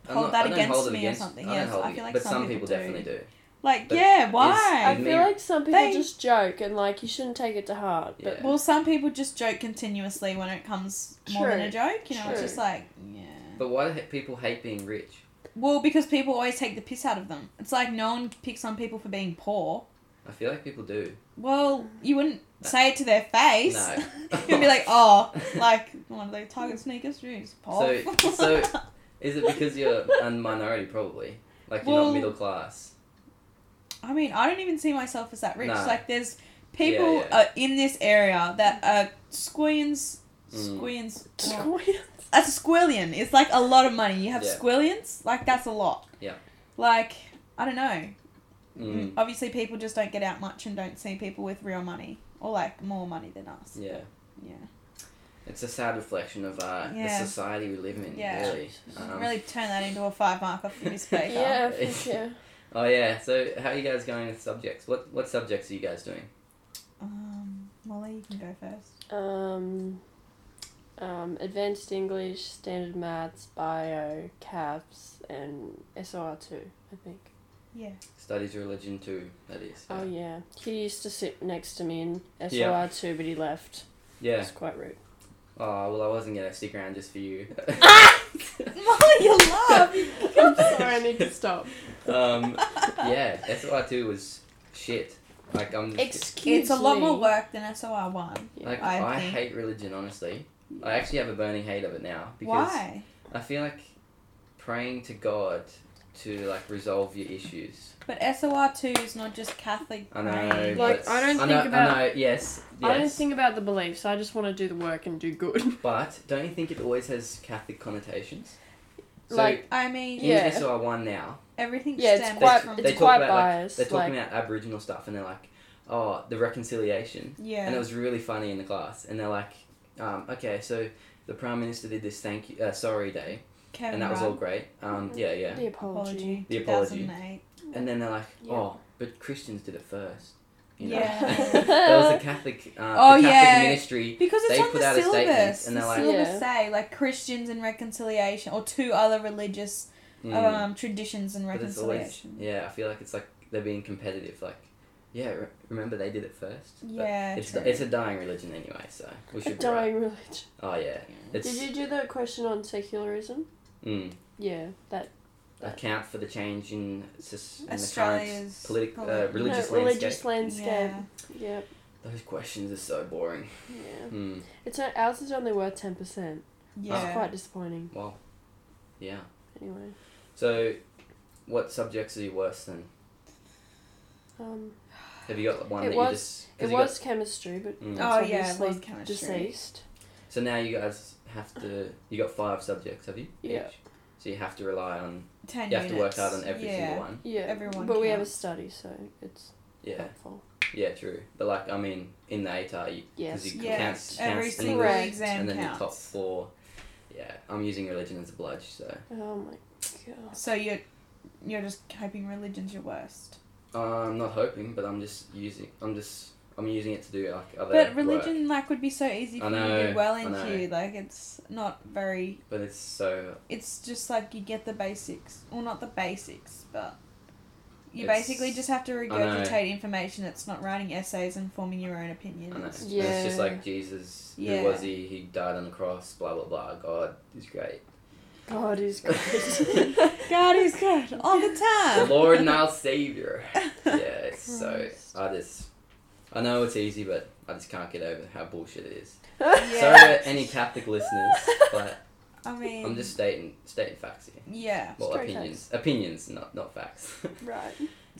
[SPEAKER 1] I'm
[SPEAKER 3] Hold
[SPEAKER 1] not-
[SPEAKER 3] that
[SPEAKER 1] I don't
[SPEAKER 3] against
[SPEAKER 1] hold it
[SPEAKER 3] me or
[SPEAKER 1] against-
[SPEAKER 3] something.
[SPEAKER 1] I don't
[SPEAKER 3] Yes,
[SPEAKER 1] hold
[SPEAKER 3] I
[SPEAKER 1] it
[SPEAKER 3] feel
[SPEAKER 1] against-
[SPEAKER 3] like
[SPEAKER 1] but
[SPEAKER 3] some
[SPEAKER 1] some people
[SPEAKER 3] people do.
[SPEAKER 1] definitely do.
[SPEAKER 3] like,
[SPEAKER 1] But
[SPEAKER 3] yeah,
[SPEAKER 2] I
[SPEAKER 3] why?
[SPEAKER 1] Isn't
[SPEAKER 2] feel
[SPEAKER 1] it-
[SPEAKER 2] like some people
[SPEAKER 3] They-
[SPEAKER 2] just joke and like you shouldn't take it to heart. But
[SPEAKER 5] *laughs*
[SPEAKER 1] Yeah.
[SPEAKER 3] Well, some people just joke continuously when it comes more than a joke. You know, it's
[SPEAKER 1] True.
[SPEAKER 3] just like, yeah.
[SPEAKER 1] But why do ha- people hate being rich?
[SPEAKER 3] Well, because people always take the piss out of them. It's like no one picks on people for being poor.
[SPEAKER 1] I feel like people do.
[SPEAKER 3] Well, you wouldn't say it to their face.
[SPEAKER 1] No.
[SPEAKER 3] *laughs*
[SPEAKER 1] *laughs*
[SPEAKER 3] You'd be like, oh, like one of those Target sneakers, shoes, poor.
[SPEAKER 1] So- so-
[SPEAKER 3] *laughs*
[SPEAKER 1] Is it because you're a minority? Probably. Like you're
[SPEAKER 3] Well,
[SPEAKER 1] not middle class.
[SPEAKER 3] I mean, I don't even see myself as that rich.
[SPEAKER 1] No.
[SPEAKER 3] Like, there's people
[SPEAKER 1] Yeah, yeah.
[SPEAKER 3] Uh, in this area that are squillions.
[SPEAKER 1] Mm.
[SPEAKER 3] Squillions.
[SPEAKER 2] Squeal.
[SPEAKER 3] A squillion is like a lot of money. You have
[SPEAKER 1] Yeah.
[SPEAKER 3] squillions, like that's a lot.
[SPEAKER 1] Yeah.
[SPEAKER 3] Like I don't know.
[SPEAKER 1] Mm.
[SPEAKER 3] Obviously, people just don't get out much and don't see people with real money or like more money than us.
[SPEAKER 1] Yeah.
[SPEAKER 3] Yeah.
[SPEAKER 1] It's a sad reflection of uh,
[SPEAKER 3] Yeah.
[SPEAKER 1] the society we live in.
[SPEAKER 3] Yeah.
[SPEAKER 1] Really. Um,
[SPEAKER 3] really turn that into a five marker for this paper.
[SPEAKER 2] *laughs* yeah, for sure.
[SPEAKER 1] Oh yeah. So how are you guys going with subjects? What what subjects are you guys doing?
[SPEAKER 3] Um, Molly, you can go first.
[SPEAKER 2] Um, um, advanced English, standard maths, bio, CAPS, and SOR two. I think.
[SPEAKER 3] Yeah.
[SPEAKER 1] Studies religion too. That is.
[SPEAKER 2] Oh yeah, he used to sit next to me in SOR
[SPEAKER 1] Yeah.
[SPEAKER 2] two, but he left.
[SPEAKER 1] yeah.
[SPEAKER 2] It's quite rude.
[SPEAKER 1] Oh well, I wasn't gonna stick around just for you.
[SPEAKER 3] *laughs* Molly, you laugh.
[SPEAKER 5] *laughs* I'm sorry, I need
[SPEAKER 1] *laughs*
[SPEAKER 5] to stop.
[SPEAKER 1] um, *laughs* yeah, SLR two was shit. Like I'm just
[SPEAKER 2] Excuse
[SPEAKER 3] It's a lot more
[SPEAKER 2] me.
[SPEAKER 3] work than SOR one.
[SPEAKER 2] Yeah.
[SPEAKER 1] like
[SPEAKER 3] I
[SPEAKER 1] I,
[SPEAKER 3] think-
[SPEAKER 1] hate religion. Honestly, I actually have a burning hate of it now because
[SPEAKER 3] Why?
[SPEAKER 1] I feel like praying to God to like resolve your issues.
[SPEAKER 3] But SOR two is not just Catholic.
[SPEAKER 1] I know.
[SPEAKER 3] praying.
[SPEAKER 5] Like,
[SPEAKER 1] but-
[SPEAKER 5] I don't
[SPEAKER 1] know,
[SPEAKER 5] think about-
[SPEAKER 1] I know. Yes. Yes.
[SPEAKER 5] I don't think about the beliefs. I just want to do the work and do good.
[SPEAKER 1] But don't you think it always has Catholic connotations? So
[SPEAKER 2] Like,
[SPEAKER 3] I mean,
[SPEAKER 1] in
[SPEAKER 2] Yeah.
[SPEAKER 1] SOR one now,
[SPEAKER 3] everything
[SPEAKER 2] Yeah, it's
[SPEAKER 3] stems
[SPEAKER 2] quite-
[SPEAKER 3] from.
[SPEAKER 1] they
[SPEAKER 2] it's
[SPEAKER 1] talk
[SPEAKER 2] quite
[SPEAKER 1] about
[SPEAKER 2] biased,
[SPEAKER 1] like they're talking
[SPEAKER 2] like-
[SPEAKER 1] about Aboriginal stuff, and they're like, oh, the reconciliation.
[SPEAKER 3] yeah.
[SPEAKER 1] and it was really funny in the class. And they're like, um, okay, so the prime minister did this thank you, uh, sorry day,
[SPEAKER 3] Kevin
[SPEAKER 1] and that was all
[SPEAKER 3] Rudd,
[SPEAKER 1] great. Um, yeah,
[SPEAKER 2] *laughs*
[SPEAKER 1] yeah.
[SPEAKER 2] The apology.
[SPEAKER 3] apology.
[SPEAKER 1] The apology.
[SPEAKER 3] 2008.
[SPEAKER 1] And then they're like,
[SPEAKER 2] Yeah.
[SPEAKER 1] oh, but Christians did it first. You know? *laughs*
[SPEAKER 3] Yeah.
[SPEAKER 1] that
[SPEAKER 2] *laughs*
[SPEAKER 1] was the Catholic, uh,
[SPEAKER 3] Oh,
[SPEAKER 1] the Catholic
[SPEAKER 3] yeah.
[SPEAKER 1] ministry.
[SPEAKER 3] Because it's
[SPEAKER 1] They
[SPEAKER 3] on
[SPEAKER 1] put
[SPEAKER 3] the
[SPEAKER 1] out a statement,
[SPEAKER 3] syllabus.
[SPEAKER 1] and they're
[SPEAKER 3] the
[SPEAKER 1] like-
[SPEAKER 3] syllabus
[SPEAKER 2] Yeah.
[SPEAKER 3] say like Christians and reconciliation, or two other religious
[SPEAKER 2] Uh,
[SPEAKER 1] Mm.
[SPEAKER 3] um, traditions and
[SPEAKER 1] But it's always-
[SPEAKER 3] reconciliation.
[SPEAKER 1] yeah, I feel like it's like they're being competitive. Like, yeah, re- remember they did it first. But
[SPEAKER 3] yeah,
[SPEAKER 1] It's,
[SPEAKER 3] true.
[SPEAKER 1] it's a dying religion anyway, so we
[SPEAKER 2] A
[SPEAKER 1] should. be right.
[SPEAKER 2] dying religion.
[SPEAKER 1] Oh yeah, it's
[SPEAKER 2] Did you do the question on secularism?
[SPEAKER 1] mm,
[SPEAKER 2] Yeah, that
[SPEAKER 1] account for the change in, sus- in the current
[SPEAKER 3] Australia's
[SPEAKER 1] politic, uh,
[SPEAKER 3] polit-
[SPEAKER 1] religious
[SPEAKER 2] no,
[SPEAKER 1] landscape.
[SPEAKER 2] religious landscape.
[SPEAKER 3] Yeah.
[SPEAKER 2] Yep.
[SPEAKER 1] Those questions are so boring.
[SPEAKER 2] Yeah.
[SPEAKER 1] Hmm.
[SPEAKER 2] It's o- ours is only worth ten percent. It's
[SPEAKER 3] Yeah.
[SPEAKER 2] quite disappointing.
[SPEAKER 1] Well, yeah.
[SPEAKER 2] Anyway,
[SPEAKER 1] So, what subjects are you worse than?
[SPEAKER 2] um,
[SPEAKER 1] Have you got one
[SPEAKER 2] It
[SPEAKER 1] that
[SPEAKER 2] was-
[SPEAKER 1] you just? 'cause
[SPEAKER 2] it
[SPEAKER 1] you got-
[SPEAKER 2] was chemistry, but
[SPEAKER 1] Mm.
[SPEAKER 3] Oh yeah, it
[SPEAKER 2] obviously
[SPEAKER 3] was chemistry.
[SPEAKER 2] deceased.
[SPEAKER 1] So now you guys have to. You got five subjects, have you?
[SPEAKER 2] Yeah.
[SPEAKER 1] Each? So you have to rely on.
[SPEAKER 3] Ten
[SPEAKER 1] You have to work
[SPEAKER 3] units.
[SPEAKER 1] hard on every
[SPEAKER 3] yeah.
[SPEAKER 1] single one.
[SPEAKER 2] Yeah,
[SPEAKER 3] Everyone
[SPEAKER 2] But we have a
[SPEAKER 3] counts.
[SPEAKER 2] study, so it's
[SPEAKER 1] Yeah.
[SPEAKER 2] helpful.
[SPEAKER 1] Yeah. True. But like, I mean, in the ATAR, you, 'cause
[SPEAKER 2] Yes.
[SPEAKER 1] you
[SPEAKER 3] Yeah,
[SPEAKER 1] counts,
[SPEAKER 3] every
[SPEAKER 1] counts
[SPEAKER 3] single
[SPEAKER 1] English,
[SPEAKER 2] Correct.
[SPEAKER 3] exam
[SPEAKER 1] and then
[SPEAKER 3] counts.
[SPEAKER 1] the top four. Yeah, I'm using religion as a bludge, so.
[SPEAKER 2] Oh my god.
[SPEAKER 3] So you're you're just hoping religion's your worst.
[SPEAKER 1] I'm not hoping, but I'm just using. I'm just. I'm using it to do like other.
[SPEAKER 3] But
[SPEAKER 1] Work,
[SPEAKER 3] religion like would be so easy
[SPEAKER 1] I
[SPEAKER 3] for you to
[SPEAKER 1] know,
[SPEAKER 3] do well
[SPEAKER 1] I know.
[SPEAKER 3] into. Like it's not very.
[SPEAKER 1] but it's so
[SPEAKER 3] It's just like you get the basics. Well, not the basics, but you
[SPEAKER 1] It's-
[SPEAKER 3] basically just have to
[SPEAKER 1] know.
[SPEAKER 3] regurgitate information. It's not writing essays and forming your own
[SPEAKER 1] I know.
[SPEAKER 3] opinions.
[SPEAKER 1] And it's just
[SPEAKER 2] Yeah.
[SPEAKER 1] like Jesus, who
[SPEAKER 3] Yeah.
[SPEAKER 1] was he? He died on the cross, blah blah blah. God is great.
[SPEAKER 2] God *laughs* is great.
[SPEAKER 1] the
[SPEAKER 3] God
[SPEAKER 2] *laughs*
[SPEAKER 3] is good all the time.
[SPEAKER 1] Lord
[SPEAKER 3] *laughs*
[SPEAKER 1] and our Savior. Yeah, it's
[SPEAKER 2] Christ.
[SPEAKER 1] so I just I know it's easy but I just can't get over how bullshit it is.
[SPEAKER 3] Yeah.
[SPEAKER 1] Sorry to any Catholic
[SPEAKER 3] *laughs*
[SPEAKER 1] listeners, but
[SPEAKER 3] I mean,
[SPEAKER 1] I'm just stating stating facts here.
[SPEAKER 3] yeah.
[SPEAKER 1] Well
[SPEAKER 2] Straight
[SPEAKER 1] opinions. Opinions, not not facts.
[SPEAKER 3] *laughs*
[SPEAKER 1] *laughs*
[SPEAKER 2] right.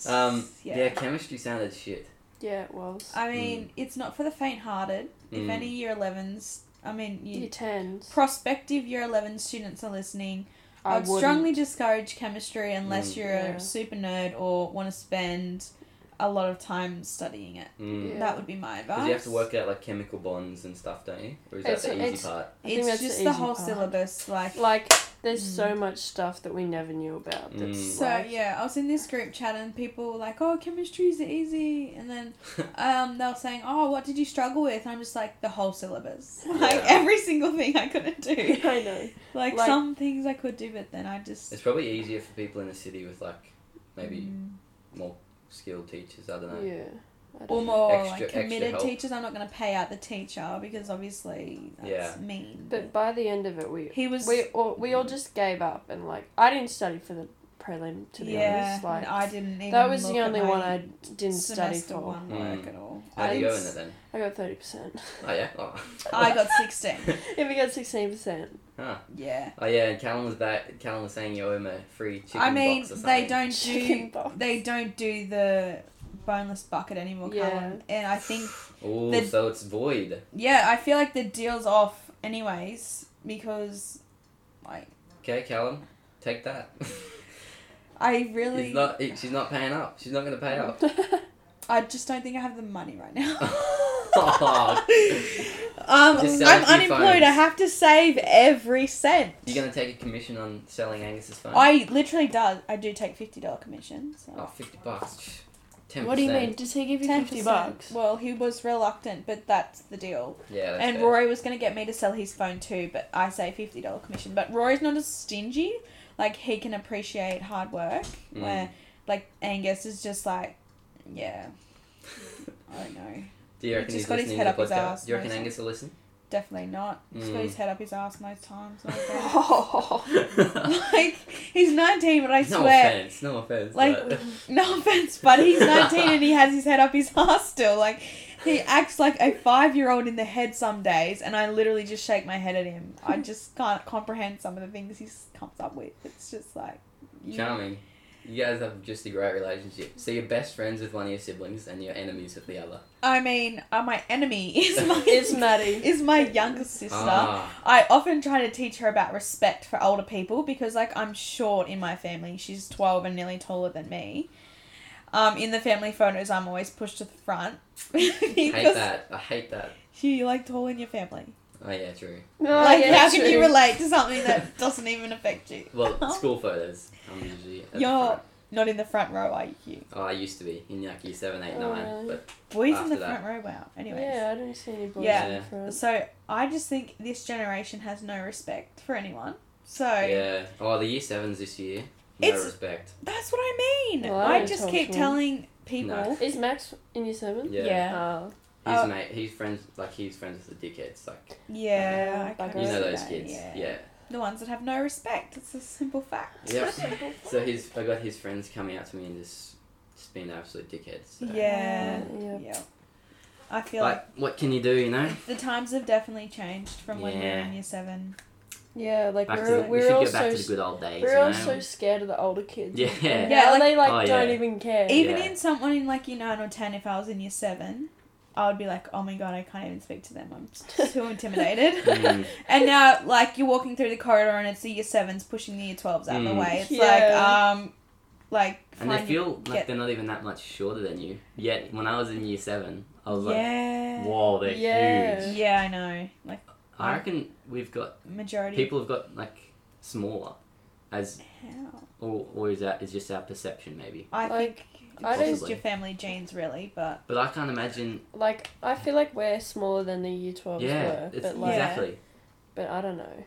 [SPEAKER 1] um
[SPEAKER 3] Yeah.
[SPEAKER 1] yeah. Hmm. chemistry sounded shit.
[SPEAKER 2] Yeah, it was.
[SPEAKER 3] I mean, it's not for the faint-hearted. If
[SPEAKER 1] Mm.
[SPEAKER 3] any year 11s, I mean, you,
[SPEAKER 2] Year tens.
[SPEAKER 3] prospective year 11 students are listening, I
[SPEAKER 2] I
[SPEAKER 3] would
[SPEAKER 2] wouldn't.
[SPEAKER 3] strongly discourage chemistry unless
[SPEAKER 1] Mm.
[SPEAKER 3] you're
[SPEAKER 2] Yeah.
[SPEAKER 3] a super nerd or want to spend a lot of time studying it.
[SPEAKER 1] Mm.
[SPEAKER 2] Yeah.
[SPEAKER 3] That would be my advice.
[SPEAKER 1] Because you have to work out like chemical bonds and stuff, don't you? Or is that
[SPEAKER 2] It's-
[SPEAKER 1] the easy
[SPEAKER 2] it's-
[SPEAKER 1] part? *laughs*
[SPEAKER 2] I think
[SPEAKER 3] It's
[SPEAKER 2] that's
[SPEAKER 3] just
[SPEAKER 2] the
[SPEAKER 3] the,
[SPEAKER 2] easy
[SPEAKER 3] whole
[SPEAKER 2] part.
[SPEAKER 3] syllabus, like. Mm.
[SPEAKER 2] Like, there's so much stuff that we never knew about. That's
[SPEAKER 1] Mm.
[SPEAKER 3] So
[SPEAKER 2] like-
[SPEAKER 3] yeah, I was in this group chat and people were like, "Oh, chemistry's easy," and then um, they were saying, "Oh, what did you struggle with?" And I'm just like, "The whole syllabus, *laughs* like
[SPEAKER 1] Yeah.
[SPEAKER 3] every single thing I couldn't do."
[SPEAKER 2] *laughs* I know. *laughs*
[SPEAKER 3] Like,
[SPEAKER 2] Like-
[SPEAKER 3] some things I could do, but then I just
[SPEAKER 1] It's probably easier for people in the city with like maybe
[SPEAKER 3] Mm.
[SPEAKER 1] more skilled teachers. I don't know.
[SPEAKER 2] Yeah. I
[SPEAKER 3] or
[SPEAKER 2] don't know.
[SPEAKER 3] more
[SPEAKER 1] Extra-
[SPEAKER 3] like
[SPEAKER 1] extra
[SPEAKER 3] committed
[SPEAKER 1] help.
[SPEAKER 3] teachers. I'm not going to pay out the teacher because obviously that's
[SPEAKER 1] Yeah.
[SPEAKER 3] mean.
[SPEAKER 2] But by the end of it, we
[SPEAKER 3] he was
[SPEAKER 2] we all we all just gave up and like I didn't study for the prelim to be
[SPEAKER 3] yeah,
[SPEAKER 2] honest. Like
[SPEAKER 3] and I didn't. Even
[SPEAKER 2] that was the
[SPEAKER 3] look at
[SPEAKER 2] only
[SPEAKER 3] my
[SPEAKER 2] one I didn't study
[SPEAKER 3] semester
[SPEAKER 2] for.
[SPEAKER 3] one
[SPEAKER 1] Mm.
[SPEAKER 3] work at all.
[SPEAKER 1] How do you
[SPEAKER 2] I-
[SPEAKER 1] go in it then?
[SPEAKER 2] I got thirty
[SPEAKER 1] *laughs*
[SPEAKER 2] percent. *laughs*
[SPEAKER 1] Oh yeah. Oh.
[SPEAKER 3] I
[SPEAKER 1] *laughs*
[SPEAKER 3] got sixteen.
[SPEAKER 2] If we got sixteen percent,
[SPEAKER 1] Huh.
[SPEAKER 3] Yeah,
[SPEAKER 1] Oh yeah. And Callum was back. Callum was saying you owe him a free chicken
[SPEAKER 3] I mean
[SPEAKER 1] box or
[SPEAKER 3] they
[SPEAKER 1] something.
[SPEAKER 3] don't
[SPEAKER 2] Chicken
[SPEAKER 3] do
[SPEAKER 2] box.
[SPEAKER 3] they don't do the boneless bucket anymore,
[SPEAKER 2] Yeah.
[SPEAKER 3] Callum. And I think
[SPEAKER 1] Oh,
[SPEAKER 3] the-
[SPEAKER 1] so it's void.
[SPEAKER 3] yeah, I feel like the deal's off anyways because like
[SPEAKER 1] Okay, Callum, take that. *laughs*
[SPEAKER 3] I
[SPEAKER 1] He's
[SPEAKER 3] really
[SPEAKER 1] not. he- she's not paying up. She's not going to
[SPEAKER 2] *laughs*
[SPEAKER 1] pay
[SPEAKER 3] *laughs*
[SPEAKER 1] up.
[SPEAKER 3] I just don't think I have the money
[SPEAKER 1] *laughs*
[SPEAKER 3] right now.
[SPEAKER 1] You're
[SPEAKER 3] Um,
[SPEAKER 1] Just sell
[SPEAKER 3] I'm
[SPEAKER 1] a few
[SPEAKER 3] unemployed.
[SPEAKER 1] phones.
[SPEAKER 3] I have to save every cent.
[SPEAKER 1] going to take a commission on selling Angus's phone.
[SPEAKER 3] I literally do. I do take fifty dollar commissions. So.
[SPEAKER 1] Oh, 50 bucks. 10%.
[SPEAKER 2] What do you mean? Does he give you 50 bucks?
[SPEAKER 3] Well, he was reluctant, but that's the deal.
[SPEAKER 1] Yeah, that's
[SPEAKER 3] and
[SPEAKER 1] fair.
[SPEAKER 3] Rory was going to get me to sell his phone too, but I say fifty dollar commission. But Rory's not as stingy. Like he can appreciate hard work.
[SPEAKER 1] Mm.
[SPEAKER 3] Where like Angus is just like, yeah, I don't know,
[SPEAKER 1] *laughs* Do you
[SPEAKER 3] He's
[SPEAKER 1] reckon
[SPEAKER 3] just
[SPEAKER 1] he's
[SPEAKER 3] got his
[SPEAKER 1] listening
[SPEAKER 3] head
[SPEAKER 1] to
[SPEAKER 3] up
[SPEAKER 1] the
[SPEAKER 3] his
[SPEAKER 1] podcast?
[SPEAKER 3] ass
[SPEAKER 1] Do you reckon
[SPEAKER 3] most-
[SPEAKER 1] Angus will listen? *laughs*
[SPEAKER 3] definitely not. He's got
[SPEAKER 1] Mm.
[SPEAKER 3] his head up his ass most times.
[SPEAKER 1] *laughs*
[SPEAKER 3] Like, that.
[SPEAKER 1] no
[SPEAKER 3] *laughs* *laughs* like he's nineteen, but I swear,
[SPEAKER 1] offense, no offense.
[SPEAKER 3] Like-
[SPEAKER 1] but-
[SPEAKER 3] No offense, but he's 19 and he has his head up his ass still. Like, he acts like a five year old in the head some days, and I literally just shake my head at him. I just can't comprehend some of the things he comes up with. It's just like.
[SPEAKER 1] *laughs*
[SPEAKER 3] you-
[SPEAKER 1] Charming. You guys have just a great relationship. So you're best friends with one of your siblings and you're enemies with the other.
[SPEAKER 3] I mean, uh, my enemy *laughs* is my,
[SPEAKER 2] *laughs* It's Maddie.
[SPEAKER 3] is my younger sister.
[SPEAKER 1] Ah,
[SPEAKER 3] I often try to teach her about respect for older people because, like, I'm short in my family. She's 12 and nearly taller than me. Um, in the family photos, I'm always pushed to the front. *laughs*
[SPEAKER 1] I hate
[SPEAKER 3] because
[SPEAKER 1] that. I hate that.
[SPEAKER 3] you like tall in your family.
[SPEAKER 1] Oh yeah, true.
[SPEAKER 2] Oh,
[SPEAKER 3] like, how can you relate to something that doesn't even affect you? *laughs*
[SPEAKER 1] Well, school photos. I'm usually at the
[SPEAKER 3] You're-
[SPEAKER 1] front.
[SPEAKER 3] Not in the front row, are you?
[SPEAKER 1] Oh, I used to be in like year seven, eight, nine.
[SPEAKER 2] Oh, really?
[SPEAKER 1] But
[SPEAKER 3] Boys in
[SPEAKER 1] After
[SPEAKER 3] the
[SPEAKER 1] that.
[SPEAKER 3] front row, wow. Anyways.
[SPEAKER 2] Yeah, I don't see any boys
[SPEAKER 3] Yeah.
[SPEAKER 2] in the front.
[SPEAKER 3] So, I just think this generation has no respect for anyone. So,
[SPEAKER 1] yeah. Oh, the year sevens this year. No
[SPEAKER 3] It's-
[SPEAKER 1] respect.
[SPEAKER 3] that's what I mean.
[SPEAKER 2] Well,
[SPEAKER 3] I
[SPEAKER 2] I'm
[SPEAKER 3] just
[SPEAKER 2] tall
[SPEAKER 3] keep
[SPEAKER 2] too.
[SPEAKER 3] telling people.
[SPEAKER 1] No.
[SPEAKER 2] Is Max in your seven?
[SPEAKER 1] Yeah.
[SPEAKER 3] Yeah.
[SPEAKER 2] Oh.
[SPEAKER 1] He's
[SPEAKER 3] Uh,
[SPEAKER 1] mate. He's friends. Like he's friends with the dickheads. Like
[SPEAKER 3] Yeah,
[SPEAKER 2] Uh,
[SPEAKER 3] I can
[SPEAKER 1] you know
[SPEAKER 3] see
[SPEAKER 1] those
[SPEAKER 3] that,
[SPEAKER 1] kids. Yeah.
[SPEAKER 3] The ones that have no respect. It's a simple fact.
[SPEAKER 1] Yep. So his, I got his friends coming out to me and just, just being absolute dickheads. So.
[SPEAKER 3] Yeah.
[SPEAKER 2] Uh, *laughs* yeah.
[SPEAKER 3] Yeah. I feel
[SPEAKER 1] But what can you do? You know.
[SPEAKER 3] like the times have definitely changed from when we were
[SPEAKER 1] Yeah.
[SPEAKER 3] in year seven.
[SPEAKER 2] Yeah, like
[SPEAKER 1] Back to
[SPEAKER 2] we're,
[SPEAKER 1] the, we
[SPEAKER 2] we're
[SPEAKER 1] should
[SPEAKER 2] all
[SPEAKER 1] go back
[SPEAKER 2] so
[SPEAKER 1] to the good old days.
[SPEAKER 2] we're
[SPEAKER 1] you
[SPEAKER 2] all
[SPEAKER 1] know?
[SPEAKER 2] so scared of the older kids.
[SPEAKER 1] Yeah.
[SPEAKER 2] And
[SPEAKER 3] Yeah,
[SPEAKER 2] now
[SPEAKER 3] like-
[SPEAKER 2] they like
[SPEAKER 1] Oh,
[SPEAKER 2] don't
[SPEAKER 1] yeah.
[SPEAKER 2] even care.
[SPEAKER 3] Even
[SPEAKER 1] Yeah.
[SPEAKER 3] in someone in like year nine or ten, if I was in year seven, I would be like, oh my god, I can't even speak to them. I'm
[SPEAKER 1] *laughs*
[SPEAKER 2] *laughs*
[SPEAKER 3] just too intimidated.
[SPEAKER 1] Mm.
[SPEAKER 3] and now, like, you're walking through the corridor and it's the year sevens pushing the year twelves out of the
[SPEAKER 1] Mm.
[SPEAKER 3] way. It's
[SPEAKER 2] Yeah.
[SPEAKER 3] like, um, like,
[SPEAKER 1] And they
[SPEAKER 3] find your-
[SPEAKER 1] feel like
[SPEAKER 3] get-
[SPEAKER 1] they're not even that much shorter than you. Yet when I was in year seven, I was
[SPEAKER 3] yeah.
[SPEAKER 1] like, "Whoa, they're
[SPEAKER 2] Yeah.
[SPEAKER 1] huge."
[SPEAKER 3] Yeah, I know. Like,
[SPEAKER 1] I reckon we've got
[SPEAKER 3] majority.
[SPEAKER 1] people have got like smaller, as
[SPEAKER 3] How?
[SPEAKER 1] or, or is that is just our perception maybe?
[SPEAKER 3] I
[SPEAKER 2] Like,
[SPEAKER 3] think
[SPEAKER 2] I
[SPEAKER 3] it's
[SPEAKER 2] don't-
[SPEAKER 3] just your family genes, really. But
[SPEAKER 1] But I can't imagine.
[SPEAKER 2] Like I feel like we're smaller than the year twelves
[SPEAKER 1] Yeah,
[SPEAKER 2] were.
[SPEAKER 1] it's,
[SPEAKER 2] But like
[SPEAKER 1] exactly.
[SPEAKER 2] but I don't know.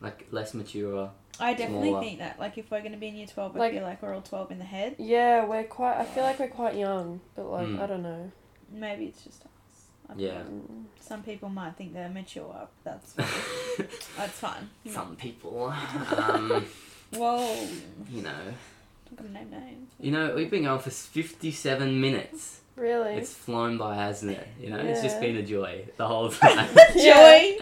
[SPEAKER 1] Like less mature.
[SPEAKER 3] I definitely
[SPEAKER 1] Smaller.
[SPEAKER 3] think that, like, if we're gonna be in year twelve, I
[SPEAKER 2] Like-
[SPEAKER 3] feel like we're all twelve in the head.
[SPEAKER 2] Yeah, we're quite I feel like we're quite young, but like
[SPEAKER 1] Mm.
[SPEAKER 2] I don't know.
[SPEAKER 3] Maybe it's just us. I don't
[SPEAKER 1] Yeah.
[SPEAKER 3] know.
[SPEAKER 2] Mm.
[SPEAKER 3] Some people might think they're mature. That's that's fine.
[SPEAKER 1] *laughs* Some people. Um,
[SPEAKER 3] Whoa.
[SPEAKER 1] you know.
[SPEAKER 3] I'm gonna
[SPEAKER 1] *laughs*
[SPEAKER 3] name names.
[SPEAKER 1] You know, we've been going for fifty-seven minutes.
[SPEAKER 2] Really?
[SPEAKER 1] It's flown by, hasn't it? You know, it's just
[SPEAKER 2] Yeah.
[SPEAKER 1] been a joy the
[SPEAKER 2] *laughs*
[SPEAKER 1] whole time.
[SPEAKER 3] *laughs*
[SPEAKER 2] Yeah.
[SPEAKER 3] Joy.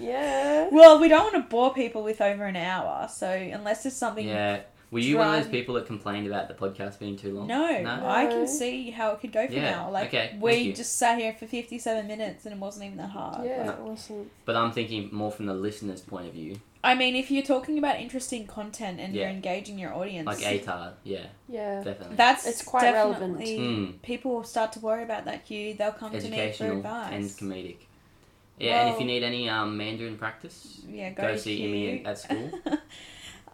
[SPEAKER 2] yeah.
[SPEAKER 3] Well, we don't want to bore people with over an hour, so unless there's something.
[SPEAKER 1] yeah. Were you one of those
[SPEAKER 3] Drive-
[SPEAKER 1] people that complained about the podcast being too long?
[SPEAKER 3] No,
[SPEAKER 1] No.
[SPEAKER 3] I can
[SPEAKER 2] No.
[SPEAKER 3] see how it could go from
[SPEAKER 1] Yeah,
[SPEAKER 3] now. Like
[SPEAKER 1] okay, thank
[SPEAKER 3] we
[SPEAKER 1] you.
[SPEAKER 3] just sat here for fifty-seven minutes and it wasn't even that hard.
[SPEAKER 2] Yeah,
[SPEAKER 1] No.
[SPEAKER 2] it wasn't.
[SPEAKER 1] But I'm thinking more from the listener's point of view,
[SPEAKER 3] I mean, if you're talking about interesting content and you're
[SPEAKER 1] Yeah.
[SPEAKER 3] engaging your audience,
[SPEAKER 1] like ATAR. Yeah,
[SPEAKER 2] Yeah.
[SPEAKER 1] definitely.
[SPEAKER 3] that's
[SPEAKER 2] It's quite
[SPEAKER 3] definitely-
[SPEAKER 2] relevant.
[SPEAKER 1] Mm,
[SPEAKER 3] People will start to worry about that, Hugh. They'll come to me for
[SPEAKER 1] educational and
[SPEAKER 3] advice.
[SPEAKER 1] comedic. Yeah, and if you
[SPEAKER 3] Well-
[SPEAKER 1] need any um, Mandarin practice,
[SPEAKER 3] yeah, go,
[SPEAKER 1] go, see Emmy
[SPEAKER 3] Hugh.
[SPEAKER 1] at
[SPEAKER 3] *laughs*
[SPEAKER 1] school. *laughs*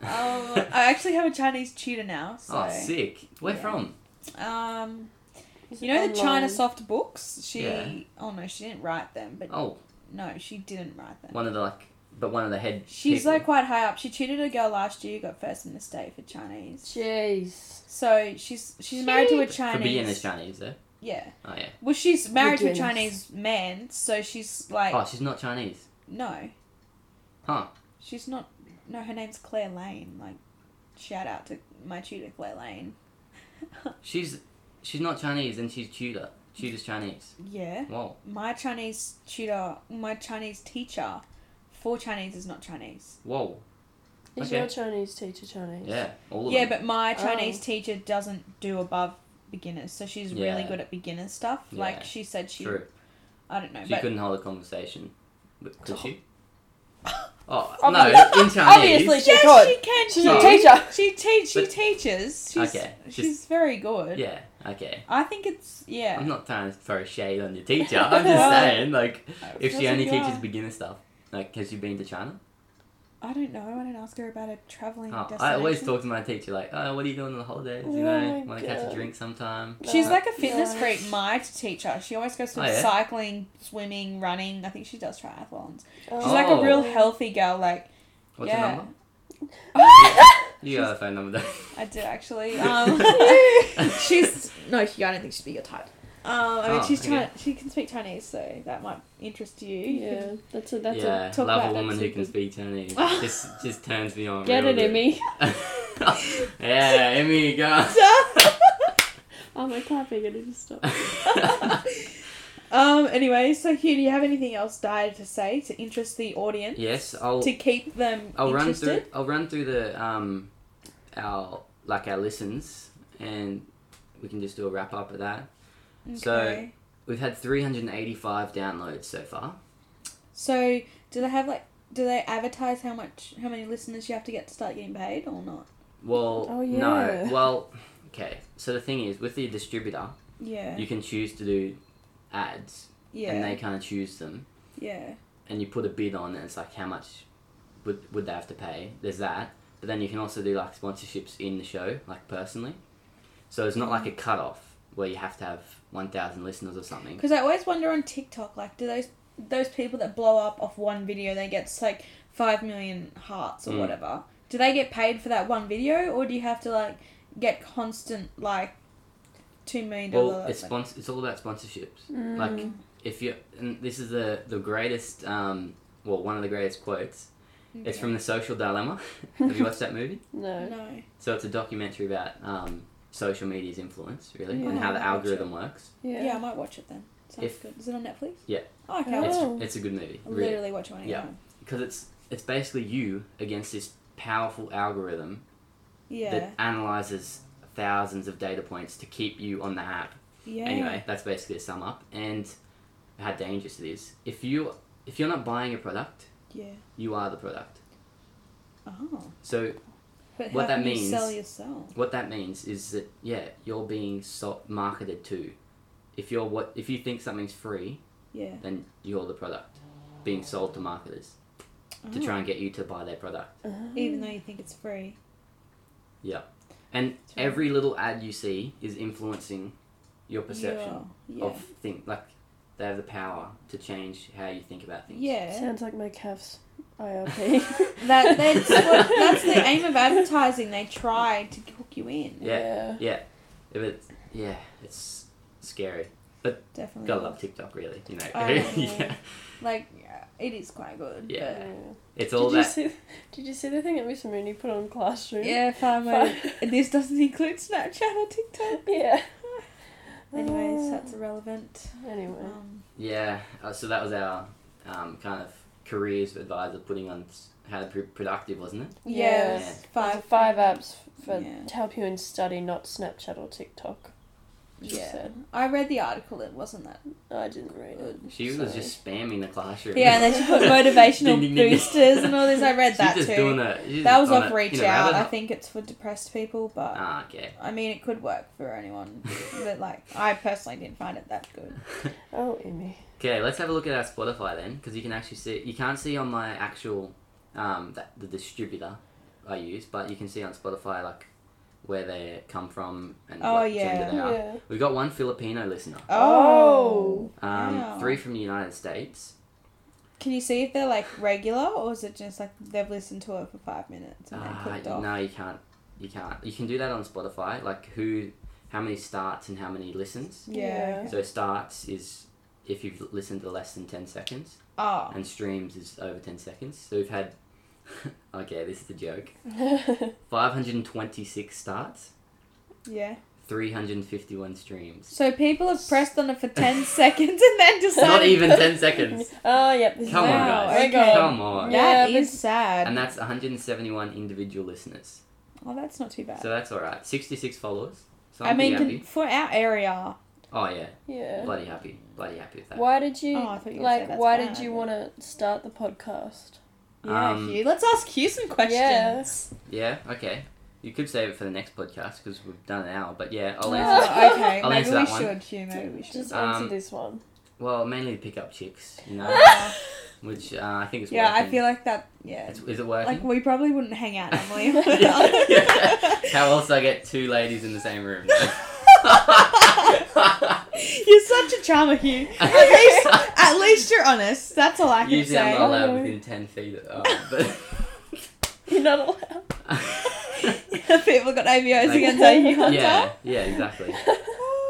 [SPEAKER 3] um, I actually have a Chinese tutor now. So,
[SPEAKER 1] oh, sick! Where
[SPEAKER 3] Oh, yeah.
[SPEAKER 1] from?
[SPEAKER 3] um,
[SPEAKER 2] Is
[SPEAKER 3] you
[SPEAKER 2] it
[SPEAKER 3] know the China
[SPEAKER 2] online?
[SPEAKER 3] soft books. She,
[SPEAKER 1] Yeah.
[SPEAKER 3] oh no, she didn't write them, but
[SPEAKER 1] Oh,
[SPEAKER 3] no, she didn't write them.
[SPEAKER 1] one of the like, but one of the head.
[SPEAKER 3] She's
[SPEAKER 1] people.
[SPEAKER 3] like quite high up. She tutored a girl last year who got first in the state for Chinese.
[SPEAKER 2] Jeez.
[SPEAKER 3] So she's she's married to a Chinese.
[SPEAKER 1] for beginners Chinese though.
[SPEAKER 3] Yeah.
[SPEAKER 1] Oh yeah.
[SPEAKER 3] Well, she's married to a
[SPEAKER 2] Indians.
[SPEAKER 3] Chinese man, so she's like,
[SPEAKER 1] Oh, she's not Chinese,
[SPEAKER 3] no,
[SPEAKER 1] huh?
[SPEAKER 3] she's not. No, her name's Claire Lane. Like, shout out to my tutor, Claire Lane.
[SPEAKER 1] She's she's not Chinese and she's Tudor. Tudor's Chinese.
[SPEAKER 3] Yeah,
[SPEAKER 1] Whoa.
[SPEAKER 3] my Chinese tutor, my Chinese teacher for Chinese is not Chinese.
[SPEAKER 1] Whoa.
[SPEAKER 2] Is
[SPEAKER 1] Okay.
[SPEAKER 2] your Chinese teacher Chinese?
[SPEAKER 1] Yeah. All of
[SPEAKER 3] yeah,
[SPEAKER 1] them.
[SPEAKER 3] but my Chinese
[SPEAKER 2] Oh.
[SPEAKER 3] teacher doesn't do above beginners, so she's really
[SPEAKER 1] Yeah.
[SPEAKER 3] good at beginner stuff.
[SPEAKER 1] Yeah.
[SPEAKER 3] Like she said, she
[SPEAKER 1] True.
[SPEAKER 3] I don't know,
[SPEAKER 1] She
[SPEAKER 3] but *laughs*
[SPEAKER 1] couldn't hold a conversation. But could she? Oh,
[SPEAKER 2] Obviously-
[SPEAKER 1] no, in Chinese.
[SPEAKER 2] obviously she
[SPEAKER 3] yes,
[SPEAKER 2] could.
[SPEAKER 3] she can.
[SPEAKER 2] She's
[SPEAKER 1] No.
[SPEAKER 2] a
[SPEAKER 3] teach.
[SPEAKER 2] teacher.
[SPEAKER 3] She teach. She
[SPEAKER 1] But-
[SPEAKER 3] teaches. She's,
[SPEAKER 1] Okay,
[SPEAKER 3] She's
[SPEAKER 1] just-
[SPEAKER 3] very good.
[SPEAKER 1] Yeah, Mm-hmm. okay.
[SPEAKER 3] I think it's yeah.
[SPEAKER 1] I'm not trying to throw shade on your
[SPEAKER 3] *laughs*
[SPEAKER 1] teacher. I'm just
[SPEAKER 3] Well,
[SPEAKER 1] saying, like,
[SPEAKER 3] Uh,
[SPEAKER 1] if she
[SPEAKER 3] doesn't
[SPEAKER 1] only
[SPEAKER 3] you
[SPEAKER 1] teaches
[SPEAKER 3] are.
[SPEAKER 1] beginner stuff, like, has she been to China?
[SPEAKER 3] I don't know. I didn't ask her about a traveling
[SPEAKER 1] Oh,
[SPEAKER 3] destination.
[SPEAKER 1] I always talk to my teacher like, "Oh, what are you doing on the holidays? You
[SPEAKER 5] Oh
[SPEAKER 1] know,
[SPEAKER 5] my
[SPEAKER 1] want to catch a
[SPEAKER 5] God.
[SPEAKER 1] drink sometime?"
[SPEAKER 3] She's
[SPEAKER 1] Uh,
[SPEAKER 3] like a fitness
[SPEAKER 5] Gosh.
[SPEAKER 3] freak. My teacher. She always goes to
[SPEAKER 1] Oh, yeah?
[SPEAKER 3] cycling, swimming, running. I think she does triathlons.
[SPEAKER 5] Oh.
[SPEAKER 3] She's like
[SPEAKER 2] *laughs*
[SPEAKER 3] a real
[SPEAKER 5] Oh.
[SPEAKER 3] healthy girl. Like
[SPEAKER 1] "What's
[SPEAKER 3] yeah.
[SPEAKER 1] your number?" You got a phone number. Though.
[SPEAKER 3] *laughs* I
[SPEAKER 1] *laughs*
[SPEAKER 3] did actually. Um, *laughs* she's no. She, I don't think she'd be your type. Um, I mean,
[SPEAKER 1] Oh,
[SPEAKER 3] she's
[SPEAKER 1] okay.
[SPEAKER 3] Chi- she can speak Chinese, so that might interest you. You
[SPEAKER 5] Yeah,
[SPEAKER 3] could-
[SPEAKER 5] that's a that's
[SPEAKER 1] yeah,
[SPEAKER 5] a talk
[SPEAKER 1] love
[SPEAKER 5] about
[SPEAKER 1] a woman
[SPEAKER 5] that
[SPEAKER 1] who can
[SPEAKER 5] super- *laughs*
[SPEAKER 1] speak Chinese. just just turns me on.
[SPEAKER 5] Get
[SPEAKER 1] real
[SPEAKER 5] it,
[SPEAKER 1] good.
[SPEAKER 2] *laughs*
[SPEAKER 5] Emmy.
[SPEAKER 1] *laughs* yeah, Emmy, go. *laughs*
[SPEAKER 5] Oh, my clapping it didn't stop.
[SPEAKER 3] *laughs* um. Anyway, so Hugh, do you have anything else dire to say to interest the audience?
[SPEAKER 1] yes, I'll
[SPEAKER 3] To keep them
[SPEAKER 1] I'll run
[SPEAKER 3] interested.
[SPEAKER 1] through I'll run through the um our like our listens and we can just do a wrap up of that. So-
[SPEAKER 3] Okay.
[SPEAKER 1] We've had 385 downloads so far.
[SPEAKER 3] So, do they have like? Do they advertise how much, how many listeners you have to get to start getting paid, or not?
[SPEAKER 1] Well,
[SPEAKER 2] Oh,
[SPEAKER 1] no.
[SPEAKER 2] yeah.
[SPEAKER 1] Well, okay. So the thing is, with the distributor,
[SPEAKER 3] Yeah.
[SPEAKER 1] you can choose to do ads,
[SPEAKER 3] yeah.
[SPEAKER 1] and they kind of choose them,
[SPEAKER 3] yeah.
[SPEAKER 1] and you put a bid on, and it's like how much would would they have to pay? There's that, but then you can also do like sponsorships in the show, like personally. So it's not like a cut off where you have to have one thousand listeners or something.
[SPEAKER 3] Because I always wonder on TikTok, like, do those those people that blow up off one video, they get like five million hearts or
[SPEAKER 1] Mm.
[SPEAKER 3] whatever. Do they get paid for that one video, or do you have to like get constant like two million
[SPEAKER 1] Well,
[SPEAKER 3] dollars? Mm.
[SPEAKER 1] it's
[SPEAKER 3] like-
[SPEAKER 1] spons- It's all about sponsorships.
[SPEAKER 2] Mm,
[SPEAKER 1] Like if you, and this is the the greatest, um, well, one of the greatest quotes. It's from the Social
[SPEAKER 3] *laughs*
[SPEAKER 1] Dilemma. have you watched that movie?
[SPEAKER 2] No.
[SPEAKER 3] no.
[SPEAKER 1] So it's a documentary about um, social media's influence, really, and
[SPEAKER 2] Yeah.
[SPEAKER 1] how the
[SPEAKER 3] Oh,
[SPEAKER 1] algorithm works.
[SPEAKER 2] Yeah.
[SPEAKER 3] Yeah. I might watch it then. Sounds
[SPEAKER 1] If-
[SPEAKER 3] good. Is it on Netflix?
[SPEAKER 1] Yeah.
[SPEAKER 3] Oh, okay. I'll
[SPEAKER 2] Yeah.
[SPEAKER 3] watch
[SPEAKER 2] Oh.
[SPEAKER 1] It's, it's a good movie,
[SPEAKER 3] it. I'll
[SPEAKER 1] really,
[SPEAKER 3] literally watch it when I get
[SPEAKER 1] Yeah.
[SPEAKER 3] home.
[SPEAKER 1] because it's it's basically you against this powerful algorithm
[SPEAKER 3] Yeah.
[SPEAKER 1] that analyzes thousands of data points to keep you on the app.
[SPEAKER 3] yeah.
[SPEAKER 1] Anyway, that's basically a sum up and how dangerous it is. If you if you're not buying a product,
[SPEAKER 3] Yeah.
[SPEAKER 1] you are the product.
[SPEAKER 3] Oh.
[SPEAKER 1] So
[SPEAKER 3] But
[SPEAKER 1] What
[SPEAKER 3] how
[SPEAKER 1] that
[SPEAKER 3] can
[SPEAKER 1] means-
[SPEAKER 3] you sell yourself?
[SPEAKER 1] what that means is that yeah, you're being so- marketed to. If you're what if you think something's free,
[SPEAKER 3] Yeah.
[SPEAKER 1] then you're the product being sold to marketers to
[SPEAKER 3] Oh.
[SPEAKER 1] try and get you to buy their product.
[SPEAKER 2] Uh-huh.
[SPEAKER 3] Even though you think it's free.
[SPEAKER 1] And
[SPEAKER 3] right.
[SPEAKER 1] every little ad you see is influencing your perception
[SPEAKER 3] You're- Yeah.
[SPEAKER 1] of things. Like they have the power to change how you think about things.
[SPEAKER 3] yeah.
[SPEAKER 2] Sounds like my calf's
[SPEAKER 3] *laughs*
[SPEAKER 2] IRP.
[SPEAKER 1] *laughs*
[SPEAKER 3] That that's what, that's the aim of advertising. They try to hook you in.
[SPEAKER 1] Yeah. If it's, yeah, it's scary.
[SPEAKER 3] Definitely.
[SPEAKER 1] Gotta love TikTok, really. You know, *laughs*
[SPEAKER 3] Oh,
[SPEAKER 1] yeah.
[SPEAKER 3] yeah. Like yeah, it is quite good.
[SPEAKER 1] Yeah.
[SPEAKER 2] Yeah.
[SPEAKER 1] it's all
[SPEAKER 2] Did you
[SPEAKER 1] that.
[SPEAKER 2] see? Did you see the thing that Miss Mooney put on
[SPEAKER 3] But,
[SPEAKER 2] classroom? *laughs*
[SPEAKER 3] yeah, Farmer. this doesn't include Snapchat or TikTok.
[SPEAKER 2] Yeah.
[SPEAKER 3] *laughs*
[SPEAKER 2] Ah.
[SPEAKER 3] Anyways, that's irrelevant.
[SPEAKER 2] *sighs* Anyway.
[SPEAKER 3] Um,
[SPEAKER 1] Yeah, uh, so that was our um, kind of careers advisor putting on s- how to be productive, wasn't it?
[SPEAKER 3] yeah, it was
[SPEAKER 1] Yeah.
[SPEAKER 2] Five
[SPEAKER 3] five
[SPEAKER 2] five apps for
[SPEAKER 3] Yeah.
[SPEAKER 2] to help you in study, not Snapchat or TikTok. She
[SPEAKER 3] Yeah,
[SPEAKER 2] said.
[SPEAKER 3] I read the article. It wasn't that
[SPEAKER 2] I didn't read it.
[SPEAKER 3] good.
[SPEAKER 1] She was
[SPEAKER 2] Sorry.
[SPEAKER 1] just spamming the classroom.
[SPEAKER 3] Yeah, and then she
[SPEAKER 2] *laughs*
[SPEAKER 1] *laughs*
[SPEAKER 3] put
[SPEAKER 1] Ding,
[SPEAKER 3] motivational
[SPEAKER 1] ding, ding.
[SPEAKER 3] boosters and all this. I read
[SPEAKER 1] She's
[SPEAKER 3] that
[SPEAKER 1] just
[SPEAKER 3] too.
[SPEAKER 1] doing a- she's
[SPEAKER 3] that was
[SPEAKER 1] on
[SPEAKER 3] off
[SPEAKER 1] a-
[SPEAKER 3] reach
[SPEAKER 1] in a
[SPEAKER 3] out.
[SPEAKER 1] rabbit
[SPEAKER 3] I
[SPEAKER 1] hole.
[SPEAKER 3] think it's for depressed people, but
[SPEAKER 1] Ah, okay. *laughs*
[SPEAKER 3] I mean, it could work for anyone, but like I personally didn't find it that good.
[SPEAKER 2] Oh, Emmy.
[SPEAKER 1] Okay, let's have a look at our Spotify then, because you can actually see. You can't see on my actual, um, that, the distributor I use, but you can see on Spotify like where they come from and
[SPEAKER 3] Oh,
[SPEAKER 1] what
[SPEAKER 3] yeah.
[SPEAKER 1] gender they are.
[SPEAKER 2] Yeah.
[SPEAKER 1] We've got one Filipino listener,
[SPEAKER 2] Oh.
[SPEAKER 1] um,
[SPEAKER 3] Wow.
[SPEAKER 1] three from the United States.
[SPEAKER 3] Can you see if they're like regular or is it just like they've listened to it for five minutes and then
[SPEAKER 1] Ah,
[SPEAKER 3] clicked off?
[SPEAKER 1] no, you can't. You can't. You can do that on Spotify, like who, how many starts and how many listens.
[SPEAKER 3] Yeah.
[SPEAKER 1] So starts is if you've listened to less than ten seconds.
[SPEAKER 3] Oh.
[SPEAKER 1] and streams is over 10 seconds. So we've had, *laughs* okay, this is a joke 526 starts,
[SPEAKER 3] Yeah.
[SPEAKER 1] 351 streams.
[SPEAKER 3] So people have pressed on it for ten *laughs* seconds and then
[SPEAKER 2] *laughs*
[SPEAKER 3] decided.
[SPEAKER 1] Not even 10 seconds.
[SPEAKER 2] oh, yep. This
[SPEAKER 1] Come
[SPEAKER 2] is
[SPEAKER 1] on,
[SPEAKER 3] Wow,
[SPEAKER 1] guys.
[SPEAKER 3] okay.
[SPEAKER 1] Come on.
[SPEAKER 2] Yeah.
[SPEAKER 3] That is
[SPEAKER 2] but-
[SPEAKER 3] sad.
[SPEAKER 1] And that's 171 individual listeners.
[SPEAKER 3] oh, that's not too bad.
[SPEAKER 1] So that's alright. 66 followers. So I'm
[SPEAKER 3] I mean,
[SPEAKER 1] pretty happy.
[SPEAKER 3] con- for our area,
[SPEAKER 1] Oh, yeah.
[SPEAKER 2] Yeah.
[SPEAKER 1] Bloody happy. Bloody happy with that.
[SPEAKER 2] Why did you
[SPEAKER 3] Oh, I thought you were gonna say
[SPEAKER 2] like?
[SPEAKER 3] that's
[SPEAKER 2] Why
[SPEAKER 3] bad,
[SPEAKER 2] did you
[SPEAKER 3] but-
[SPEAKER 2] want to start the podcast?
[SPEAKER 3] yeah,
[SPEAKER 1] Um,
[SPEAKER 3] Hugh. Let's ask Hugh some questions.
[SPEAKER 2] Yeah.
[SPEAKER 1] Yeah, okay. You could save it for the next podcast because we've done an hour, but yeah, I'll
[SPEAKER 2] No.
[SPEAKER 1] answer.
[SPEAKER 3] Oh, okay,
[SPEAKER 1] I'll
[SPEAKER 3] maybe
[SPEAKER 1] answer
[SPEAKER 3] we
[SPEAKER 1] that one.
[SPEAKER 3] should, Hugh. Maybe we should.
[SPEAKER 2] Just answer
[SPEAKER 1] Um,
[SPEAKER 2] this one. *laughs*
[SPEAKER 1] Well, mainly to pick up chicks, you know,
[SPEAKER 3] *laughs*
[SPEAKER 1] which uh, I think is
[SPEAKER 3] yeah,
[SPEAKER 1] working.
[SPEAKER 3] I feel like that. Yeah,
[SPEAKER 1] It's, is it working?
[SPEAKER 3] like we probably wouldn't hang out,
[SPEAKER 1] *laughs*
[SPEAKER 3] Emily. *laughs*
[SPEAKER 1] Yeah, yeah. How else do I get two ladies in the same
[SPEAKER 3] *laughs*
[SPEAKER 1] room? *laughs*
[SPEAKER 3] You're such a charmer, Hugh. At least, at least you're honest. That's all I can
[SPEAKER 1] Usually I'm
[SPEAKER 3] say.
[SPEAKER 1] not allowed within 10 feet of oh,
[SPEAKER 3] *laughs*
[SPEAKER 1] but
[SPEAKER 4] You're not allowed.
[SPEAKER 3] *laughs* People got ABOs
[SPEAKER 1] Like-
[SPEAKER 3] against our Hugh Hunter.
[SPEAKER 1] yeah, yeah, exactly.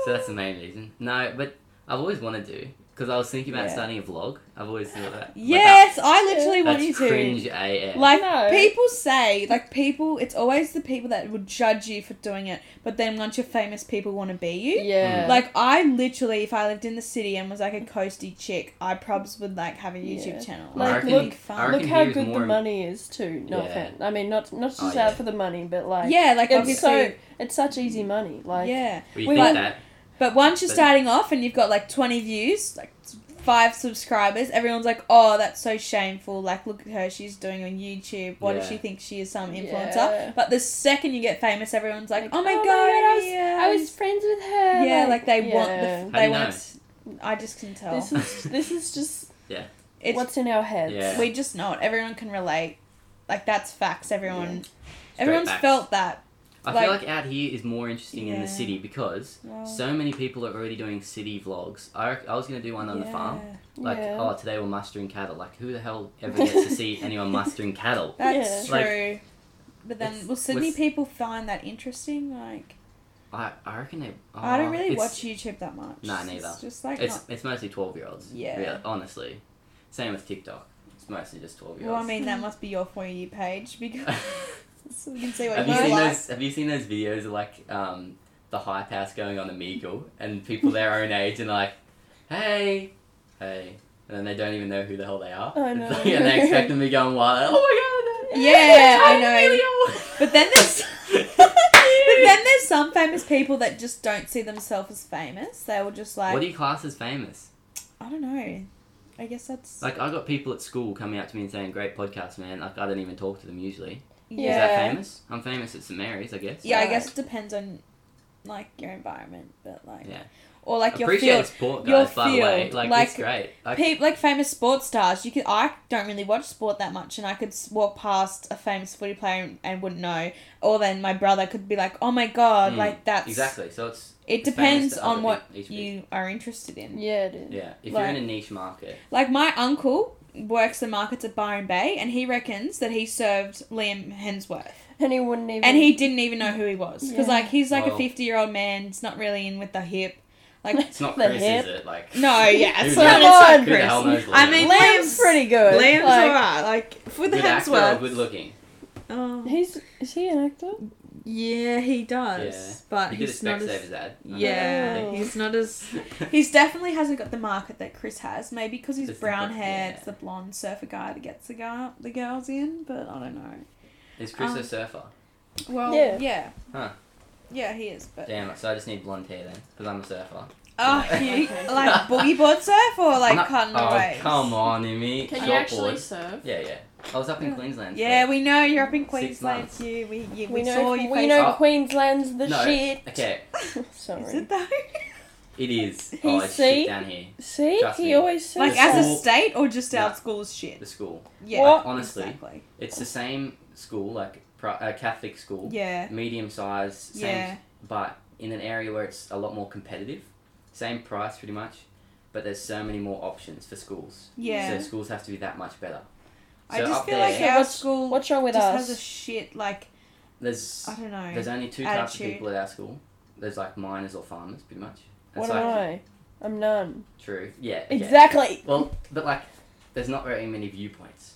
[SPEAKER 1] So that's the main reason. No, but I've always wanted to because I was thinking about
[SPEAKER 3] Yeah.
[SPEAKER 1] starting a vlog. I've always thought that. but
[SPEAKER 3] Yes, I
[SPEAKER 1] that-
[SPEAKER 3] literally want you
[SPEAKER 1] that's
[SPEAKER 3] to.
[SPEAKER 1] cringe AF.
[SPEAKER 3] Like
[SPEAKER 4] No.
[SPEAKER 3] people say, like people, it's always the people that would judge you for doing it. But then once you're famous, people want to be
[SPEAKER 1] Hmm.
[SPEAKER 3] you.
[SPEAKER 2] Yeah.
[SPEAKER 3] Like I literally, if I lived in the city and was like a coasty chick, I probs would like have a YouTube
[SPEAKER 2] Yeah.
[SPEAKER 3] channel.
[SPEAKER 2] Like,
[SPEAKER 3] it'd
[SPEAKER 2] look-
[SPEAKER 3] be
[SPEAKER 1] I
[SPEAKER 3] fun.
[SPEAKER 1] reckon
[SPEAKER 2] Look how
[SPEAKER 1] he was
[SPEAKER 2] good the
[SPEAKER 1] more-
[SPEAKER 2] money is too. No
[SPEAKER 1] Yeah.
[SPEAKER 2] offense. I mean, not not just
[SPEAKER 1] Oh,
[SPEAKER 2] out
[SPEAKER 1] yeah.
[SPEAKER 2] for the money, but like
[SPEAKER 3] yeah, like
[SPEAKER 2] it's
[SPEAKER 3] obviously,
[SPEAKER 2] so it's such easy money. Like
[SPEAKER 3] yeah.
[SPEAKER 1] Well, you
[SPEAKER 3] we
[SPEAKER 1] think
[SPEAKER 3] like-
[SPEAKER 1] that?
[SPEAKER 3] But once you're
[SPEAKER 1] But-
[SPEAKER 3] starting off and you've got like 20 views, like five subscribers, everyone's like, oh, that's so shameful. Like, look at her, she's doing on YouTube. What if
[SPEAKER 1] Yeah.
[SPEAKER 3] she thinks she is some influencer?
[SPEAKER 2] Yeah.
[SPEAKER 3] But the second you get famous, everyone's like,
[SPEAKER 2] Like,
[SPEAKER 3] oh my
[SPEAKER 2] "Oh my
[SPEAKER 3] god,
[SPEAKER 2] God, I was-
[SPEAKER 3] yeah.
[SPEAKER 2] I was friends with her.
[SPEAKER 3] yeah, like they want the,
[SPEAKER 2] yeah.
[SPEAKER 1] How
[SPEAKER 3] *laughs* f-
[SPEAKER 1] do
[SPEAKER 3] they
[SPEAKER 1] you know?
[SPEAKER 3] want. I just can tell.
[SPEAKER 2] This is this is just
[SPEAKER 3] *laughs* it's
[SPEAKER 2] what's in our heads.
[SPEAKER 1] Yeah.
[SPEAKER 3] we just know it. Everyone can relate. Like that's facts. Everyone,
[SPEAKER 1] Straight
[SPEAKER 3] everyone's
[SPEAKER 1] facts.
[SPEAKER 3] felt that.
[SPEAKER 1] I feel
[SPEAKER 3] like-
[SPEAKER 1] like out here is more interesting in
[SPEAKER 3] Yeah. Oh.
[SPEAKER 1] the city because so many people are already doing city vlogs. I, rec- I was going to do one on the farm. Like,
[SPEAKER 2] Yeah.
[SPEAKER 1] oh, today we're mustering cattle. Like, who the hell ever gets to
[SPEAKER 3] *laughs*
[SPEAKER 1] see anyone mustering cattle?
[SPEAKER 3] That's
[SPEAKER 1] Yeah. Like,
[SPEAKER 3] true. but then,
[SPEAKER 1] it's-
[SPEAKER 3] will Sydney
[SPEAKER 1] with-
[SPEAKER 3] people find that interesting? Like,
[SPEAKER 1] I, I reckon they. Oh,
[SPEAKER 3] I don't really
[SPEAKER 1] it's-
[SPEAKER 3] watch YouTube that much.
[SPEAKER 1] Nah, neither.
[SPEAKER 3] It's just like
[SPEAKER 1] It's
[SPEAKER 3] not.
[SPEAKER 1] it's mostly twelve year olds.
[SPEAKER 3] Yeah.
[SPEAKER 1] honestly, same with TikTok. It's mostly just twelve year
[SPEAKER 3] Well, I
[SPEAKER 1] olds.
[SPEAKER 3] mean, that must be your for you page because *laughs*
[SPEAKER 1] *laughs*
[SPEAKER 3] so we can see what
[SPEAKER 1] have
[SPEAKER 3] you
[SPEAKER 1] you seen
[SPEAKER 3] like.
[SPEAKER 1] those? Have you seen those videos of like um the hype house going on Amigo and people their own age and like, hey, hey, and then they don't even know who the hell they are.
[SPEAKER 2] I
[SPEAKER 1] It's
[SPEAKER 2] know.
[SPEAKER 1] like- and they expect them to be going wild. Oh my god.
[SPEAKER 3] Yeah, I know.
[SPEAKER 1] know. *laughs*
[SPEAKER 3] But then there's, but *laughs* then there's some famous people that just don't see themselves as famous. They were just like,
[SPEAKER 1] what do you class as famous?
[SPEAKER 3] I don't know. I guess that's
[SPEAKER 1] Like I got people at school coming up to me and saying, "Great podcast, man." Like I don't even talk to them usually.
[SPEAKER 3] yeah.
[SPEAKER 1] Is
[SPEAKER 3] yeah.
[SPEAKER 1] that
[SPEAKER 2] Yeah.
[SPEAKER 1] famous? I'm famous at St Mary's, I guess.
[SPEAKER 3] I guess it depends on like your environment, but like
[SPEAKER 1] Yeah.
[SPEAKER 3] or like your
[SPEAKER 1] appreciate
[SPEAKER 3] field.
[SPEAKER 1] sport,
[SPEAKER 3] your
[SPEAKER 1] guys. By the way,
[SPEAKER 3] field,
[SPEAKER 1] like,
[SPEAKER 3] like,
[SPEAKER 1] it's great. Like,
[SPEAKER 3] Pe- like famous sports stars, you could. I don't really watch sport that much, and I could s- walk past a famous footy player and, and wouldn't know. Or then my brother could be like, "Oh my god,
[SPEAKER 1] Mm,
[SPEAKER 3] like that's."
[SPEAKER 1] exactly. So it's
[SPEAKER 3] It
[SPEAKER 1] it's famous
[SPEAKER 3] depends
[SPEAKER 1] to
[SPEAKER 3] on
[SPEAKER 1] other
[SPEAKER 3] what
[SPEAKER 1] peop- each
[SPEAKER 3] you are interested in.
[SPEAKER 2] Yeah, it is.
[SPEAKER 1] peop- Yeah, if
[SPEAKER 3] like-
[SPEAKER 1] you're in a niche market,
[SPEAKER 3] Like my uncle works the markets at Byron Bay, and he reckons that he served Liam Hemsworth,
[SPEAKER 2] And he wouldn't even.
[SPEAKER 3] and he didn't even know who he was because
[SPEAKER 2] Mm. Yeah.
[SPEAKER 3] like he's like a
[SPEAKER 1] Wow.
[SPEAKER 3] fifty-year-old man. He's not really in with the hip.
[SPEAKER 2] *laughs*
[SPEAKER 3] Like
[SPEAKER 1] it's not
[SPEAKER 2] The
[SPEAKER 1] Chris,
[SPEAKER 2] hip.
[SPEAKER 1] is it? Like, *laughs*
[SPEAKER 3] no, yeah,
[SPEAKER 1] Who
[SPEAKER 3] it's
[SPEAKER 1] the hell-
[SPEAKER 3] not, it's not
[SPEAKER 2] Come on,
[SPEAKER 1] who the hell
[SPEAKER 3] Chris.
[SPEAKER 1] knows?
[SPEAKER 3] I mean,
[SPEAKER 2] Liam's pretty good.
[SPEAKER 3] Liam's
[SPEAKER 2] Like,
[SPEAKER 3] alright. Like for the
[SPEAKER 1] good actor or
[SPEAKER 3] Hemsworth.
[SPEAKER 1] good looking.
[SPEAKER 3] Oh.
[SPEAKER 2] He's is he an actor?
[SPEAKER 3] Yeah, he does.
[SPEAKER 1] Yeah.
[SPEAKER 3] But
[SPEAKER 1] He did a
[SPEAKER 3] Uh, he's not as
[SPEAKER 1] Specsavers ad.
[SPEAKER 3] *laughs* yeah,
[SPEAKER 2] Oh.
[SPEAKER 3] he's not as
[SPEAKER 1] *laughs*
[SPEAKER 3] he's definitely hasn't got the market that Chris has. Maybe because he's
[SPEAKER 1] It's the
[SPEAKER 3] brown
[SPEAKER 1] bro-
[SPEAKER 3] hair,
[SPEAKER 1] yeah.
[SPEAKER 3] it's the blonde surfer guy that gets the guy the girls in. But I don't know.
[SPEAKER 1] Is Chris
[SPEAKER 3] Um,
[SPEAKER 1] a surfer?
[SPEAKER 3] Well,
[SPEAKER 2] Yeah.
[SPEAKER 3] yeah, yeah,
[SPEAKER 1] Huh.
[SPEAKER 3] yeah he is. But
[SPEAKER 1] Damn. So I just need blonde hair then, because I'm a surfer.
[SPEAKER 3] oh,
[SPEAKER 1] *laughs*
[SPEAKER 3] you like boogie board surf or like
[SPEAKER 1] Not-
[SPEAKER 3] cutting
[SPEAKER 1] oh,
[SPEAKER 3] away?
[SPEAKER 1] come on, Amy.
[SPEAKER 5] Can you
[SPEAKER 1] Short
[SPEAKER 5] actually
[SPEAKER 1] board.
[SPEAKER 5] serve?
[SPEAKER 1] Yeah, yeah. I was up in Queensland.
[SPEAKER 3] Yeah,
[SPEAKER 1] for-
[SPEAKER 3] we know you're up in
[SPEAKER 1] Six
[SPEAKER 3] Queensland.
[SPEAKER 1] months.
[SPEAKER 3] You, we, you, we,
[SPEAKER 2] We
[SPEAKER 3] saw
[SPEAKER 2] know
[SPEAKER 3] you.
[SPEAKER 2] we know
[SPEAKER 1] Oh.
[SPEAKER 2] Queensland's the
[SPEAKER 1] No.
[SPEAKER 2] shit.
[SPEAKER 1] Okay,
[SPEAKER 2] *laughs* Sorry.
[SPEAKER 3] Is it though?
[SPEAKER 1] it is. oh, it's shit
[SPEAKER 2] see?
[SPEAKER 1] down here.
[SPEAKER 2] See,
[SPEAKER 1] Trust
[SPEAKER 2] he
[SPEAKER 1] me.
[SPEAKER 2] always says
[SPEAKER 3] like
[SPEAKER 1] the
[SPEAKER 3] as a
[SPEAKER 1] school-
[SPEAKER 3] state or just
[SPEAKER 1] No.
[SPEAKER 3] our school is shit?
[SPEAKER 1] The school.
[SPEAKER 3] Yeah,
[SPEAKER 2] What?
[SPEAKER 1] Honestly.
[SPEAKER 3] exactly.
[SPEAKER 1] It's the same school, like pri- uh, Catholic school.
[SPEAKER 3] Yeah,
[SPEAKER 1] medium size, same,
[SPEAKER 3] Yeah.
[SPEAKER 1] but in an area where it's a lot more competitive, same price pretty much, but there's so many more options for schools.
[SPEAKER 3] yeah.
[SPEAKER 1] So schools have to be that much better.
[SPEAKER 3] I
[SPEAKER 1] so
[SPEAKER 3] just
[SPEAKER 1] up
[SPEAKER 3] feel
[SPEAKER 1] there,
[SPEAKER 3] like
[SPEAKER 2] So
[SPEAKER 3] our
[SPEAKER 2] what's-
[SPEAKER 3] school
[SPEAKER 2] What's wrong with
[SPEAKER 3] just
[SPEAKER 2] us?
[SPEAKER 3] has a shit like
[SPEAKER 1] there's
[SPEAKER 3] I don't know.
[SPEAKER 1] there's only two types of
[SPEAKER 3] attitude.
[SPEAKER 1] people at our school. There's like miners or farmers, pretty much.
[SPEAKER 2] what
[SPEAKER 1] That's
[SPEAKER 2] am
[SPEAKER 1] like
[SPEAKER 2] I? I'm none.
[SPEAKER 1] true. Yeah. okay.
[SPEAKER 2] Exactly.
[SPEAKER 1] Well, but like, there's not very many viewpoints.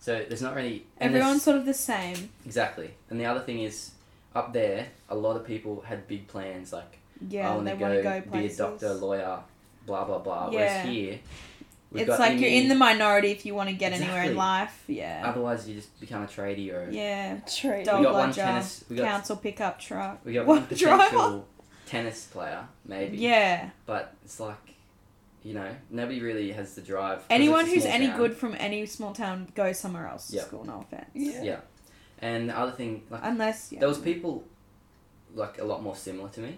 [SPEAKER 1] So there's not really. and there's-
[SPEAKER 3] Everyone's sort of the same.
[SPEAKER 1] exactly. And the other thing is, up there, a lot of people had big plans, like.
[SPEAKER 3] Yeah,
[SPEAKER 1] I
[SPEAKER 3] and
[SPEAKER 1] want
[SPEAKER 3] they
[SPEAKER 1] to
[SPEAKER 3] want to
[SPEAKER 1] go,
[SPEAKER 3] go
[SPEAKER 1] be a
[SPEAKER 3] places.
[SPEAKER 1] doctor, lawyer, blah blah blah.
[SPEAKER 3] Yeah.
[SPEAKER 1] Whereas here, we've
[SPEAKER 3] it's
[SPEAKER 1] got
[SPEAKER 3] like you're in
[SPEAKER 1] uni,
[SPEAKER 3] the minority if you want to get anywhere in
[SPEAKER 1] Exactly.
[SPEAKER 3] life. Yeah,
[SPEAKER 1] Otherwise, you just become a tradie or.
[SPEAKER 3] yeah.
[SPEAKER 2] *laughs* True.
[SPEAKER 1] We
[SPEAKER 3] Dog
[SPEAKER 1] got one
[SPEAKER 3] lodger,
[SPEAKER 1] tennis. We got
[SPEAKER 3] Council pickup truck.
[SPEAKER 1] we got
[SPEAKER 3] What,
[SPEAKER 1] one
[SPEAKER 3] driver?
[SPEAKER 1] potential tennis player maybe.
[SPEAKER 3] Yeah,
[SPEAKER 1] But it's like, you know, nobody really has the drive. 'cause
[SPEAKER 3] anyone
[SPEAKER 1] it's a
[SPEAKER 3] who's
[SPEAKER 1] small
[SPEAKER 3] any
[SPEAKER 1] town.
[SPEAKER 3] good from any small town goes somewhere else to
[SPEAKER 1] Yeah.
[SPEAKER 3] school. No offense.
[SPEAKER 2] Yeah.
[SPEAKER 1] And the other thing, like,
[SPEAKER 3] Unless yeah.
[SPEAKER 1] there was people, like a lot more similar to me.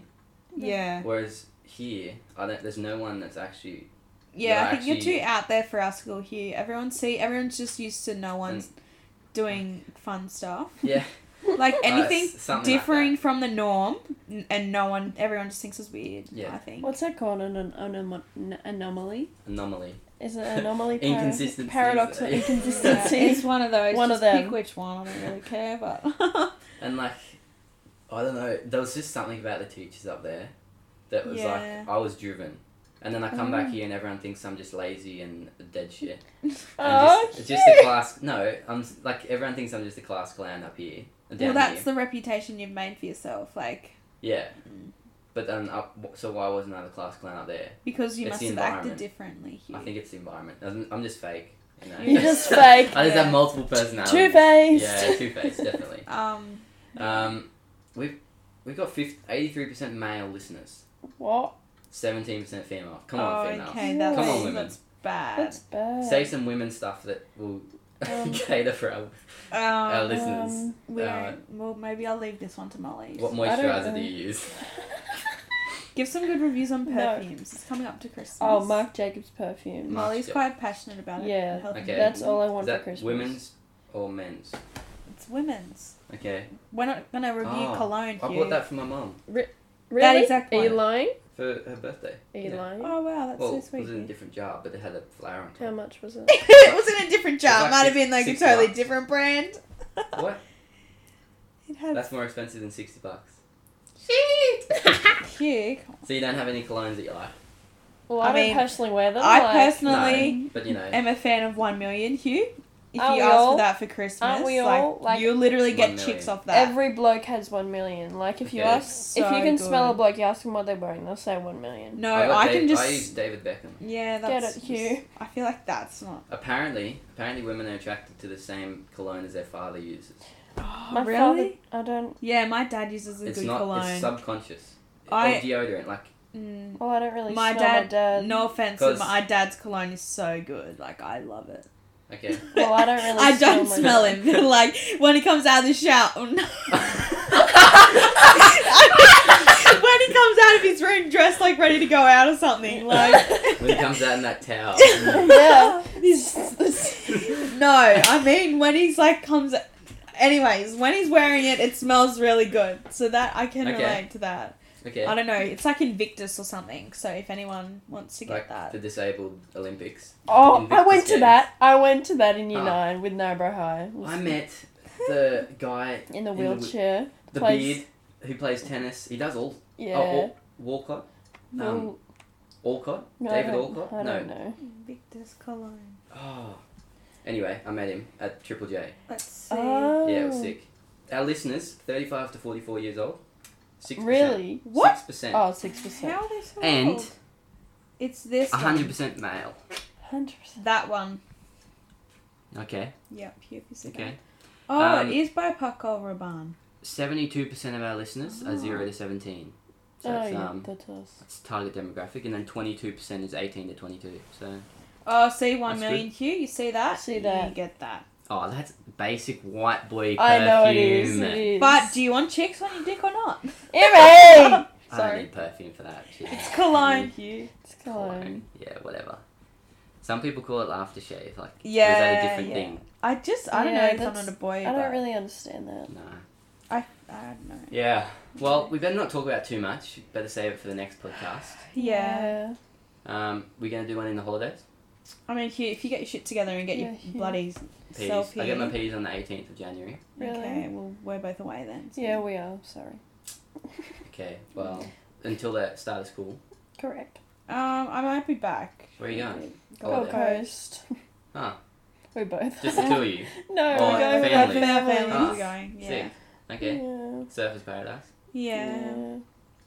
[SPEAKER 3] yeah. *laughs*
[SPEAKER 1] Whereas here, I don't. There's no one that's actually
[SPEAKER 3] Yeah,
[SPEAKER 1] You're
[SPEAKER 3] I think
[SPEAKER 1] actually-
[SPEAKER 3] you're too out there for our school here. Everyone see, everyone's just used to no one's
[SPEAKER 1] Mm.
[SPEAKER 3] doing fun stuff.
[SPEAKER 1] Yeah. uh,
[SPEAKER 3] Like anything
[SPEAKER 1] s- something like
[SPEAKER 3] differing from the norm, n- and no one, everyone just thinks it's weird.
[SPEAKER 1] Yeah.
[SPEAKER 3] I think.
[SPEAKER 2] What's that called? An, an, anom- an anomaly?
[SPEAKER 1] Anomaly.
[SPEAKER 2] Is it an anomaly? par-
[SPEAKER 1] Inconsistencies.
[SPEAKER 2] Paradox or
[SPEAKER 1] Yeah.
[SPEAKER 3] Yeah,
[SPEAKER 2] inconsistency?
[SPEAKER 3] *laughs* it's one of those.
[SPEAKER 2] One
[SPEAKER 3] just
[SPEAKER 2] of them.
[SPEAKER 3] Pick which one. I don't really care, but *laughs*
[SPEAKER 1] And like, I don't know. There was just something about the teachers up there that was
[SPEAKER 3] Yeah.
[SPEAKER 1] like I was driven, and then I come back
[SPEAKER 2] Mm.
[SPEAKER 1] here and everyone thinks I'm just lazy and dead shit. And
[SPEAKER 2] Oh,
[SPEAKER 1] just, just a class. No, I'm s- like everyone thinks I'm just a class clown up here. Down
[SPEAKER 3] well, that's
[SPEAKER 1] here.
[SPEAKER 3] the reputation you've made for yourself, like
[SPEAKER 1] yeah.
[SPEAKER 2] Mm.
[SPEAKER 1] But then up, so why wasn't I the class clown up there?
[SPEAKER 3] because you
[SPEAKER 1] It's
[SPEAKER 3] must
[SPEAKER 1] the
[SPEAKER 3] have acted
[SPEAKER 1] environment.
[SPEAKER 3] differently here.
[SPEAKER 1] I think it's the environment. I'm, I'm just fake. You know?
[SPEAKER 2] You're
[SPEAKER 1] *laughs*
[SPEAKER 2] just fake.
[SPEAKER 1] I just
[SPEAKER 3] Yeah.
[SPEAKER 1] have multiple personalities.
[SPEAKER 2] Two-faced.
[SPEAKER 1] Yeah, two faced, definitely.
[SPEAKER 3] um,
[SPEAKER 1] Um, we've we've got 83 percent male listeners,
[SPEAKER 2] *laughs* What?
[SPEAKER 1] seventeen percent female. Come on,
[SPEAKER 3] oh,
[SPEAKER 1] females.
[SPEAKER 3] okay, that's,
[SPEAKER 1] Come on, women.
[SPEAKER 3] that's bad.
[SPEAKER 2] That's bad.
[SPEAKER 1] Say some women stuff that will
[SPEAKER 2] Um,
[SPEAKER 1] *laughs* cater for our, our
[SPEAKER 3] Um,
[SPEAKER 1] listeners.
[SPEAKER 2] Um,
[SPEAKER 3] we
[SPEAKER 1] uh,
[SPEAKER 3] don't- well, maybe I'll leave this one to Molly.
[SPEAKER 1] What
[SPEAKER 2] I don't
[SPEAKER 1] moisturizer do
[SPEAKER 2] know.
[SPEAKER 1] you use?
[SPEAKER 3] Give some good reviews on
[SPEAKER 2] No.
[SPEAKER 3] perfumes. It's coming up to Christmas.
[SPEAKER 2] oh, Marc Jacobs perfume.
[SPEAKER 3] Molly's
[SPEAKER 1] Yeah.
[SPEAKER 3] quite passionate about it.
[SPEAKER 2] Yeah.
[SPEAKER 3] health and
[SPEAKER 1] Okay.
[SPEAKER 2] That's all I
[SPEAKER 1] Is
[SPEAKER 2] want for
[SPEAKER 1] that
[SPEAKER 2] Christmas.
[SPEAKER 1] women's or men's?
[SPEAKER 3] It's women's.
[SPEAKER 1] Okay.
[SPEAKER 3] We're not gonna review
[SPEAKER 1] Oh,
[SPEAKER 3] cologne
[SPEAKER 1] I
[SPEAKER 3] here.
[SPEAKER 1] bought that for my mum
[SPEAKER 5] Really?
[SPEAKER 3] exact
[SPEAKER 5] Are you
[SPEAKER 3] one.
[SPEAKER 5] lying?
[SPEAKER 1] for her birthday.
[SPEAKER 5] Are you
[SPEAKER 1] Yeah.
[SPEAKER 5] lying?
[SPEAKER 3] Oh wow, that's
[SPEAKER 1] well,
[SPEAKER 3] so
[SPEAKER 1] it
[SPEAKER 3] sweet.
[SPEAKER 1] was in a different jar, but it had a flower on
[SPEAKER 5] How
[SPEAKER 1] top.
[SPEAKER 5] much was
[SPEAKER 3] *laughs*
[SPEAKER 5] it?
[SPEAKER 3] it was in a different jar.
[SPEAKER 1] It's
[SPEAKER 3] it
[SPEAKER 1] like
[SPEAKER 3] might have
[SPEAKER 1] six-
[SPEAKER 3] been like a
[SPEAKER 1] six
[SPEAKER 3] totally
[SPEAKER 1] bucks.
[SPEAKER 3] different brand. *laughs*
[SPEAKER 1] what?
[SPEAKER 3] It had
[SPEAKER 1] That's more expensive than sixty bucks. *laughs*
[SPEAKER 3] puke.
[SPEAKER 1] So you don't have any colognes that you like?
[SPEAKER 2] Well,
[SPEAKER 3] I
[SPEAKER 2] I,
[SPEAKER 3] mean,
[SPEAKER 2] don't personally wear them.
[SPEAKER 3] I
[SPEAKER 2] like,
[SPEAKER 3] personally
[SPEAKER 1] No, but you know.
[SPEAKER 3] am a fan of One Million Hugh. If
[SPEAKER 2] Aren't
[SPEAKER 3] you
[SPEAKER 2] we
[SPEAKER 3] ask
[SPEAKER 2] all?
[SPEAKER 3] for that for Christmas,
[SPEAKER 2] Aren't we all?
[SPEAKER 3] like,
[SPEAKER 2] Like,
[SPEAKER 3] you literally
[SPEAKER 1] One
[SPEAKER 3] get
[SPEAKER 1] million.
[SPEAKER 3] chicks off that.
[SPEAKER 2] Every bloke has one million. Like if you
[SPEAKER 1] Okay.
[SPEAKER 2] ask, if
[SPEAKER 3] So
[SPEAKER 2] you can smell a
[SPEAKER 3] good.
[SPEAKER 2] bloke, you ask them what they're wearing, they'll say one million.
[SPEAKER 3] no,
[SPEAKER 1] got
[SPEAKER 3] I can
[SPEAKER 1] Dave-
[SPEAKER 3] just.
[SPEAKER 1] I use David Beckham.
[SPEAKER 3] yeah,
[SPEAKER 2] Get
[SPEAKER 3] that's
[SPEAKER 2] it, Hugh.
[SPEAKER 3] I feel like that's not.
[SPEAKER 1] Apparently, apparently women are attracted to the same cologne as their father uses.
[SPEAKER 2] *gasps* My
[SPEAKER 3] Oh, really?
[SPEAKER 2] father, I don't.
[SPEAKER 3] Yeah, my dad uses a
[SPEAKER 1] it's
[SPEAKER 3] good
[SPEAKER 1] not.
[SPEAKER 3] cologne.
[SPEAKER 1] It's subconscious.
[SPEAKER 3] I-
[SPEAKER 1] or deodorant, like
[SPEAKER 3] Mm,
[SPEAKER 2] Well, I don't really
[SPEAKER 3] my,
[SPEAKER 2] smell my
[SPEAKER 3] dad,
[SPEAKER 2] dad.
[SPEAKER 3] No offense,
[SPEAKER 1] 'Cause-
[SPEAKER 3] but my dad's cologne is so good. Like I love it.
[SPEAKER 1] okay.
[SPEAKER 2] Well, I don't really.
[SPEAKER 3] *laughs* I don't
[SPEAKER 2] my
[SPEAKER 3] smell
[SPEAKER 2] dad.
[SPEAKER 3] him. *laughs* but, like when he comes out of the shower. *laughs* Oh, no. when he comes out of his room dressed like ready to go out or something, *laughs* like
[SPEAKER 1] when he comes out in
[SPEAKER 2] *laughs*
[SPEAKER 1] that towel. Mm.
[SPEAKER 2] yeah, he's this-
[SPEAKER 3] no, I mean when he's like comes. Anyways, when he's wearing it, it smells really good. So that I can
[SPEAKER 1] Okay.
[SPEAKER 3] relate to that. I
[SPEAKER 1] Okay.
[SPEAKER 3] don't know. It's like Invictus or something. So if anyone wants to get
[SPEAKER 1] Like
[SPEAKER 3] that,
[SPEAKER 1] the disabled Olympics.
[SPEAKER 2] *laughs* Oh, I
[SPEAKER 1] Invictus
[SPEAKER 2] went to
[SPEAKER 1] Games.
[SPEAKER 2] that. I went to that in year
[SPEAKER 1] Ah.
[SPEAKER 2] nine with Nobro High. Was
[SPEAKER 1] I met the guy,
[SPEAKER 2] in the
[SPEAKER 1] in the wheel-
[SPEAKER 2] wheelchair.
[SPEAKER 1] the
[SPEAKER 2] Plays-
[SPEAKER 1] beard, who plays tennis. He does all.
[SPEAKER 2] Yeah.
[SPEAKER 1] Oh, Wal- Walcott. Um,
[SPEAKER 2] Well,
[SPEAKER 1] Alcott.
[SPEAKER 2] I
[SPEAKER 1] David
[SPEAKER 2] don't-
[SPEAKER 1] Alcott.
[SPEAKER 2] I
[SPEAKER 1] no.
[SPEAKER 2] don't know.
[SPEAKER 3] Invictus cologne.
[SPEAKER 1] Oh. Anyway, I met him at Triple J.
[SPEAKER 3] Let's see.
[SPEAKER 1] Yeah, it was
[SPEAKER 2] Oh.
[SPEAKER 1] sick. Our listeners, 35 to 44 years old. 6%.
[SPEAKER 2] Really?
[SPEAKER 3] What?
[SPEAKER 1] 6%.
[SPEAKER 2] Oh, six percent.
[SPEAKER 3] How are they so
[SPEAKER 1] And-
[SPEAKER 3] old? It's this one.
[SPEAKER 1] 100% male.
[SPEAKER 2] Hundred percent.
[SPEAKER 3] That one.
[SPEAKER 1] Okay.
[SPEAKER 3] Yep, here if you see
[SPEAKER 1] Okay.
[SPEAKER 3] that. Oh,
[SPEAKER 1] Um,
[SPEAKER 3] it is by Paco Rabanne.
[SPEAKER 1] 72% of our listeners are 0 to 17. So
[SPEAKER 2] Oh,
[SPEAKER 1] it's,
[SPEAKER 2] yeah,
[SPEAKER 1] um,
[SPEAKER 2] that's us.
[SPEAKER 1] it's target demographic. And then 22% is 18 to 22. So,
[SPEAKER 3] Oh, see one
[SPEAKER 1] That's
[SPEAKER 3] million Q. You see that?
[SPEAKER 2] See
[SPEAKER 3] You
[SPEAKER 2] that.
[SPEAKER 3] get that.
[SPEAKER 1] oh, that's basic white boy perfume.
[SPEAKER 2] I know it is. It is.
[SPEAKER 3] But do you want chicks on your dick
[SPEAKER 2] *laughs*
[SPEAKER 3] or not?
[SPEAKER 2] Emmy!
[SPEAKER 3] *laughs*
[SPEAKER 1] I don't
[SPEAKER 2] Sorry.
[SPEAKER 1] need perfume for that. shit.
[SPEAKER 3] It's cologne, Hugh.
[SPEAKER 2] It's
[SPEAKER 1] Cologne.
[SPEAKER 2] cologne.
[SPEAKER 1] Yeah, whatever. Some people call it aftershave. Like, is that
[SPEAKER 3] Yeah,
[SPEAKER 1] a different
[SPEAKER 3] yeah.
[SPEAKER 1] thing?
[SPEAKER 3] I just I don't
[SPEAKER 2] Yeah,
[SPEAKER 3] know if I'm
[SPEAKER 2] that's-
[SPEAKER 3] not a boy.
[SPEAKER 2] I
[SPEAKER 3] but
[SPEAKER 2] don't really understand that.
[SPEAKER 1] No.
[SPEAKER 3] I don't know.
[SPEAKER 1] Yeah. Well, we better not talk about it too much. Better save it for the next podcast.
[SPEAKER 3] Yeah.
[SPEAKER 1] Um, we're gonna do one in the holidays.
[SPEAKER 3] I mean, Hugh, if you get your shit together and get
[SPEAKER 2] Yeah,
[SPEAKER 3] your
[SPEAKER 2] Hugh.
[SPEAKER 3] bloody
[SPEAKER 1] Peas.
[SPEAKER 3] self
[SPEAKER 1] I get my
[SPEAKER 3] here.
[SPEAKER 1] peas on the 18th of January.
[SPEAKER 2] Really?
[SPEAKER 3] Okay, well we're both away then. so-
[SPEAKER 2] Yeah, we are. Sorry.
[SPEAKER 1] Okay. Well, until that start of school.
[SPEAKER 2] Correct.
[SPEAKER 3] Um, I might be back.
[SPEAKER 1] Where are you
[SPEAKER 3] *laughs*
[SPEAKER 1] going?
[SPEAKER 2] Gold
[SPEAKER 1] Holiday.
[SPEAKER 2] Coast.
[SPEAKER 1] Oh,
[SPEAKER 2] *laughs*
[SPEAKER 1] Ah.
[SPEAKER 2] We both.
[SPEAKER 1] Just the two of you.
[SPEAKER 2] *laughs* no,
[SPEAKER 1] Oh,
[SPEAKER 2] we're going with
[SPEAKER 1] family.
[SPEAKER 2] our
[SPEAKER 1] Family.
[SPEAKER 2] families.
[SPEAKER 1] Ah,
[SPEAKER 3] We're going. Yeah.
[SPEAKER 1] Sick. Okay.
[SPEAKER 2] Yeah.
[SPEAKER 1] Surface paradise.
[SPEAKER 3] Yeah.
[SPEAKER 2] Yeah.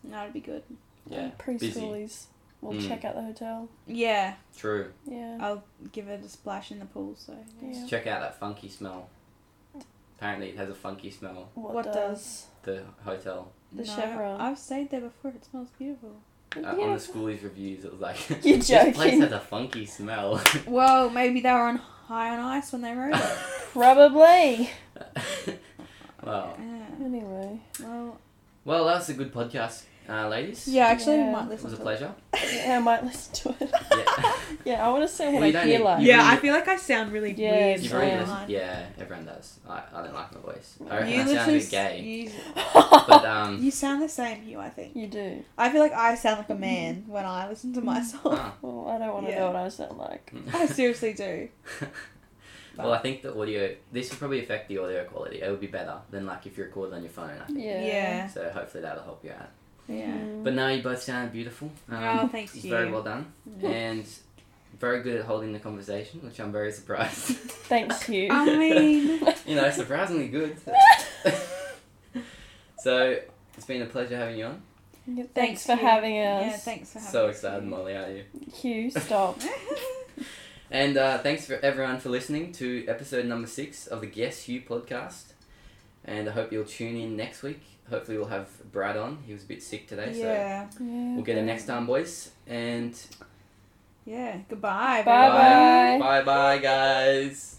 [SPEAKER 3] That'd be good.
[SPEAKER 1] Yeah.
[SPEAKER 2] Preschoolies. We'll
[SPEAKER 1] Mm.
[SPEAKER 2] check out the hotel.
[SPEAKER 3] Yeah.
[SPEAKER 1] True.
[SPEAKER 2] Yeah.
[SPEAKER 3] I'll give it a splash in the pool. So
[SPEAKER 2] Yeah.
[SPEAKER 1] Check out that funky smell. Apparently, it has a funky smell.
[SPEAKER 2] What,
[SPEAKER 3] What
[SPEAKER 2] does?
[SPEAKER 1] The hotel
[SPEAKER 2] The chevron.
[SPEAKER 3] I've stayed there before. It smells beautiful.
[SPEAKER 1] uh, on
[SPEAKER 2] Yeah.
[SPEAKER 1] the schoolies reviews, it was like
[SPEAKER 2] You're
[SPEAKER 1] *laughs* this place
[SPEAKER 2] joking.
[SPEAKER 1] has a funky smell. *laughs*
[SPEAKER 3] Well, maybe they were on high on ice when they wrote it.
[SPEAKER 2] Probably.
[SPEAKER 1] well,
[SPEAKER 3] Yeah.
[SPEAKER 2] Anyway.
[SPEAKER 3] Well,
[SPEAKER 1] well, that was a good podcast. uh, ladies.
[SPEAKER 3] Yeah, actually,
[SPEAKER 2] Yeah.
[SPEAKER 3] we might
[SPEAKER 1] It
[SPEAKER 3] listen
[SPEAKER 1] was a
[SPEAKER 3] *laughs* to
[SPEAKER 1] pleasure.
[SPEAKER 2] Yeah, I might listen to it.
[SPEAKER 1] *laughs* Yeah.
[SPEAKER 2] Yeah, I want to see what
[SPEAKER 1] We
[SPEAKER 2] I
[SPEAKER 1] don't
[SPEAKER 2] feel
[SPEAKER 1] need-
[SPEAKER 2] like.
[SPEAKER 1] you
[SPEAKER 6] Yeah,
[SPEAKER 1] really-
[SPEAKER 6] I feel like I sound really
[SPEAKER 2] Yeah,
[SPEAKER 6] weird.
[SPEAKER 1] You've
[SPEAKER 2] it's
[SPEAKER 1] already
[SPEAKER 2] fine.
[SPEAKER 1] listened. Yeah, everyone does. I, I don't like my voice. I
[SPEAKER 2] You
[SPEAKER 1] reckon
[SPEAKER 3] You
[SPEAKER 1] I sound a
[SPEAKER 3] literally,
[SPEAKER 1] bit gay.
[SPEAKER 3] you,
[SPEAKER 1] But um,
[SPEAKER 3] *laughs* you sound the same, you. I
[SPEAKER 2] *laughs*
[SPEAKER 3] think.
[SPEAKER 2] You do.
[SPEAKER 3] I feel like I sound like a man when I listen to myself.
[SPEAKER 1] ah.
[SPEAKER 2] Well, I don't want to
[SPEAKER 3] Yeah.
[SPEAKER 2] know what I sound like.
[SPEAKER 3] *laughs*
[SPEAKER 1] *laughs*
[SPEAKER 3] I seriously do.
[SPEAKER 1] well, I think the audio. This would probably affect the audio quality. It would be better than like if you recorded on your phone. I think.
[SPEAKER 2] Yeah.
[SPEAKER 3] Yeah.
[SPEAKER 1] So hopefully that'll help you out.
[SPEAKER 3] Yeah.
[SPEAKER 2] Mm.
[SPEAKER 1] But no, you both sound beautiful. Um,
[SPEAKER 3] Oh, thanks
[SPEAKER 1] it's
[SPEAKER 3] you.
[SPEAKER 1] Very well done,
[SPEAKER 2] Yeah.
[SPEAKER 1] and very good at holding the conversation, which I'm very
[SPEAKER 2] *laughs*
[SPEAKER 1] surprised. *laughs*
[SPEAKER 2] Thanks, Hugh.
[SPEAKER 3] I *laughs* mean,
[SPEAKER 1] you know, surprisingly good.
[SPEAKER 2] *laughs*
[SPEAKER 1] *laughs* so it's been a pleasure having you on.
[SPEAKER 2] Yeah, thanks,
[SPEAKER 3] Thanks,
[SPEAKER 2] for
[SPEAKER 3] Hugh.
[SPEAKER 2] having us.
[SPEAKER 3] yeah. Thanks for having.
[SPEAKER 1] So
[SPEAKER 3] us.
[SPEAKER 1] excited,
[SPEAKER 3] *laughs*
[SPEAKER 1] Molly, aren't you?
[SPEAKER 2] Hugh, stop.
[SPEAKER 1] And uh, thanks for everyone for listening to episode number six of the Guess Who podcast. And I hope you'll tune in next week. Hopefully, we'll have Brad on. He was a bit sick today,
[SPEAKER 3] yeah.
[SPEAKER 1] so
[SPEAKER 2] Yeah.
[SPEAKER 1] we'll get him next time, boys. And
[SPEAKER 3] Yeah. Goodbye.
[SPEAKER 2] Bye-bye.
[SPEAKER 1] bye, bye, guys.